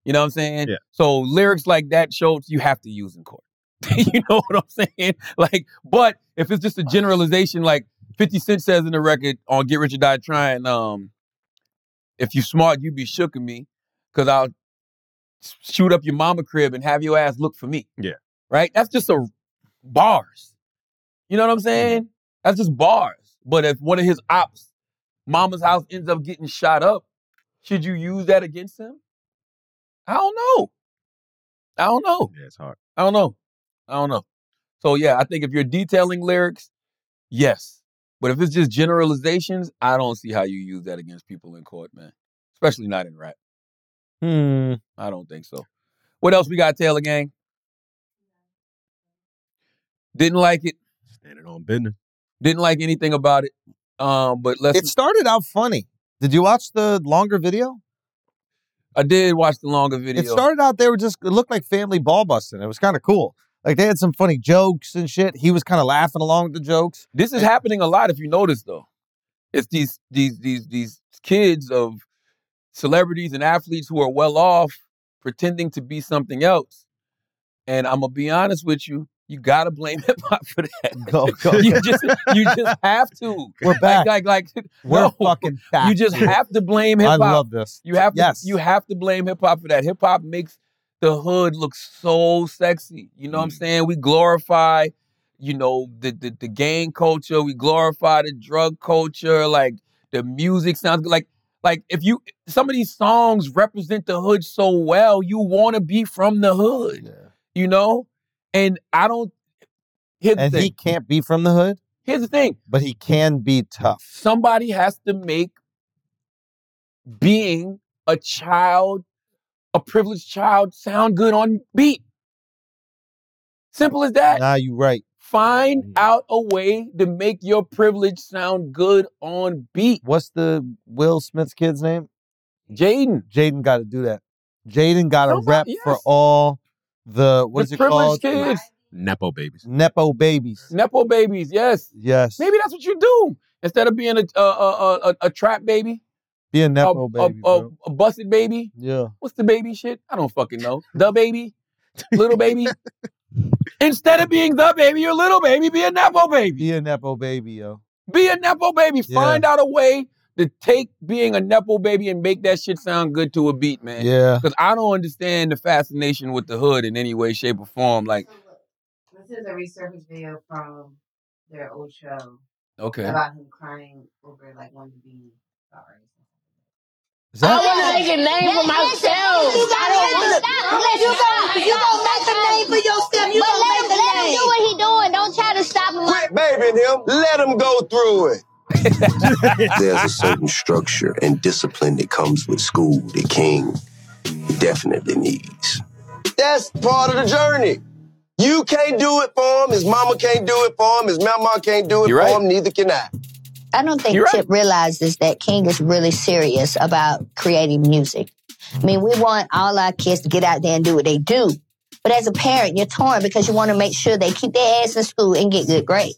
S4: You know what I'm saying? Yeah. So lyrics like that, Schultz, you have to use in court. <laughs>
S6: <laughs>
S4: you know what I'm saying? Like, but if it's just a generalization, like 50 Cent says in the record on Get Rich or Die Trying, um, if you smart, you be shooking me, cause I'll shoot up your mama crib and have your ass look for me.
S6: Yeah.
S4: Right? That's just a bars. You know what I'm saying? That's just bars. But if one of his ops, mama's house, ends up getting shot up, should you use that against him? I don't know. I don't know.
S6: Yeah, it's hard.
S4: I don't know. I don't know. So yeah, I think if you're detailing lyrics, yes. But if it's just generalizations, I don't see how you use that against people in court, man. Especially not in rap.
S5: Hmm.
S4: I don't think so. What else we got, Taylor Gang? Didn't like it.
S6: Standing on business.
S4: Didn't like anything about it. Um, but let's.
S5: It started out funny. Did you watch the longer video?
S4: I did watch the longer video.
S5: It started out they were just it looked like family ball busting. It was kind of cool. Like they had some funny jokes and shit. He was kind of laughing along with the
S4: <laughs>
S5: jokes.
S4: This is happening a lot if you notice though. It's these these these these kids of celebrities and athletes who are well off pretending to be something else. And I'm gonna be honest with you, you gotta blame <laughs> hip hop for that.
S5: Go, go.
S4: you just you
S5: <laughs>
S4: just have to. <laughs>
S5: We're back.
S4: Like like, like
S5: We're
S4: no.
S5: fucking back.
S4: You just have to blame hip
S5: <laughs> I
S4: hop.
S5: love this.
S4: You have to
S5: Yes.
S4: you have to blame hip hop for that. Hip hop makes the hood look so sexy. You know what I'm
S5: Mm-hmm.
S4: saying? We glorify, you know, the, the the gang culture. We glorify the drug culture. Like the music sounds good. Like like if you some of these songs represent the hood so well, you want to be from the hood. You know, and I don't. Here's
S5: And
S4: the
S5: he
S4: thing.
S5: can't be from the hood,
S4: Here's the thing.
S5: but he can be tough.
S4: Somebody has to make being a child, a privileged child, sound good on beat. Simple as that.
S5: Nah, you right.
S4: Find out a way to make your privilege sound good on beat.
S5: What's the Will Smith's kid's name? Mm-hmm.
S4: Jaden.
S5: Jaden got to do that. Jaden got to
S4: Somebody-
S5: rep for
S4: yes.
S5: all the what
S4: The
S5: is it
S4: privileged
S5: called?
S4: kids.
S6: Nepo babies.
S5: Nepo babies.
S4: Nepo babies, yes.
S5: Yes.
S4: Maybe that's what you do. Instead of being a a a, a, a trap baby,
S5: Be a
S4: a,
S5: nepo
S4: a- a,
S5: baby. bro.
S4: a busted baby,
S5: Yeah.
S4: what's the baby shit? I don't fucking know. The baby, little
S5: <laughs>
S4: baby. Instead of being the baby, you're little baby. Be a nepo baby.
S5: Be a nepo baby, yo.
S4: Be a nepo baby.
S5: Yeah.
S4: Find out a way to take being a nepo baby and make that shit sound good to a beat, man.
S5: Yeah.
S4: Because I don't understand the fascination with the hood in any way, shape, or form. Like,
S11: This is a resurfaced video from their old show
S4: okay,
S11: about him crying over like wanting to be sorry.
S5: Is
S13: I
S5: that-
S13: want to make a name for myself.
S11: You gotta
S13: I don't
S11: let him
S13: want
S11: stop.
S13: to. You gonna you gonna make a name for yourself. You
S11: But
S13: gonna
S11: let
S13: make
S11: him,
S13: a
S11: let him
S13: name.
S11: do what he doing. Don't try to stop him.
S12: Quit babying him. Let him go through it.
S17: There's a certain structure and discipline that comes with school the king definitely needs.
S12: That's part of the journey. You can't do it for him. His mama can't do it for him. His mama can't do it
S4: You're
S12: for
S4: right.
S12: him. Neither can I.
S11: I don't think
S4: You're right.
S11: Chip realizes that King is really serious about creating music. I mean, we want all our kids to get out there and do what they do. But as a parent, you're torn because you want to make sure they keep their ass in school and get good grades.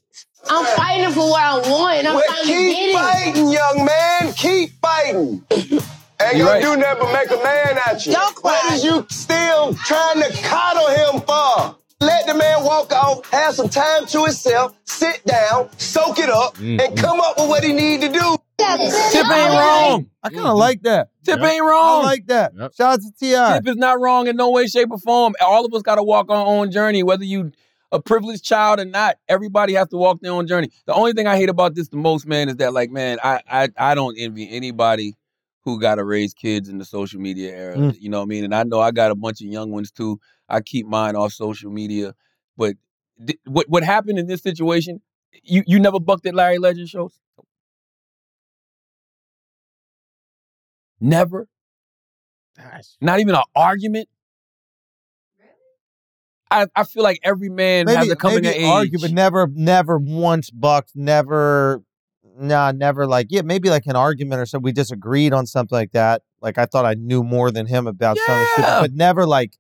S13: I'm fighting for what I want. I'm
S12: Well,
S13: trying to
S12: keep
S13: get it.
S12: fighting, young man. Keep fighting. Ain't
S4: You're
S12: gonna
S4: right.
S12: do nothing but make a man out you.
S13: Don't cry.
S12: What is you still trying to coddle him for? Let the man walk off, have some time to himself, sit down, soak it up, and come up with what he need to do.
S4: Tip ain't wrong.
S5: I kind of like that.
S4: Tip ain't
S5: I
S4: wrong.
S5: like that.
S6: Yep.
S5: Shout out to Ti.
S4: Tip is not wrong in no way, shape, or form. All of us got to walk our own journey, whether you a privileged child or not. Everybody has to walk their own journey. The only thing I hate about this the most, man, is that like, man, I I, I don't envy anybody who got to raise kids in the social media era.
S5: Mm.
S4: You know what I mean? And I know I got a bunch of young ones too. I keep mine off social media, but th- what what happened in this situation? You you never bucked at Larry Legend shows. Never.
S6: Nice.
S4: Not even an argument. I, I feel like every man has
S5: Maybe,
S4: a coming
S5: maybe
S4: of age.
S5: argue, but never, never once bucked. Never, nah, never like yeah. Maybe like an argument or something. We disagreed on something like that. Like I thought I knew more than him about something stupid,
S4: Yeah.
S5: but never like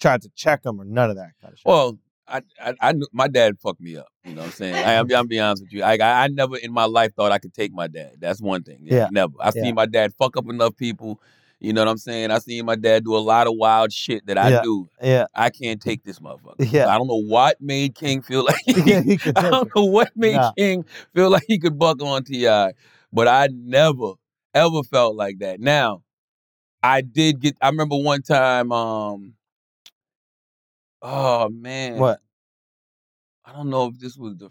S5: tried to check him or none of that kind of shit.
S4: Well, I, I I knew my dad fucked me up. You know what I'm saying? I, I'm, I'm be honest with you. I, I I never in my life thought I could take my dad. That's one thing.
S5: Yeah.
S4: Never. I
S5: Yeah.
S4: seen my dad fuck up enough people. You know what I'm saying? I seen my dad do a lot of wild shit that I
S5: Yeah.
S4: do. <laughs>
S5: yeah,
S4: I can't take this motherfucker.
S5: <laughs> Yeah.
S4: I don't know what made King feel <laughs> like
S5: <laughs> yeah, he could
S4: I
S5: take it.
S4: don't know what made
S5: Nah.
S4: King feel like he could buck on Ti, but I never ever felt like that. Now, I did get. I remember one time. um Oh man,
S5: What?
S4: I don't know if this was the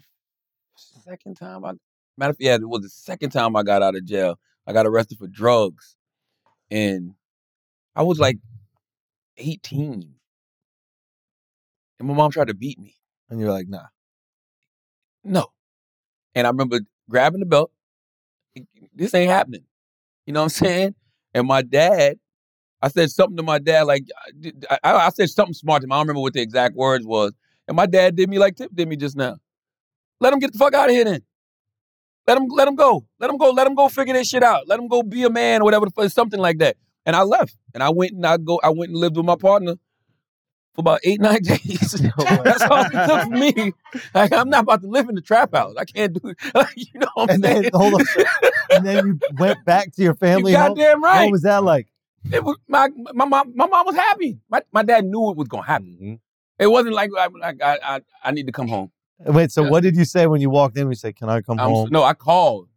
S4: second time I matter of yeah, it was the second time I got out of jail. I got arrested for drugs. And I was like 18. And my mom tried to beat me.
S5: And you're like, nah.
S4: No. And I remember grabbing the belt. This ain't happening. You know what I'm <laughs> saying? And my dad, I said something to my dad, like I, I I said something smart to him. I don't remember what the exact words was. And my dad did me like Tip did me just now. Let him get the fuck out of here then. Let him let him go. Let him go. Let him go figure this shit out. Let him go be a man or whatever the fuck, something like that. And I left. And I went and I go I went and lived with my partner for about eight, <laughs> nine days. That's all it took for me. Like I'm not about to live in the trap house. I can't do <laughs> like, <laughs> you know what I'm
S5: And
S4: saying?
S5: then hold on. and then you went back to your
S4: <laughs>
S5: family.
S4: You
S5: home?
S4: goddamn right.
S5: What was that like?
S4: It was, my my mom my mom was happy. My my dad knew it was gonna happen.
S5: Mm-hmm.
S4: It wasn't like I, like I I I need to come home.
S5: Wait, so what did you say when you walked in? We said, "Can I come
S4: I'm,
S5: home?"
S4: No, I called.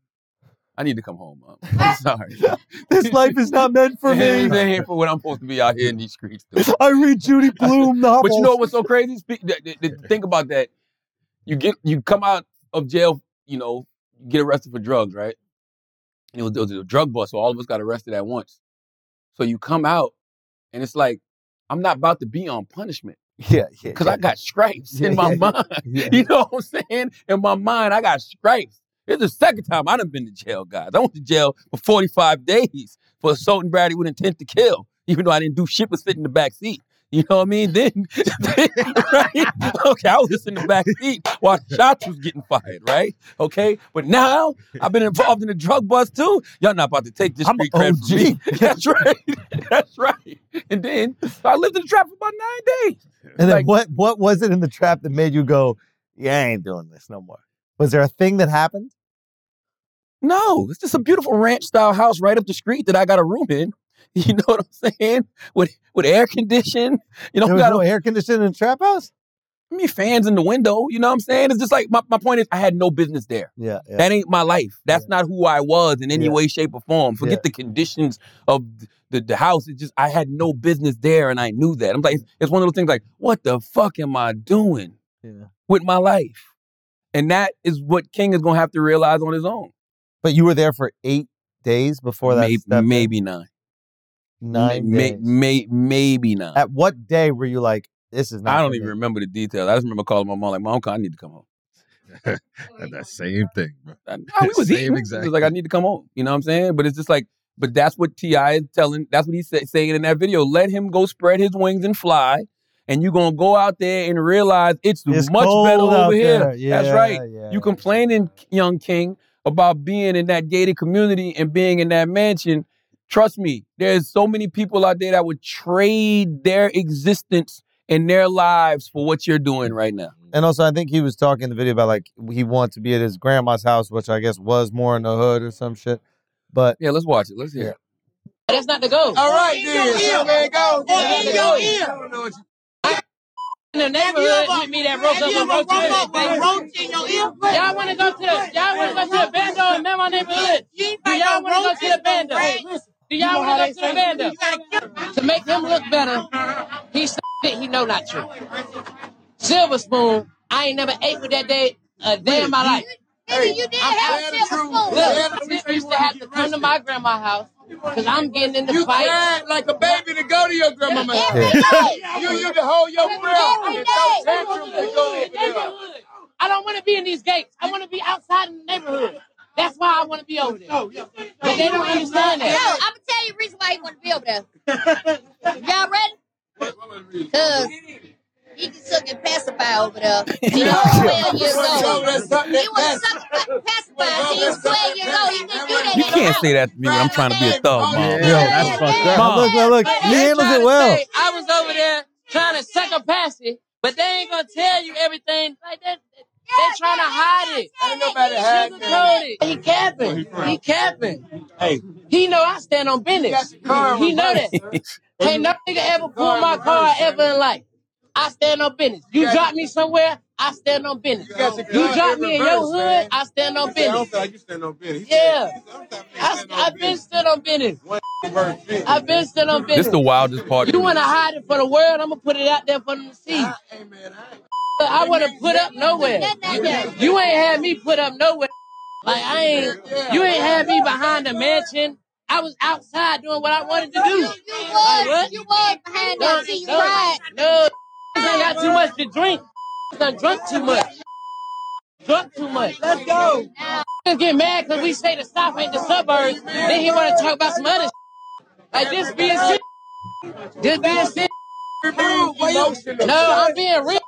S4: I need to come home. Mom.
S5: <laughs>
S4: I'm sorry. <laughs>
S5: this life is not meant for me.
S4: This ain't here for what I'm supposed to be out here in these streets. doing.
S5: I read Judy Bloom novels.
S4: But you know what's so crazy? Speak, th- th- th- think about that. You get you come out of jail, you know, get arrested for drugs, right? And it was, it was a drug bust, so all of us got arrested at once. So you come out, and it's like I'm not about to be on punishment.
S5: Yeah, yeah.
S4: Cause I got stripes in
S5: Yeah,
S4: my
S5: yeah,
S4: mind.
S5: yeah.
S4: You know what I'm saying? In my mind, I got stripes. It's the second time I done been to jail, guys. I went to jail for 45 days for assaulting Brady with intent to kill, even though I didn't do shit but sit in the back seat. You know what I mean? Then, <laughs> then, right? Okay, I was just in the back seat while shots was getting fired, right? Okay, but now I've been involved in a drug bust too. Y'all not about to take this street cred from me. <laughs> That's right. That's right. And then so I lived in the trap for about nine days.
S5: And then what? What was it in the trap that made you go, "Yeah, I ain't doing this no more"? Was there a thing that happened?
S4: No, it's just a beautiful ranch style house right up the street that I got a room in. <laughs> You know what I'm saying? With with air conditioning. You know,
S5: There
S4: we
S5: was
S4: got
S5: no
S4: a-
S5: air conditioning in the trap house.
S4: I mean, fans in the window. You know what I'm saying? It's just like my, my point is, I had no business there.
S5: Yeah, yeah.
S4: That ain't my life. That's not who I was in any
S5: Yeah.
S4: way, shape, or form. Forget
S5: Yeah.
S4: the conditions of th- the, the house. It just I had no business there, and I knew that. I'm like, it's, it's one of those things. Like, what the fuck am I doing
S5: Yeah.
S4: with my life? And that is what King is gonna have to realize on his own.
S5: But you were there for eight days before that.
S4: Maybe,
S5: step in?
S4: maybe nine.
S5: Nine
S4: May,
S5: days.
S4: may, maybe nine.
S5: At what day were you like, "This is not"?
S4: I don't
S5: for
S4: even
S5: me.
S4: remember the details. I just remember calling my mom like, "Mom, I need to come home."
S6: And that same thing, bro.
S4: <laughs> I, I- we was
S6: Same
S4: eating. It was
S6: exact
S4: like I need to come home. You know what I'm saying? But it's just like, but that's what Ti is telling. That's what he's sa- saying in that video. Let him go spread his wings and fly, and you're gonna go out there and realize it's,
S5: It's
S4: much better
S5: cold out
S4: over here.
S5: there.
S4: that's
S5: Yeah,
S4: right.
S5: yeah,
S4: you complaining, young king, about being in that gated community and being in that mansion. Trust me, there's so many people out there that would trade their existence and their lives for what you're doing right now.
S5: And also, I think he was talking in the video about like he wants to be at his grandma's house, which I guess was more in the hood or some shit. But
S4: yeah, let's watch it. Let's hear.
S7: That's not the goal. All right, then. Ear, man, go. in your ear. In the neighborhood with me that broke up with roach in your ear. Y'all want to go to the y'all want to go to the bando and man my neighborhood. Do y'all want to go to the bando? Do y'all want to go to the bando? To make him look better, he said it, he know not true. Silver spoon. I ain't never ate with that day a day in my life.
S13: Nigga, you did have
S7: out.
S13: silver spoon.
S7: Look, I used to have to come to my grandma's house because I'm getting in the
S13: You
S7: fight.
S13: cried
S7: like a baby to go to your grandma's
S13: house. Every day.
S7: you used to hold your
S13: Every
S7: breath.
S13: day.
S7: and throw tantrums and go in the neighborhood. I don't want to be in these gates. I want to be outside in the neighborhood. That's why I want to be over there. But they don't understand
S13: Yo,
S7: that.
S13: I'm gonna tell you the reason why he want to be over there. Y'all ready? Cause he can suck and pacify over there.
S7: <laughs>
S13: He was 12 years old. He was sucking pacify. He was 12 years old. He didn't do that.
S4: You can't say that to me when I'm trying to be a thug, mom.
S5: Yo, that's fucked up.
S4: Mom.
S5: Look, look, look.
S7: But
S5: He
S7: they
S5: handles
S7: tryna
S5: it well.
S7: say I was over there trying to suck a passy, but they ain't gonna tell you everything. Like that, they trying to hide it. Ain't nobody hiding it. He capping. He capping. Hey, he know I stand on business. He know <laughs> that. Ain't no nigga ever pull my car ever in life. I stand on business. You drop me somewhere, I stand on business. You drop me in your hood, I stand on business. Yeah, I, I've been stood on business. I've been stood on business.
S4: This the wildest part. to
S7: You
S4: me.
S7: want to hide it for the world? I'm gonna put it out there for them to see. I wouldn't put up nowhere. You ain't had me put up nowhere. Like I ain't. You ain't had me behind the mansion. I was outside doing what I wanted to do. Like what?
S13: You was behind
S7: No,
S13: that you
S7: no,
S13: cried.
S7: no. I got too much to drink. I drunk too much. Drunk too much. Let's go. Just get mad because we say the South ain't the suburbs. Then he want to talk about some other. shit. Like this being shit. This being shit. No, I'm being real.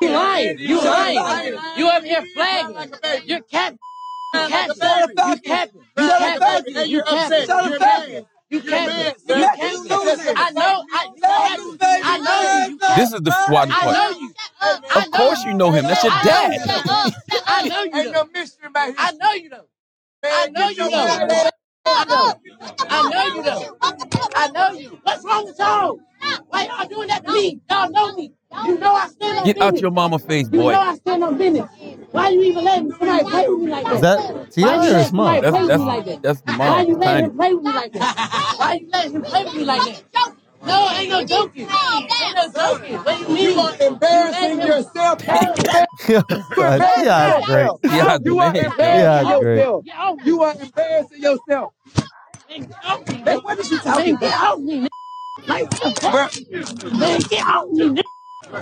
S7: You lying. You lying. You up here flagging. You're cat. You cat. You cat. You cat. You cat. You cat. You cat. You cat. I know. I I know you.
S4: This is the squad
S7: I
S4: part.
S7: know you.
S4: Of course you know him. That's your dad.
S7: <laughs> I know you. Ain't no mystery about his. I know you though. I know you though. I know. I know you though. I know you. What's wrong with y'all? Why y'all doing that to me? Y'all know me. You know I stand on
S4: Get out
S7: business.
S4: your mama face,
S7: You
S4: boy.
S7: know I stand on business. Why you even letting somebody play with me like that?
S4: Is that T.I.
S7: Why you
S4: or
S7: letting
S4: his mom?
S7: somebody
S5: <laughs>
S4: That's-
S7: play
S4: that's-
S7: with me like that?
S4: that's the mom,
S7: Why you letting
S4: Tiny.
S7: him play with me like that? Why you letting him play with me like that? <laughs> No, ain't no joking. Ain't no joking. What do you mean? You are embarrassing yourself.
S5: Yo, son, T.I. is great.
S4: T.I. 's the
S7: You are
S4: man,
S5: T.I.
S7: embarrassing
S5: is great.
S7: yourself. You are embarrassing yourself. Man, what is she talking about? Get off me, nigga. Like, what the fuck? Man, get off me, nigga.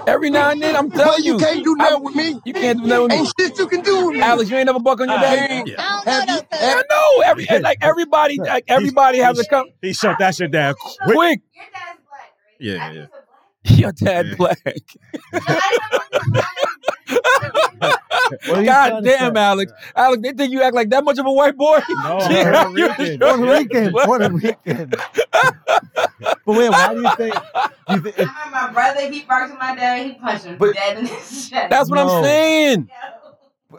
S4: Every now and then, I'm
S12: Boy,
S4: telling
S12: you
S4: you.
S12: can't do
S4: I,
S12: nothing with me.
S4: you can't do that with me.
S12: Ain't shit you can do with me.
S4: Alex, you ain't never buck on your daddy?
S12: Man,
S13: I don't know though,
S4: I know. Every, like, everybody like, everybody has a come.
S6: <laughs> He shut that shit down quick.
S4: Quick. <laughs>
S6: Yeah, yeah.
S4: Your dad black.
S8: <laughs>
S5: What are you
S4: God
S5: trying to
S4: damn,
S5: say?
S4: Alex. Alex, they think you act like that much of a white boy?
S8: <laughs>
S5: No,
S4: She
S5: Puerto
S4: out here showing
S5: Rican. Puerto
S4: you
S5: Rican.
S4: black.
S5: Puerto Rican. But wait, why do you think? You thi-
S8: I remember my brother, he barked at my dad, he punched him
S5: But-
S8: dead in his <laughs> chest.
S4: That's what I'm
S5: No.
S4: saying.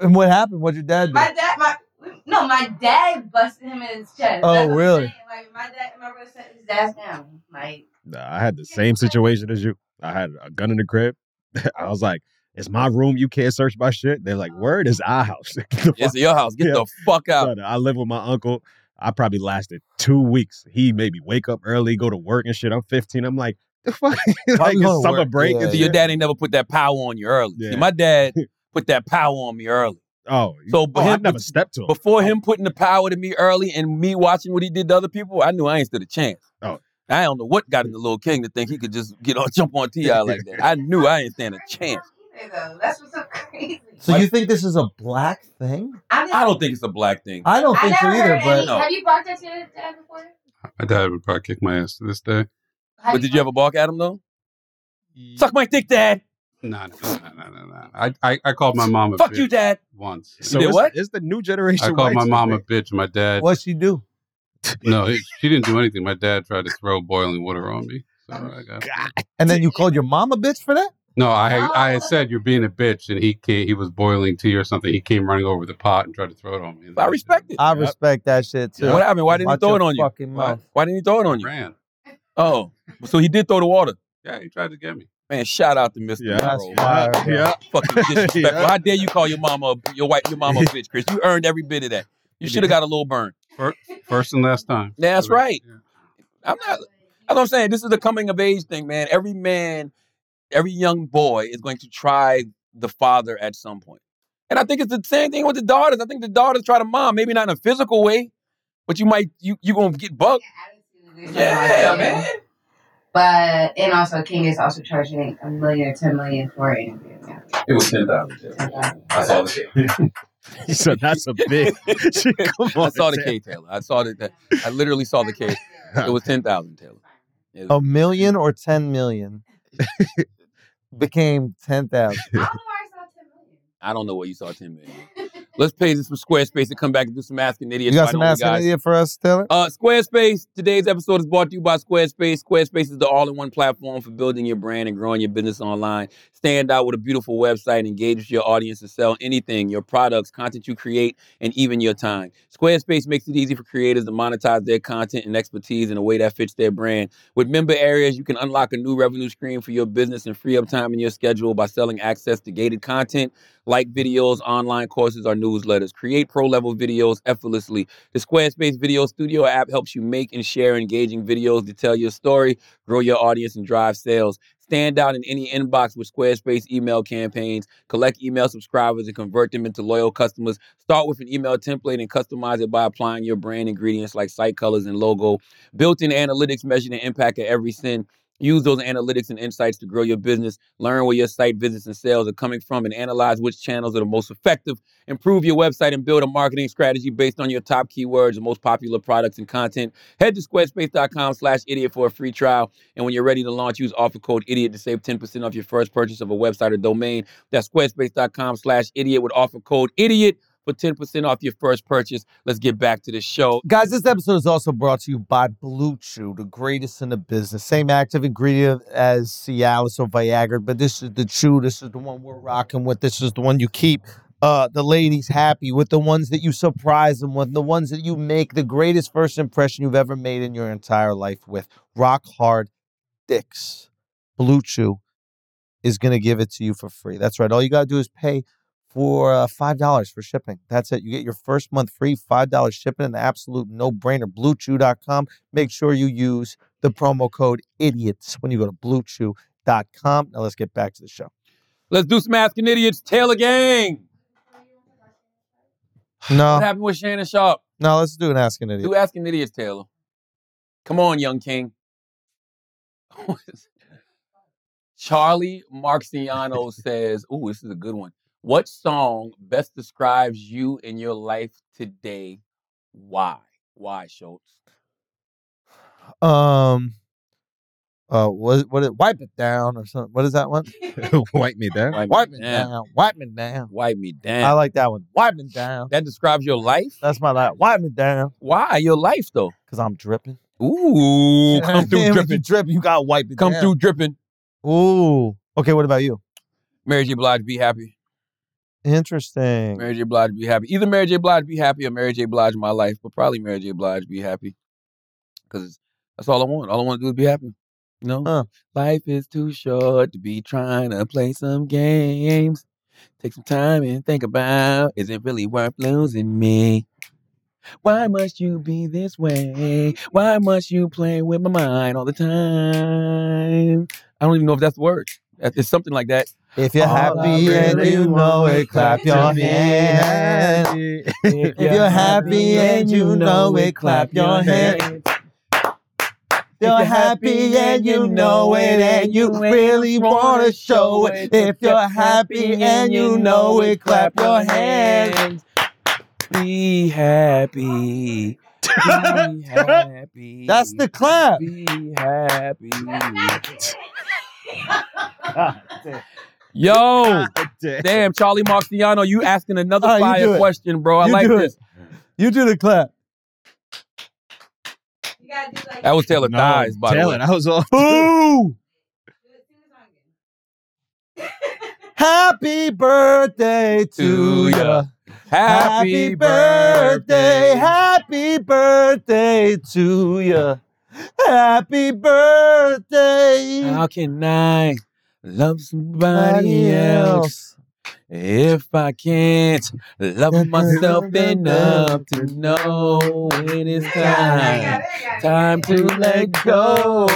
S5: and what happened? What'd your dad do?
S8: My dad, my no, my dad busted him in his chest.
S5: Oh,
S8: That's what I'm
S5: really?
S8: saying. Like my dad, my brother set his ass down. Like
S6: Nah, I had the same situation as you. I had a gun in the crib. <laughs> I was like, "It's my room. You can't search my shit." They're like, "Word is our house." <laughs> Get the
S4: Uh-huh. It's
S6: fuck-
S4: your house. Get
S6: yeah.
S4: the fuck out.
S6: Son, I live with my uncle. I probably lasted two weeks. He made me wake up early, go to work and shit. I'm 15. I'm like, the fuck, <laughs>
S5: Why
S6: like
S5: we going
S6: it's
S5: to
S6: summer
S5: work?
S6: break
S5: Yeah,
S6: and
S4: See, your
S6: shit.
S4: dad ain't never put that power on you early. See,
S6: Yeah.
S4: my
S6: <laughs>
S4: dad put that power on me early.
S6: Oh, you-
S4: So but
S6: oh, I
S4: him
S6: never Oh. stepped to him.
S4: before
S6: I-
S4: him putting the power to me early and me watching what he did to other people, I knew I ain't stood a chance.
S6: oh,
S4: I don't know what
S6: <laughs>
S4: got in the little king to think he could just get on <laughs> jump on Ti like that. I knew I ain't stand a chance.
S8: either though, that's what's so <laughs> crazy.
S5: So you think this is a black thing?
S8: I mean,
S4: I don't think it's a black thing.
S5: I don't
S8: I
S5: think so
S8: never
S5: either.
S8: heard
S5: But
S8: any.
S4: No.
S8: Have you barked at your dad before?
S9: My dad would probably kick my ass to this day.
S4: But
S8: Have you
S4: did you ever balk at him though? Suck my dick, Dad.
S9: No, no, no, no, no, no. I, I, I called my
S6: Oh,
S9: mom a
S4: Fuck
S9: bitch
S4: you, Dad.
S9: once.
S4: You
S6: so
S4: did
S6: it's,
S4: what?
S6: it's the new
S9: I
S6: generation
S9: called my
S6: whites.
S9: mom a
S6: <laughs>
S9: bitch. My dad,
S5: what she do?
S9: no, he, she didn't do anything. My dad tried to throw boiling water on me. So I got,
S5: And then you called your mom a bitch for that?
S9: no, I, I had said you're being a bitch, and he came, he was boiling tea or something. He came running over the pot and tried to throw it on me. And
S4: I
S9: then I
S4: respect it.
S5: I
S9: Yep.
S5: respect that shit too.
S4: What happened? Why didn't he
S5: Watch
S4: throw
S5: your
S4: it on you?
S5: fucking
S9: what?
S5: mouth.
S4: Why didn't he throw it on
S9: I
S4: you?
S9: ran.
S4: Oh, so he did throw the water.
S9: Yeah, he tried to get me.
S4: Man, shout out to Mr.
S6: Yeah,
S5: That's
S4: Morrow, man.
S6: yeah,
S5: fire, bro.
S6: yeah,
S4: Fucking disrespectful.
S6: yeah.
S4: How dare you call your mama a- your wife your mama a bitch, Chris? You earned every bit of that. You should have got a little burn.
S9: First, first and last <laughs> time.
S4: That's right.
S9: Yeah.
S4: I'm not. That's what I'm saying. This is the coming of age thing, man. Every man, every young boy is going to try the father at some point. And I think it's the same thing with the daughters. I think the daughters try the mom, maybe not in a physical way, but you might you you gonna get bucked.
S8: Attitude.
S4: Yeah, man.
S8: But and also King is also charging a million or ten million for an interview. now.
S4: It was ten thousand. I saw the shit.
S6: He said that's a
S4: <laughs>
S6: big. <laughs> Come
S4: I
S6: on,
S4: saw
S6: <laughs>
S4: the
S6: Tim.
S4: K, Taylor. I saw the, the I literally saw the K. It was ten thousand, Taylor. It was-
S5: A million or 10 million became 10,000.
S8: I don't know why it's not ten million.
S4: I don't know what you saw ten million. Let's pay this for Squarespace and come back and do some asking
S5: You
S4: idiots.
S5: got
S4: Find
S5: some
S4: only
S5: ass in
S4: guys.
S5: India for us, Taylor?
S4: Uh, Squarespace. Today's episode is brought to you by Squarespace. Squarespace is the all-in-one platform for building your brand and growing your business online. Stand out with a beautiful website, engage with your audience, and sell anything: your products, content you create, and even your time. Squarespace makes it easy for creators to monetize their content and expertise in a way that fits their brand. With member areas, you can unlock a new revenue stream for your business and free up time in your schedule by selling access to gated content like videos, online courses, or newsletters. Create pro level videos effortlessly. The Squarespace Video Studio app helps you make and share engaging videos to tell your story, grow your audience, and drive sales. Stand out in any inbox with Squarespace email campaigns. Collect email subscribers and convert them into loyal customers. Start with an email template and customize it by applying your brand ingredients like site colors and logo. Built in analytics measure the impact of every send. Use those analytics and insights to grow your business. Learn where your site visits and sales are coming from and analyze which channels are the most effective. Improve your website and build a marketing strategy based on your top keywords and most popular products and content. Head to squarespace.com slash idiot for a free trial. And when you're ready to launch, use offer code idiot to save 10% off your first purchase of a website or domain. That's squarespace.com slash idiot with offer code idiot for 10% off your first purchase. Let's get back to the show.
S5: Guys, this episode is also brought to you by Blue Chew, the greatest in the business. Same active ingredient as Cialis or Viagra, but this is the chew. This is the one we're rocking with. This is the one you keep uh, the ladies happy with, the ones that you surprise them with, the ones that you make the greatest first impression you've ever made in your entire life with. Rock hard dicks. Blue Chew is going to give it to you for free. That's right. All you got to do is pay for uh, $5 for shipping. That's it. You get your first month free, $5 shipping, an absolute no brainer. BlueChew.com. Make sure you use the promo code IDIOTS when you go to BlueChew.com. Now let's get back to
S4: <sighs>
S5: the show.
S4: Let's do some Asking Idiots Taylor Gang. What
S5: No,
S4: happened with Shannon Sharp?
S5: no, let's do an Ask an Idiot.
S4: Do Asking Idiots Taylor. Come on, young king. <laughs> Charlie Marciano says, Ooh, this is a good one. What song best describes you in your life today? Why? Why, Schultz?
S5: Um, uh, was what? It, wipe it down or something. What is that one?
S8: <laughs>
S4: <laughs>
S6: Wipe me down.
S4: Wipe,
S5: me down. Wipe me down.
S4: Wipe me down.
S5: I like Uh. that one. Wipe me down.
S4: That describes your life.
S5: That's my life. Wipe me down.
S4: Why your life though?
S5: Cause I'm dripping.
S4: Ooh,
S5: <laughs>
S4: come through
S5: When You
S4: dripping.
S5: drip. You got to wipe it.
S4: Come
S5: down.
S4: through dripping.
S5: Ooh. Okay. What about you?
S4: Mary J. Blige, be happy.
S5: Interesting.
S4: Mary J. Blige, be happy. Either Mary J. Blige, be happy, or Mary J. Blige, my life. But probably Mary J. Blige, be happy. Cause that's all I want. All I want to do is be happy. You know, life is too short to be trying to play some games. Take some time and think about: Is it really worth losing me? Why must you be this way? Why must you play with my mind all the time? I don't even know if that's the word. That- It's something like that.
S5: If you're
S4: All I
S5: happy and
S4: really
S5: you know
S4: want
S5: it,
S4: is
S5: clap your hands. If you're happy and you know it, clap your hands. You're happy and you know it, and you really want to show it. If you're happy and you know it, clap your hands.
S4: Be happy.
S5: <laughs>
S4: Be happy.
S5: That's the clap.
S4: Be happy. Yo,
S5: damn.
S4: Charlie Marciano, you asking another
S5: All right, you do
S4: fire
S5: it.
S4: question, bro. I
S5: You
S4: like
S5: do
S4: this.
S5: You do the clap.
S4: That was Taylor
S6: No,
S4: Thighs, by
S6: Taylor,
S4: the way.
S6: that was all.
S5: Boo! Happy birthday to ya. Happy birthday, happy birthday to ya. Happy birthday.
S4: How can I love somebody
S5: Somebody
S4: else
S5: else.
S4: if I can't love myself
S5: dun,
S4: enough to know when it's time? Time to let go.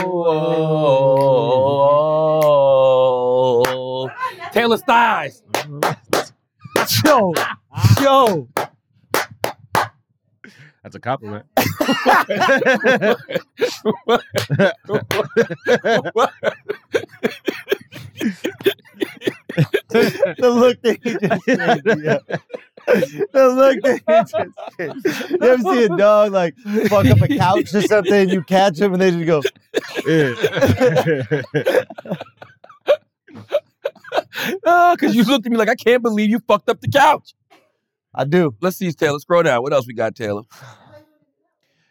S8: Oh,
S4: Taylor Styles.
S5: Yo, yo.
S6: That's a compliment.
S5: the look that he just gave me. yo. <laughs> The look that he just gave. You ever see a dog like fuck up a couch or something? and You catch him and they just go.
S4: <laughs>
S6: <laughs>
S4: Because Ah, you looked at me like, I can't believe you fucked up the couch.
S5: I do.
S4: Let's see, Taylor. Scroll down. What else we got, Taylor?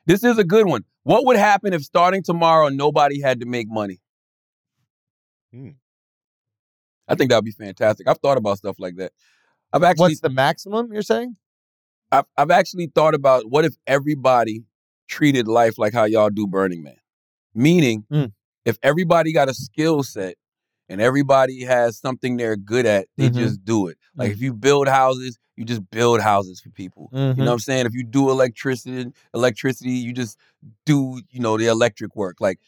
S4: This is a good one. What would happen if starting tomorrow nobody had to make money?
S6: Hmm.
S4: I think that would be fantastic. I've thought about stuff like that. I've actually
S5: What's the maximum you're saying?
S4: I've, I've actually thought about what if everybody treated life like how y'all do Burning Man? Meaning, if everybody got a skill set and everybody has something they're good at. They
S5: Mhm.
S4: just do it. Like
S5: Mhm.
S4: if you build houses, you just build houses for people. You
S5: Mhm.
S4: know what I'm saying? If you do electricity, electricity, you just do you know the electric work. Like,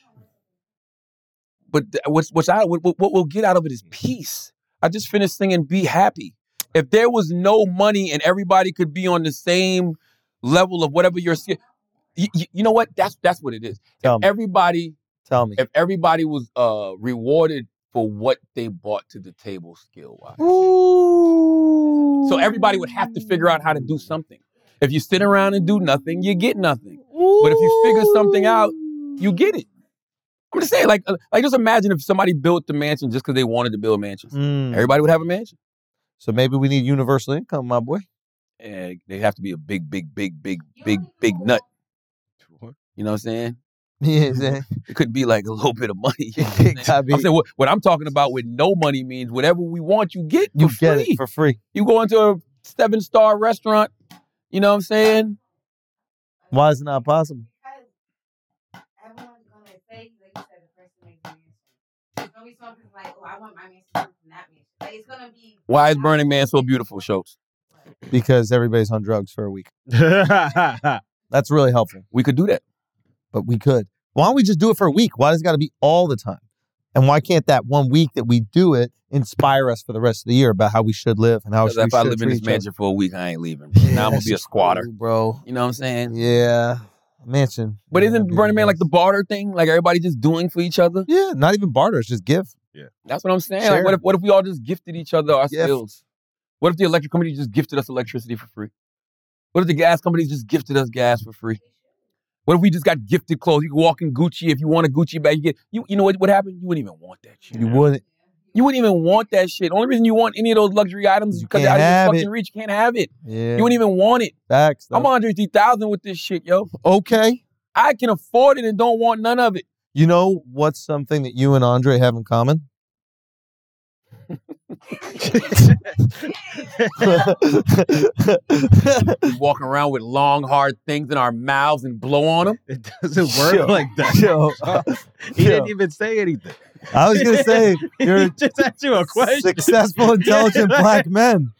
S4: but th- what's what's out what, what we'll get out of it is peace. I just finished singing "Be Happy." If there was no money and everybody could be on the same level of whatever your skill, you, you know what? That's that's what it is.
S5: Tell
S4: if
S5: me.
S4: everybody
S5: Tell me.
S4: if everybody was uh rewarded for what they brought to the table skill wise. So everybody would have to figure out how to do something. If you sit around and do nothing, you get nothing. But if you figure something out, you get it. I'm just saying, like, uh, like just imagine if somebody built the mansion just because they wanted to build mansions. Everybody would have a mansion.
S5: Mm. So maybe we need universal income, my boy. <laughs>
S4: And they have to be a big, big, big, big, big, big nut. You know what I'm saying?
S5: Yeah,
S4: <laughs>
S5: yeah.
S4: It could be like a little bit <laughs> of money. you know what I'm
S5: <laughs>
S4: saying? I'm saying what, what I'm talking about with no money means whatever we want, you get for you free. get it
S5: for free.
S4: You go into a seven star restaurant. You know what I'm saying?
S5: Why is it not possible?
S7: "Oh,
S4: Why is Burning Man so
S7: <laughs>
S4: beautiful, Schultz?
S5: Because everybody's on drugs for a week. That's really helpful.
S4: We could do that.
S5: But we could. Why don't we just do it for a week? Why does it got to be all the time? And why can't that one week that we do it inspire us for the rest of the year about how we should live and how we
S4: Because if
S5: should
S4: I live
S5: treat
S4: in this
S5: each other?
S4: mansion for a week, I ain't leaving. bro. now I'm gonna
S5: that's
S4: be a squatter,
S5: bro.
S4: You know what I'm saying?
S5: Yeah, mansion.
S4: But isn't Burning Man like the barter thing? Like everybody just doing for each other?
S5: Yeah, not even barter. It's just give.
S6: Yeah.
S4: That's what I'm saying. Like,
S5: Share.
S4: what if what if we all just gifted each other our
S5: Gift.
S4: skills? What if the electric company just gifted us electricity for free? What if the gas company just gifted us gas for free? What if we just got gifted clothes? You can walk in Gucci if you want a Gucci bag. You get you you know what what happened? You wouldn't even want that shit.
S5: You wouldn't.
S4: You wouldn't even want that shit. Only reason you want any of those luxury items is because
S5: can't
S4: they're out of your
S5: have it.
S4: fucking reach. You can't have it.
S5: Yeah.
S4: You wouldn't even want it.
S5: Facts.
S4: I'm Andre 3000 with this shit, yo.
S5: Okay.
S4: I can afford it and don't want none of it.
S5: You know what's something that you and Andre have
S4: <laughs>
S5: in common? <laughs>
S4: we walk around with long, hard things in our mouths and blow on them.
S6: It doesn't work Yo, like
S4: <laughs>
S6: that. <laughs> yo, he didn't even say anything.
S5: uh, I was
S4: <laughs>
S5: gonna say
S6: he
S5: you're
S6: just asked you a question.
S5: successful, intelligent black men.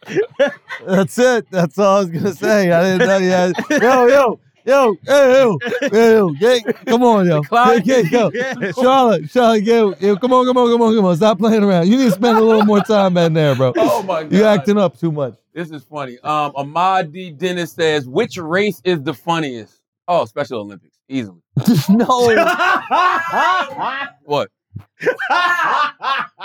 S5: That's it. That's all I was gonna say. I didn't know you had.
S4: <laughs>
S5: Yo, yo, yo, hey, yo, hey, yo, hey, come on, yo,
S6: Clyde.
S5: Hey, hey, yo, Charlotte, Charlotte, yo, yo, come on, come on, come on, come on. Stop playing around. You need to spend a little more time in there, bro.
S4: Oh, my
S5: you
S4: God.
S5: acting up too
S4: <laughs>
S5: much.
S4: This is funny. Um, Ahmad D. Dennis says, which race is the funniest? Oh, Special Olympics, easily.
S5: no. <laughs>
S4: What?
S7: <laughs>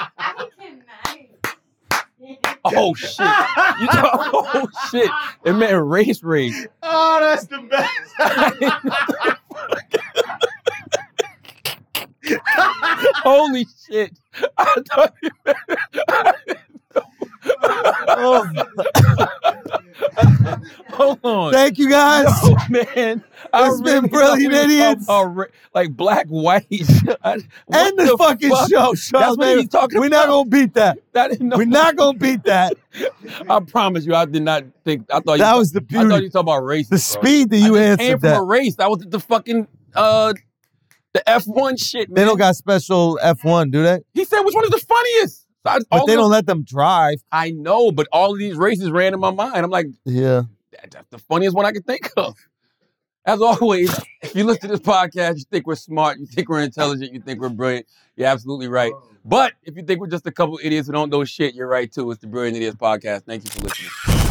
S4: Oh shit! You talk- <laughs> oh shit! It meant race race.
S6: Oh, that's the
S4: <laughs>
S6: best.
S4: Holy shit! I thought you meant. Hold on.
S5: Thank you guys.
S4: No, man. I
S5: It's been
S4: really
S5: Brilliant
S4: thought we were
S5: Idiots.
S4: talking about ra- like black, white. <laughs> and
S5: End the, fucking show, Charles.
S4: That's what
S5: man.
S4: he's talking
S5: We're
S4: about.
S5: not gonna beat that.
S4: I didn't know.
S5: We're not gonna beat that.
S4: I promise you, I did not think. I thought Oh, you
S5: That was the
S4: I thought
S5: beauty.
S4: you talking about race.
S5: The speed that you answered
S4: came from
S5: that.
S4: a race. I was at the fucking uh, the F one shit, man.
S5: They don't got special F1, do they?
S4: He said which one is the funniest. So I,
S5: But
S4: all
S5: they
S4: those-
S5: don't let them drive.
S4: I know, but all of these races ran in my mind. I'm like,
S5: Yeah.
S4: that, that's the funniest one I can think of. As always, <laughs> if you listen to this podcast, you think we're smart, you think we're intelligent, you think we're brilliant. You're absolutely right. But if you think we're just a couple idiots who don't know shit, you're right too. It's the Brilliant Idiots Podcast. Thank you for listening.